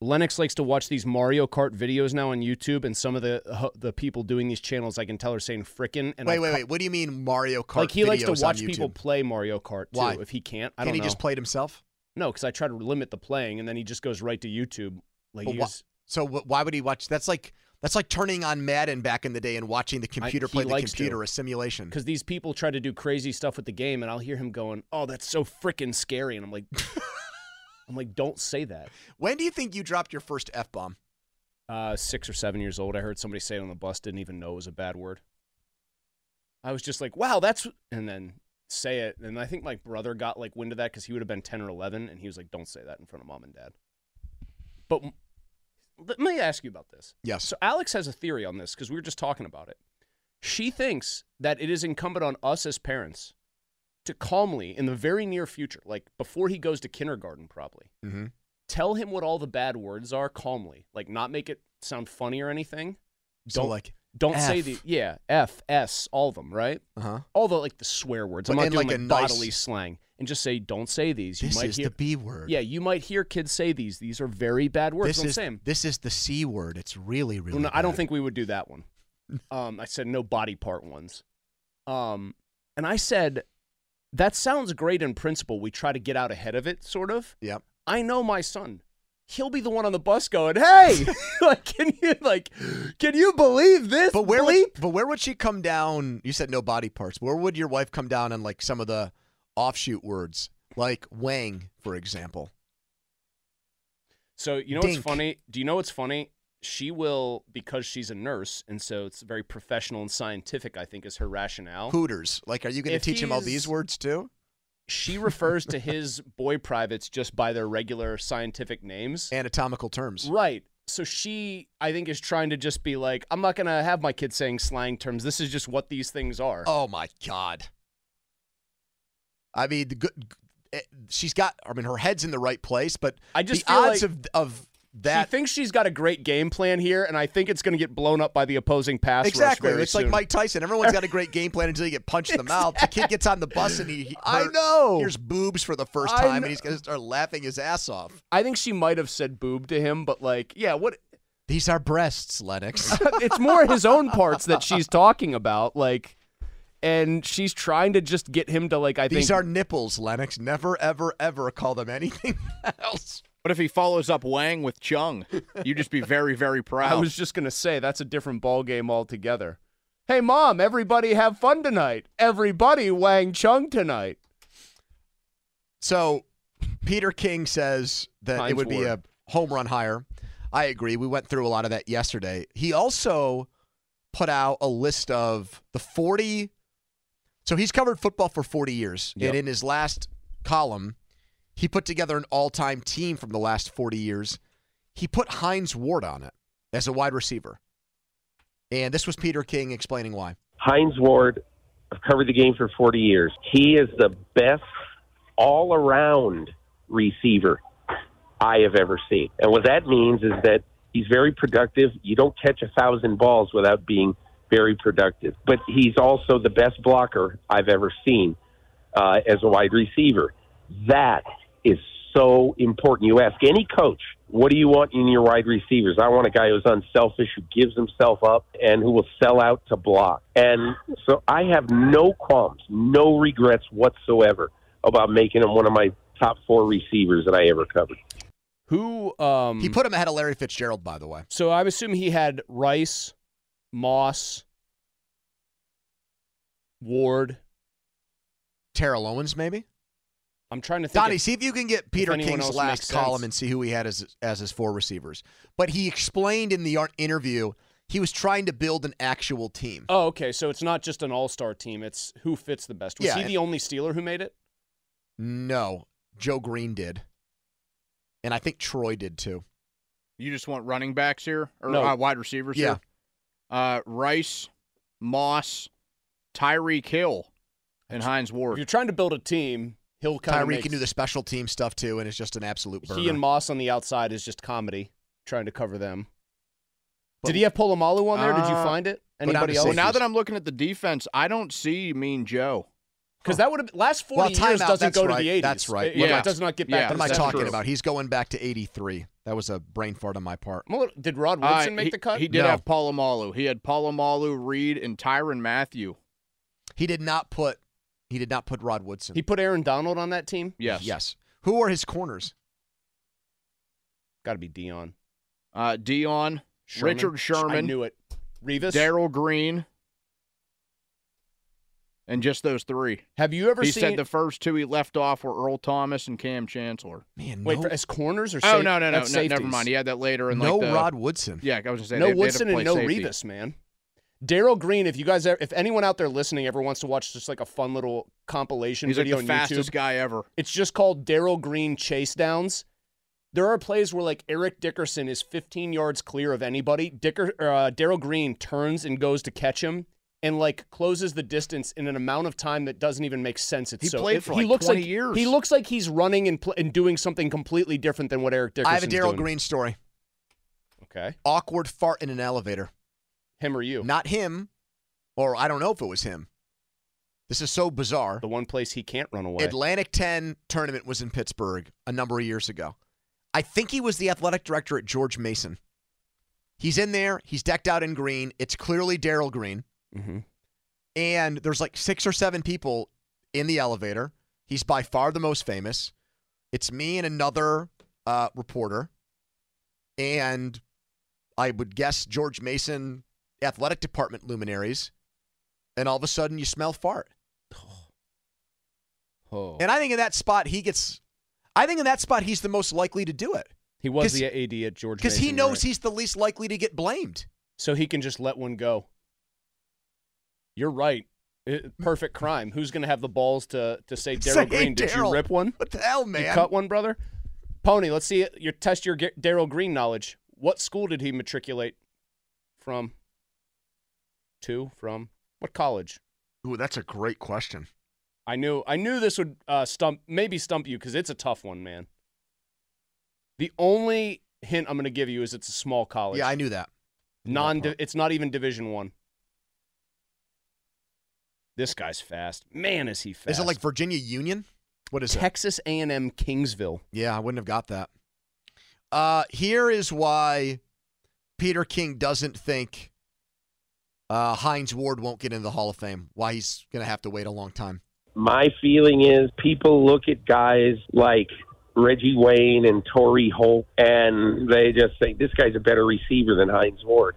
Speaker 4: Lennox likes to watch these Mario Kart videos now on YouTube, and some of the uh, the people doing these channels, I can tell are saying frickin. And
Speaker 2: wait,
Speaker 4: I
Speaker 2: wait,
Speaker 4: ca-
Speaker 2: wait. What do you mean Mario Kart?
Speaker 4: Like he likes to
Speaker 2: videos on
Speaker 4: watch people
Speaker 2: YouTube?
Speaker 4: play Mario Kart too.
Speaker 2: Why?
Speaker 4: If he can't, I
Speaker 2: Can
Speaker 4: don't
Speaker 2: he
Speaker 4: know.
Speaker 2: just play it himself?
Speaker 4: No, because I try to limit the playing, and then he just goes right to YouTube. Like
Speaker 2: But
Speaker 4: he
Speaker 2: wha-
Speaker 4: just-
Speaker 2: so wh- why would he watch? That's like that's like turning on Madden back in the day and watching the computer
Speaker 4: he
Speaker 2: play the
Speaker 4: likes
Speaker 2: computer,
Speaker 4: to.
Speaker 2: a simulation.
Speaker 4: because these people try to do crazy stuff with the game, and I'll hear him going, "Oh, that's so frickin' scary," and I'm like, I'm like, don't say that.
Speaker 2: When do you think you dropped your first f bomb?
Speaker 4: Uh, six or seven years old, I heard somebody say it on the bus. Didn't even know it was a bad word. I was just like, "Wow, that's," and then say it, and I think my brother got like wind of that because he would have been ten or eleven, and he was like, "Don't say that in front of mom and dad." But m- let me ask you about this.
Speaker 2: Yes.
Speaker 4: So Alex has a theory on this because we were just talking about it. She thinks that it is incumbent on us as parents to calmly, in the very near future, like before he goes to kindergarten, probably
Speaker 2: Mm-hmm.
Speaker 4: tell him what all the bad words are calmly, like not make it sound funny or anything.
Speaker 2: So
Speaker 4: Don't-
Speaker 2: like
Speaker 4: Don't say
Speaker 2: F.
Speaker 4: the yeah F S all of them right.
Speaker 2: Uh huh.
Speaker 4: All the like the swear words. I'm
Speaker 2: But
Speaker 4: not
Speaker 2: in,
Speaker 4: doing
Speaker 2: like,
Speaker 4: like,
Speaker 2: a nice-
Speaker 4: bodily slang and just say don't say these. You
Speaker 2: This
Speaker 4: might
Speaker 2: is
Speaker 4: hear
Speaker 2: the B word.
Speaker 4: yeah you might hear kids say these. These are very bad words.
Speaker 2: This
Speaker 4: don't
Speaker 2: is
Speaker 4: say 'em.
Speaker 2: this is the C word. It's really really.
Speaker 4: Well, no, I don't
Speaker 2: bad.
Speaker 4: think we would do that one. Um, I said no body part ones. Um, and I said that sounds great in principle. We try to get out ahead of it, sort of.
Speaker 2: Yep.
Speaker 4: I know my son. He'll be the one on the bus going, "Hey, like, can you like, can you believe this?"
Speaker 2: But where
Speaker 4: bleep?"
Speaker 2: would but where would she come down? You said no body parts. Where would your wife come down on like some of the offshoot words, like wang, for example?
Speaker 4: So you know
Speaker 2: Dink.
Speaker 4: what's funny? Do you know what's funny? She will because she's a nurse, and so it's very professional and scientific. I think is her rationale.
Speaker 2: Hooters. Like, are you going to
Speaker 4: Oh. If
Speaker 2: teach him all these
Speaker 4: he's-
Speaker 2: words too?
Speaker 4: She refers to his boy privates just by their regular scientific names.
Speaker 2: Anatomical terms.
Speaker 4: Right. So she, I think, is trying to just be like, I'm not going to have my kids saying slang terms. This is just what these things are.
Speaker 2: Oh my god. I mean, the good. eh, She's got. I mean, her head's in the right place, but
Speaker 4: I just
Speaker 2: the
Speaker 4: feel
Speaker 2: odds
Speaker 4: like
Speaker 2: of of
Speaker 4: she
Speaker 2: that
Speaker 4: thinks she's got a great game plan here, and I think it's going to get blown up by the opposing pass. rush
Speaker 2: exactly.
Speaker 4: very
Speaker 2: It's like
Speaker 4: soon.
Speaker 2: Mike Tyson. Everyone's got a great game plan until you get punched in the mouth. The kid gets on the bus and he. he
Speaker 4: I
Speaker 2: her-
Speaker 4: know.
Speaker 2: Hears boobs for the first
Speaker 4: I
Speaker 2: time, and
Speaker 4: kn-
Speaker 2: he's gonna start laughing his ass off.
Speaker 4: I think she might have said boob to him, but like, yeah, what?
Speaker 2: These are breasts, Lennox.
Speaker 4: it's more his own parts that she's talking about, like, and she's trying to just get him to like. I
Speaker 2: These
Speaker 4: think
Speaker 2: are nipples, Lennox. Never, ever, ever call them anything else.
Speaker 3: What if he follows up Wang with Chung? You'd just be very, very proud.
Speaker 4: I was just gonna say that's a different ball game altogether. Hey, mom, everybody have fun tonight. Everybody Wang Chung tonight.
Speaker 2: So, Peter King says that
Speaker 4: Hines
Speaker 2: it would be a
Speaker 4: Ward.
Speaker 2: home run higher. I agree. We went through a lot of that yesterday. He also put out a list of the 40. So, he's covered football for 40 years.
Speaker 4: Yep.
Speaker 2: And in his last column, he put together an all time team from the last 40 years. He put Heinz Ward on it as a wide receiver. And this was Peter King explaining why.
Speaker 14: Heinz Ward, I've covered the game for 40 years. He is the best all around receiver I have ever seen. And what that means is that he's very productive. You don't catch a thousand balls without being very productive. But he's also the best blocker I've ever seen uh, as a wide receiver. That is so important. You ask any coach, what do you want in your wide receivers? I want a guy who's unselfish, who gives himself up, and who will sell out to block. And so I have no qualms, no regrets whatsoever about making him one of my top four receivers that I ever covered.
Speaker 4: Who um
Speaker 2: He put him ahead of Larry Fitzgerald, by the way.
Speaker 4: So I'm assuming he had Rice, Moss, Ward,
Speaker 2: Terrell Owens, maybe.
Speaker 4: I'm trying to think.
Speaker 2: Donnie,
Speaker 4: if-
Speaker 2: see if you can get Peter
Speaker 4: if anyone
Speaker 2: King's
Speaker 4: else makes
Speaker 2: last
Speaker 4: sense.
Speaker 2: column and see who he had as as his four receivers. But he explained in the ar- interview he was trying to build an actual team.
Speaker 4: Oh, okay. So it's not just an all-star team. It's who fits the best. Was
Speaker 2: Yeah,
Speaker 4: he
Speaker 2: and-
Speaker 4: the only Steeler who made it?
Speaker 2: No, Joe Green did, and I think Troy did too.
Speaker 3: You just want running backs here or
Speaker 2: No.
Speaker 3: uh, wide receivers
Speaker 2: Yeah.
Speaker 3: here? Uh, Rice, Moss, Tyreek Hill, and Heinz Ward.
Speaker 4: If you're trying to build a team, Hill kind of
Speaker 2: Tyreek
Speaker 4: makes
Speaker 2: can do the special team stuff too, and it's just an absolute burner.
Speaker 4: he and Moss on the outside is just comedy, trying to cover them. Did he have Polamalu on there? Did you
Speaker 3: Uh,
Speaker 4: find it?
Speaker 3: but now
Speaker 4: Anybody
Speaker 3: the
Speaker 4: else?
Speaker 3: safeties. now that I'm looking at the defense, I don't see Mean Joe.
Speaker 4: Because that would have been last 40
Speaker 2: well,
Speaker 4: years
Speaker 2: timeout,
Speaker 4: doesn't
Speaker 2: that's
Speaker 4: go
Speaker 2: right.
Speaker 4: to the 80s.
Speaker 2: That's right.
Speaker 4: It, yeah. it does not get back
Speaker 2: Yeah.
Speaker 4: to the
Speaker 2: What am I
Speaker 4: 70s.
Speaker 2: talking about? He's going back to 83. That was a brain fart on my part.
Speaker 4: I'm a little- Did Rod
Speaker 3: Uh,
Speaker 4: Woodson make
Speaker 3: he,
Speaker 4: the cut?
Speaker 3: He did
Speaker 2: No.
Speaker 3: have Palomalu. He had Palomalu, Reed, and Tyron Matthew.
Speaker 2: He did not put he did not put Rod Woodson.
Speaker 4: He put Aaron Donald on that team?
Speaker 3: Yes.
Speaker 2: yes. Who are his corners?
Speaker 4: Got to be Dion.
Speaker 3: Uh, Dion,
Speaker 4: Sherman.
Speaker 3: Richard
Speaker 4: Sh- I
Speaker 3: Sherman,
Speaker 4: knew it. Revis.
Speaker 3: Daryl Green, and just those three.
Speaker 4: Have you ever
Speaker 3: he
Speaker 4: seen
Speaker 3: said the first two he left off were Earl Thomas and Cam Chancellor.
Speaker 2: Man,
Speaker 4: Wait, for, as corners
Speaker 3: oh
Speaker 4: or safe-
Speaker 3: no no no,
Speaker 4: that's
Speaker 3: no never
Speaker 4: safeties?
Speaker 3: mind. He had that later in
Speaker 2: no
Speaker 3: like the,
Speaker 2: Rod Woodson.
Speaker 3: Yeah, I was gonna say
Speaker 4: no
Speaker 3: they,
Speaker 4: Woodson
Speaker 3: they had
Speaker 4: and
Speaker 3: to
Speaker 4: no
Speaker 3: play safety.
Speaker 4: Revis, man. Daryl Green, if you guys, ever, if anyone out there listening ever wants to watch just like a fun little compilation
Speaker 3: He's like
Speaker 4: video
Speaker 3: the
Speaker 4: on
Speaker 3: fastest
Speaker 4: YouTube,
Speaker 3: guy ever.
Speaker 4: it's just called Daryl Green Chase Downs. There are plays where like Eric Dickerson is 15 yards clear of anybody. Dicker, or, uh, Daryl Green turns and goes to catch him, and like closes the distance in an amount of time that doesn't even make sense. It's
Speaker 3: He
Speaker 4: so,
Speaker 3: played
Speaker 4: it-
Speaker 3: for,
Speaker 4: he
Speaker 3: like,
Speaker 4: looks
Speaker 3: 20
Speaker 4: like
Speaker 3: years.
Speaker 4: he looks like he's running and pl- and doing something completely different than what Eric Dickerson.
Speaker 2: I have a Daryl Green story.
Speaker 4: Okay,
Speaker 2: Awkward fart in an elevator.
Speaker 4: him or you?
Speaker 2: Not him, or I don't know if it was him. This is so bizarre.
Speaker 4: the one place he can't run away.
Speaker 2: Atlantic 10 tournament was in Pittsburgh a number of years ago. I think he was the athletic director at George Mason. He's in there, he's decked out in green. It's clearly Daryl Green.
Speaker 4: Mhm.
Speaker 2: And there's like six or seven people in the elevator. He's by far the most famous. It's me and another uh, reporter. And I would guess George Mason athletic department luminaries. And all of a sudden you smell fart.
Speaker 4: Oh.
Speaker 2: And I think in that spot he gets I think in that spot he's the most likely to do it
Speaker 4: He
Speaker 2: 'Cause-
Speaker 4: was the AD at George
Speaker 2: because he
Speaker 4: Mason,
Speaker 2: knows
Speaker 4: right?
Speaker 2: he's the least likely to get blamed.
Speaker 4: so he can just let one go. You're right. It- perfect crime. Who's going to have the balls to to say
Speaker 2: Say,
Speaker 4: Daryl
Speaker 2: "Hey,
Speaker 4: Green? Did you
Speaker 2: Daryl,
Speaker 4: rip one?
Speaker 2: What the hell, man?
Speaker 4: You cut one, brother? Pony, let's see it. Your test your G- Daryl Green knowledge. What school did he matriculate from? To from what college?
Speaker 2: Ooh, that's a great question.
Speaker 4: I knew I knew this would uh, stump maybe stump you because it's a tough one, man. The only hint I'm going to give you is it's a small college.
Speaker 2: Yeah, I knew that.
Speaker 4: Non, it's not even Division One. This guy's fast. Man, is he fast!
Speaker 2: Is it like Virginia Union? What is it?
Speaker 4: Texas A&M Kingsville?
Speaker 2: Yeah, I wouldn't have got that. Uh, here is why Peter King doesn't think uh, Heinz Ward won't get into the Hall of Fame. Why he's going to have to wait a long time.
Speaker 14: my feeling is people look at guys like Reggie Wayne and Torrey Holt, and they just think this guy's a better receiver than Heinz Ward.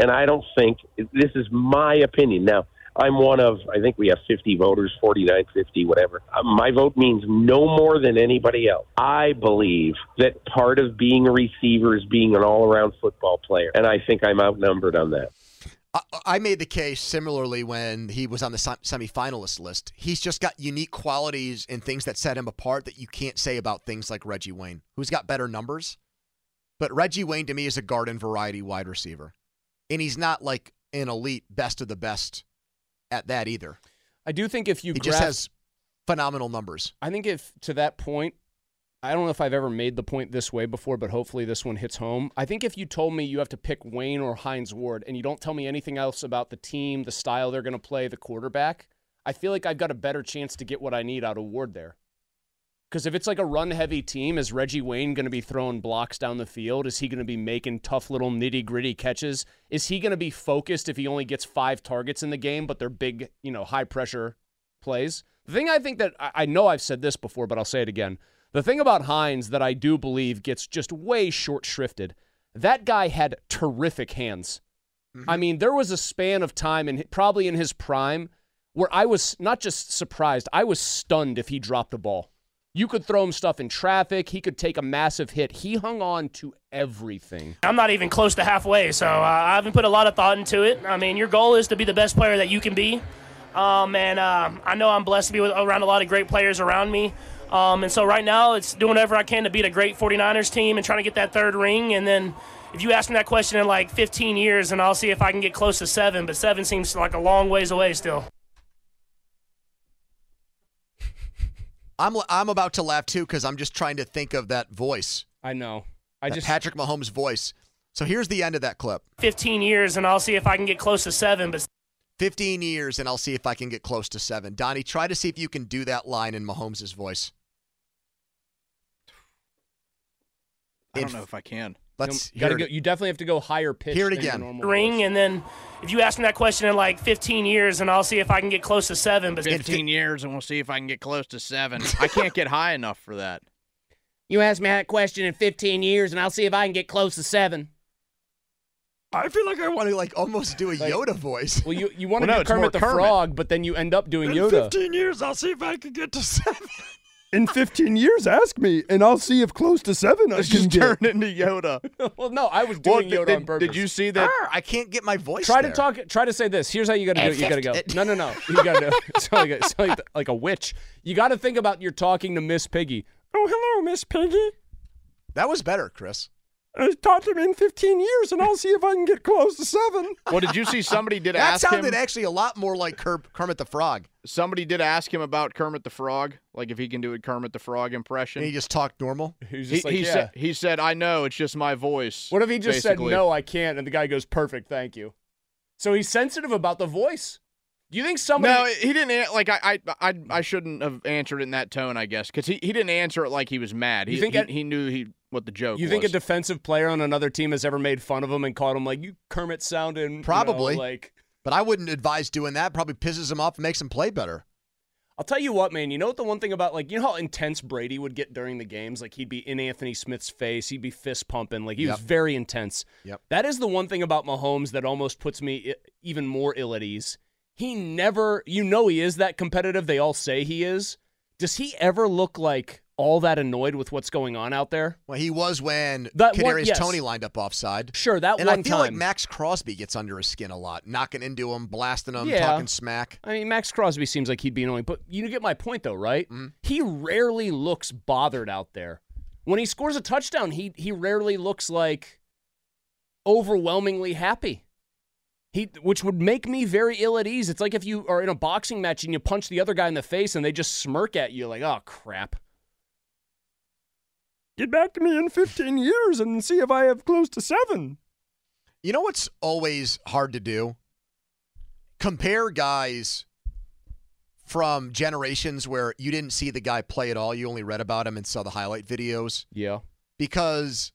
Speaker 14: And I don't think this is my opinion. Now, I'm one of, I think we have 50 voters, 49, 50, whatever. Uh, My vote means no more than anybody else. I believe that part of being a receiver is being an all around football player. And I think I'm outnumbered on that.
Speaker 2: I, I made the case similarly when he was on the sem- semifinalist list. He's just got unique qualities and things that set him apart that you can't say about things like Reggie Wayne, who's got better numbers. But Reggie Wayne to me is a garden variety wide receiver, and he's not like an elite best of the best at that either.
Speaker 4: I do think if you
Speaker 2: he
Speaker 4: graph,
Speaker 2: just has phenomenal numbers.
Speaker 4: I think if to that point, I don't know if I've ever made the point this way before, but hopefully this one hits home. I think if you told me you have to pick Wayne or Heinz Ward, and you don't tell me anything else about the team, the style they're going to play, the quarterback, I feel like I've got a better chance to get what I need out of Ward there. Because if it's like a run heavy team, is Reggie Wayne going to be throwing blocks down the field? Is he going to be making tough little nitty gritty catches? Is he going to be focused if he only gets five targets in the game, but they're big, you know, high pressure plays? The thing I think that I I know I've said this before, but I'll say it again. The thing about Hines that I do believe gets just way short shrifted that guy had terrific hands. I mean, there was a span of time, and probably in his prime, where I was not just surprised, I was stunned if he dropped a ball. You could throw him stuff in traffic. He could take a massive hit. He hung on to everything.
Speaker 15: I'm not even close to halfway, so uh, I haven't put a lot of thought into it. I mean, your goal is to be the best player that you can be. Um, and uh, I know I'm blessed to be with, around a lot of great players around me. Um, and so right now, it's doing whatever I can to beat a great 49ers team and trying to get that third ring. And then if you ask me that question in like 15 years, and I'll see if I can get close to seven, but seven seems like a long ways away still.
Speaker 2: I'm I'm about to laugh too because I'm just trying to think of that voice.
Speaker 4: I know. I
Speaker 2: just Patrick Mahomes' voice. So here's the end of that clip.
Speaker 15: 15 years, and I'll see if I can get close to seven, but
Speaker 2: 15 years, and I'll see if I can get close to seven. Donnie, try to see if you can do that line in Mahomes' voice.
Speaker 3: I don't know if I can.
Speaker 2: Let's
Speaker 4: you, gotta
Speaker 2: hear
Speaker 4: go,
Speaker 2: it.
Speaker 4: you definitely have to go higher pitch.
Speaker 2: Hear it
Speaker 4: than your
Speaker 2: again.
Speaker 4: normal voice.
Speaker 15: ring. And then if you ask me that question in like 15 years, and I'll see if I can get close to seven, but
Speaker 3: 15 years, and we'll see if I can get close to seven. I can't get high enough for that.
Speaker 4: You ask me that question in 15 years, and I'll see if I can get close to seven.
Speaker 2: I feel like I want to like almost do a Yoda voice.
Speaker 4: Well, you you want
Speaker 2: Well,
Speaker 4: to
Speaker 2: no,
Speaker 4: do
Speaker 2: it's more
Speaker 4: Kermit the
Speaker 2: Kermit.
Speaker 4: Frog, but then you end up doing Yoda.
Speaker 2: years, I'll see if I can get to seven.
Speaker 7: In 15 years, ask me, and I'll see if close to seven I can get.
Speaker 3: Turn into Yoda.
Speaker 4: well, no, I was
Speaker 3: Well,
Speaker 4: doing Yoda
Speaker 3: did-
Speaker 4: on purpose.
Speaker 3: did you see that- Arr,
Speaker 2: I can't get my voice.
Speaker 4: Try
Speaker 3: there.
Speaker 4: to talk. Try to say this. Here's how you got to do it. You got to go.
Speaker 3: Accept
Speaker 4: No, no, no. You got to. It's like, a- sound like, the- like a witch. You got to think about you're talking to Miss Piggy. Oh, hello, Miss Piggy.
Speaker 2: That was better, Chris.
Speaker 7: I taught him in 15 years, and I'll see if I can get close to seven.
Speaker 3: Well, did you see somebody did
Speaker 2: that
Speaker 3: ask
Speaker 2: sounded
Speaker 3: him?
Speaker 2: actually a lot more like Ker- Kermit the Frog.
Speaker 3: Somebody did ask him about Kermit the Frog, like if he can do a Kermit the Frog impression.
Speaker 2: And he just talked normal.
Speaker 4: He's
Speaker 3: he, he said, he said, I know, it's just my voice.
Speaker 4: What if he just
Speaker 3: basically.
Speaker 4: said no? I can't, and the guy goes, "Perfect, thank you." So he's sensitive about the voice. Do you think somebody?
Speaker 3: No, he didn't. an- Like I, I, I, I shouldn't have answered it in that tone, I guess, because he, he didn't answer it like he was mad. He
Speaker 4: You think
Speaker 3: he,
Speaker 4: that-
Speaker 3: he knew he what the joke.
Speaker 4: you think a
Speaker 3: was.
Speaker 4: defensive player on another team has ever made fun of him and called him like you Kermit sounding you know,
Speaker 2: Probably.
Speaker 4: like
Speaker 2: But I wouldn't advise doing that. Probably pisses him off and makes him play better.
Speaker 4: I'll tell you what, man. You know what the one thing about like you know how intense Brady would get during the games? Like he'd be in Anthony Smith's face, he'd be fist pumping, like he was
Speaker 3: Yep.
Speaker 4: very intense.
Speaker 2: Yep.
Speaker 4: That is the one thing about Mahomes that almost puts me i- even more ill at ease. He never, you know, he is that competitive. They all say he is. Does he ever look like all that annoyed with what's going on out there?
Speaker 2: Well, he was when
Speaker 4: That one-
Speaker 2: Kadarius
Speaker 4: yes.
Speaker 2: Tony lined up offside.
Speaker 4: Sure, that
Speaker 2: and
Speaker 4: one
Speaker 2: I feel like
Speaker 4: time.
Speaker 2: Max Crosby gets under his skin a lot, knocking into him, blasting him,
Speaker 4: Yeah.
Speaker 2: talking smack.
Speaker 4: I mean, Max Crosby seems like he'd be annoying, but you get my point, though, right?
Speaker 2: Mm-hmm.
Speaker 4: He rarely looks bothered out there. When he scores a touchdown, he he rarely looks like overwhelmingly happy. He, which would make me very ill at ease. It's like if you are in a boxing match and you punch the other guy in the face and they just smirk at you, like, "Oh crap."
Speaker 7: Get back to me in 15 years and see if I have close to seven.
Speaker 2: You know what's always hard to do? Compare guys from generations where you didn't see the guy play at all. You only read about him and saw the highlight videos.
Speaker 4: Yeah.
Speaker 2: Because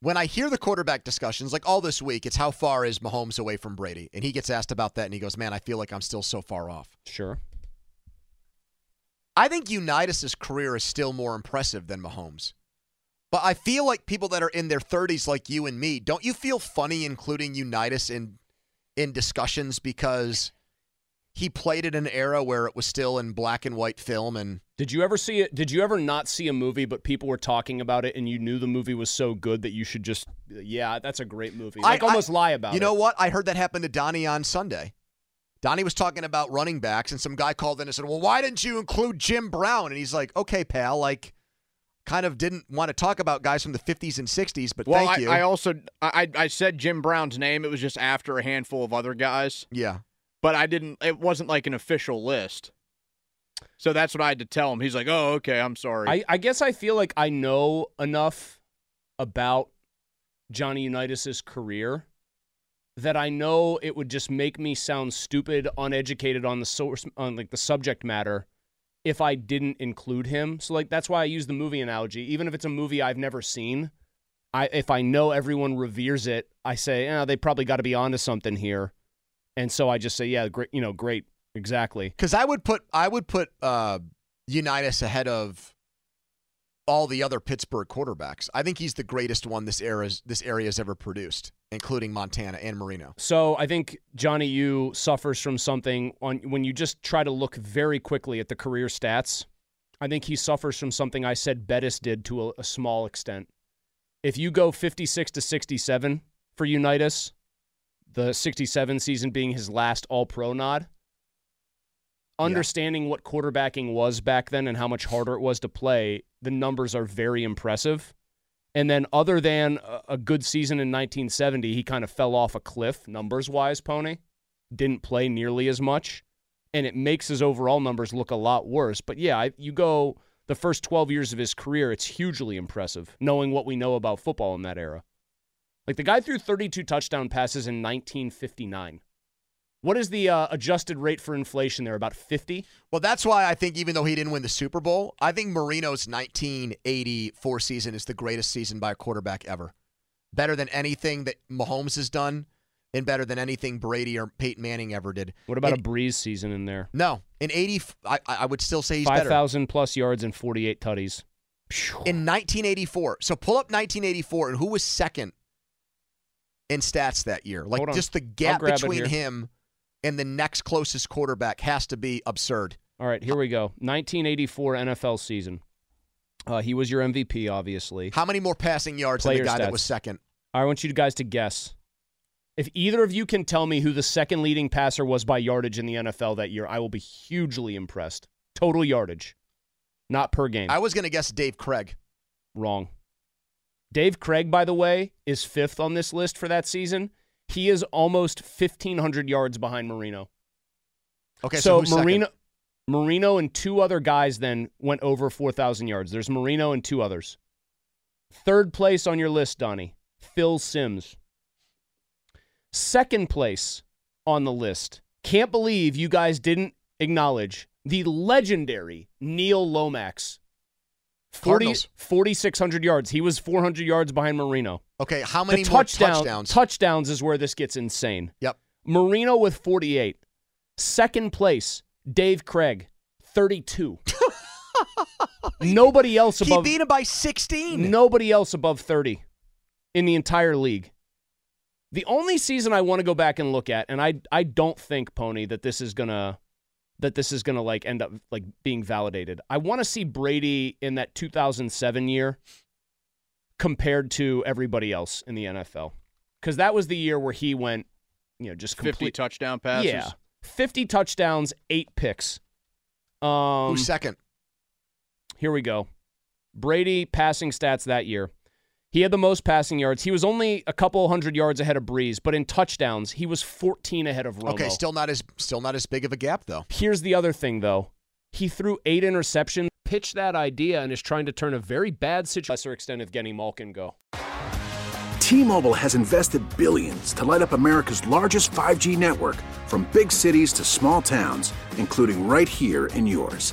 Speaker 2: when I hear the quarterback discussions, like all this week, it's how far is Mahomes away from Brady? And he gets asked about that and he goes, Man, I feel like I'm still so far off.
Speaker 4: Sure.
Speaker 2: I think Unitas' career is still more impressive than Mahomes. But I feel like people that are in their 30s, like you and me, don't you feel funny including Unitas in in discussions because he played in an era where it was still in black and white film and
Speaker 4: Did you ever see it? Did you ever not see a movie, but people were talking about it, and you knew the movie was so good that you should just, yeah, that's a great movie. Like almost lie about
Speaker 2: You
Speaker 4: it.
Speaker 2: know what? I heard that happen to Donnie on Sunday. Donnie was talking about running backs, and some guy called in and said, Well, why didn't you include Jim Brown? And he's like, Okay, pal, like kind of didn't want to talk about guys from the 50s and 60s, but
Speaker 3: well,
Speaker 2: thank
Speaker 3: I,
Speaker 2: you.
Speaker 3: I also I I I said Jim Brown's name. It was just after a handful of other guys,
Speaker 2: yeah.
Speaker 3: but I didn't. It wasn't like an official list. So that's what I had to tell him. He's like, "Oh, okay, I'm sorry."
Speaker 4: I, I guess I feel like I know enough about Johnny Unitas's career that I know it would just make me sound stupid, uneducated on the source, on like the subject matter, if I didn't include him. So like that's why I use the movie analogy. Even if it's a movie I've never seen, I if I know everyone reveres it, I say, eh, they probably got to be onto something here. And so I just say, yeah, great, you know, great, exactly.
Speaker 2: Because I would put I would put uh, Unitas ahead of all the other Pittsburgh quarterbacks. I think he's the greatest one this era's this area's ever produced, including Montana and Marino.
Speaker 4: So I think Johnny U suffers from something on when you just try to look very quickly at the career stats. I think he suffers from something I said Bettis did to a, a small extent. If you go 56 to 67 for Unitas, the 67 season being his last All Pro nod, understanding what quarterbacking was back then and how much harder it was to play, the numbers are very impressive. And then, other than a, a good season in 1970, he kind of fell off a cliff numbers wise, Pony. Didn't play nearly as much. And it makes his overall numbers look a lot worse. But yeah, I- you go the first 12 years of his career, it's hugely impressive knowing what we know about football in that era. Like the guy threw 32 touchdown passes in 1959. What is the uh, adjusted rate for inflation there? About 50?
Speaker 2: Well, that's why I think even though he didn't win the Super Bowl, I think Marino's 1984 season is the greatest season by a quarterback ever. Better than anything that Mahomes has done, and better than anything Brady or Peyton Manning ever did.
Speaker 4: What about
Speaker 2: In-
Speaker 4: a Breeze season in there?
Speaker 2: no? In 80, I, I would still say he's better.
Speaker 4: 5,000 plus yards and 48 tutties.
Speaker 2: in 1984. So pull up 1984 and who was second in stats that year? Like
Speaker 4: Hold on.
Speaker 2: just the
Speaker 4: I'll
Speaker 2: gap
Speaker 4: grab it
Speaker 2: between
Speaker 4: here.
Speaker 2: him and the next closest quarterback has to be absurd.
Speaker 4: All right, here we go. 1984 NFL season. Uh, he was your MVP, obviously.
Speaker 2: How many more passing yards than the
Speaker 4: Player
Speaker 2: guy that
Speaker 4: stats.
Speaker 2: was second?
Speaker 4: I want you guys to guess. If either of you can tell me who the second leading passer was by yardage in the NFL that year, I will be hugely impressed. Total yardage, not per game.
Speaker 2: I was going to guess Dave Craig.
Speaker 4: Wrong. Dave Craig, by the way, is fifth on this list for that season. He is almost 1,500 yards behind Marino.
Speaker 2: Okay, so
Speaker 4: so,
Speaker 2: who's second?
Speaker 4: Marino, Marino and two other guys then went over 4,000 yards. There's Marino and two others. Third place on your list, Donnie, Phil Sims. Second place on the list. Can't believe you guys didn't acknowledge the legendary Neil Lomax. 40
Speaker 2: Cardinals.
Speaker 4: 4,600 yards. He was 400 yards behind Marino.
Speaker 2: Okay, how many
Speaker 4: The
Speaker 2: more
Speaker 4: touchdown-
Speaker 2: touchdowns?
Speaker 4: Touchdowns is where this gets insane.
Speaker 2: Yep.
Speaker 4: Marino with 48. Second place, Dave Craig, 32. nobody else
Speaker 2: He
Speaker 4: above
Speaker 2: beat him by 16.
Speaker 4: nobody else above 30 in the entire league. The only season I want to go back and look at and I I don't think Pony that this is going to that this is going to like end up like being validated. I want to see Brady in that 2007 year compared to everybody else in the NFL. Cuz that was the year where he went, you know, just
Speaker 3: 50
Speaker 4: complete
Speaker 3: touchdown passes.
Speaker 4: Yeah. 50 touchdowns, 8 picks. Um
Speaker 2: Who's second?
Speaker 4: here we go. Brady passing stats that year. He had the most passing yards. He was only a couple hundred yards ahead of Breeze, but in touchdowns, he was 14 ahead of Romo.
Speaker 2: Okay, still not as still not as big of a gap though.
Speaker 4: Here's the other thing, though. He threw eight interceptions, pitched that idea, and is trying to turn a very bad situation. Lesser extent of Genny Malkin go.
Speaker 22: T-Mobile has invested billions to light up America's largest 5G network from big cities to small towns, including right here in yours.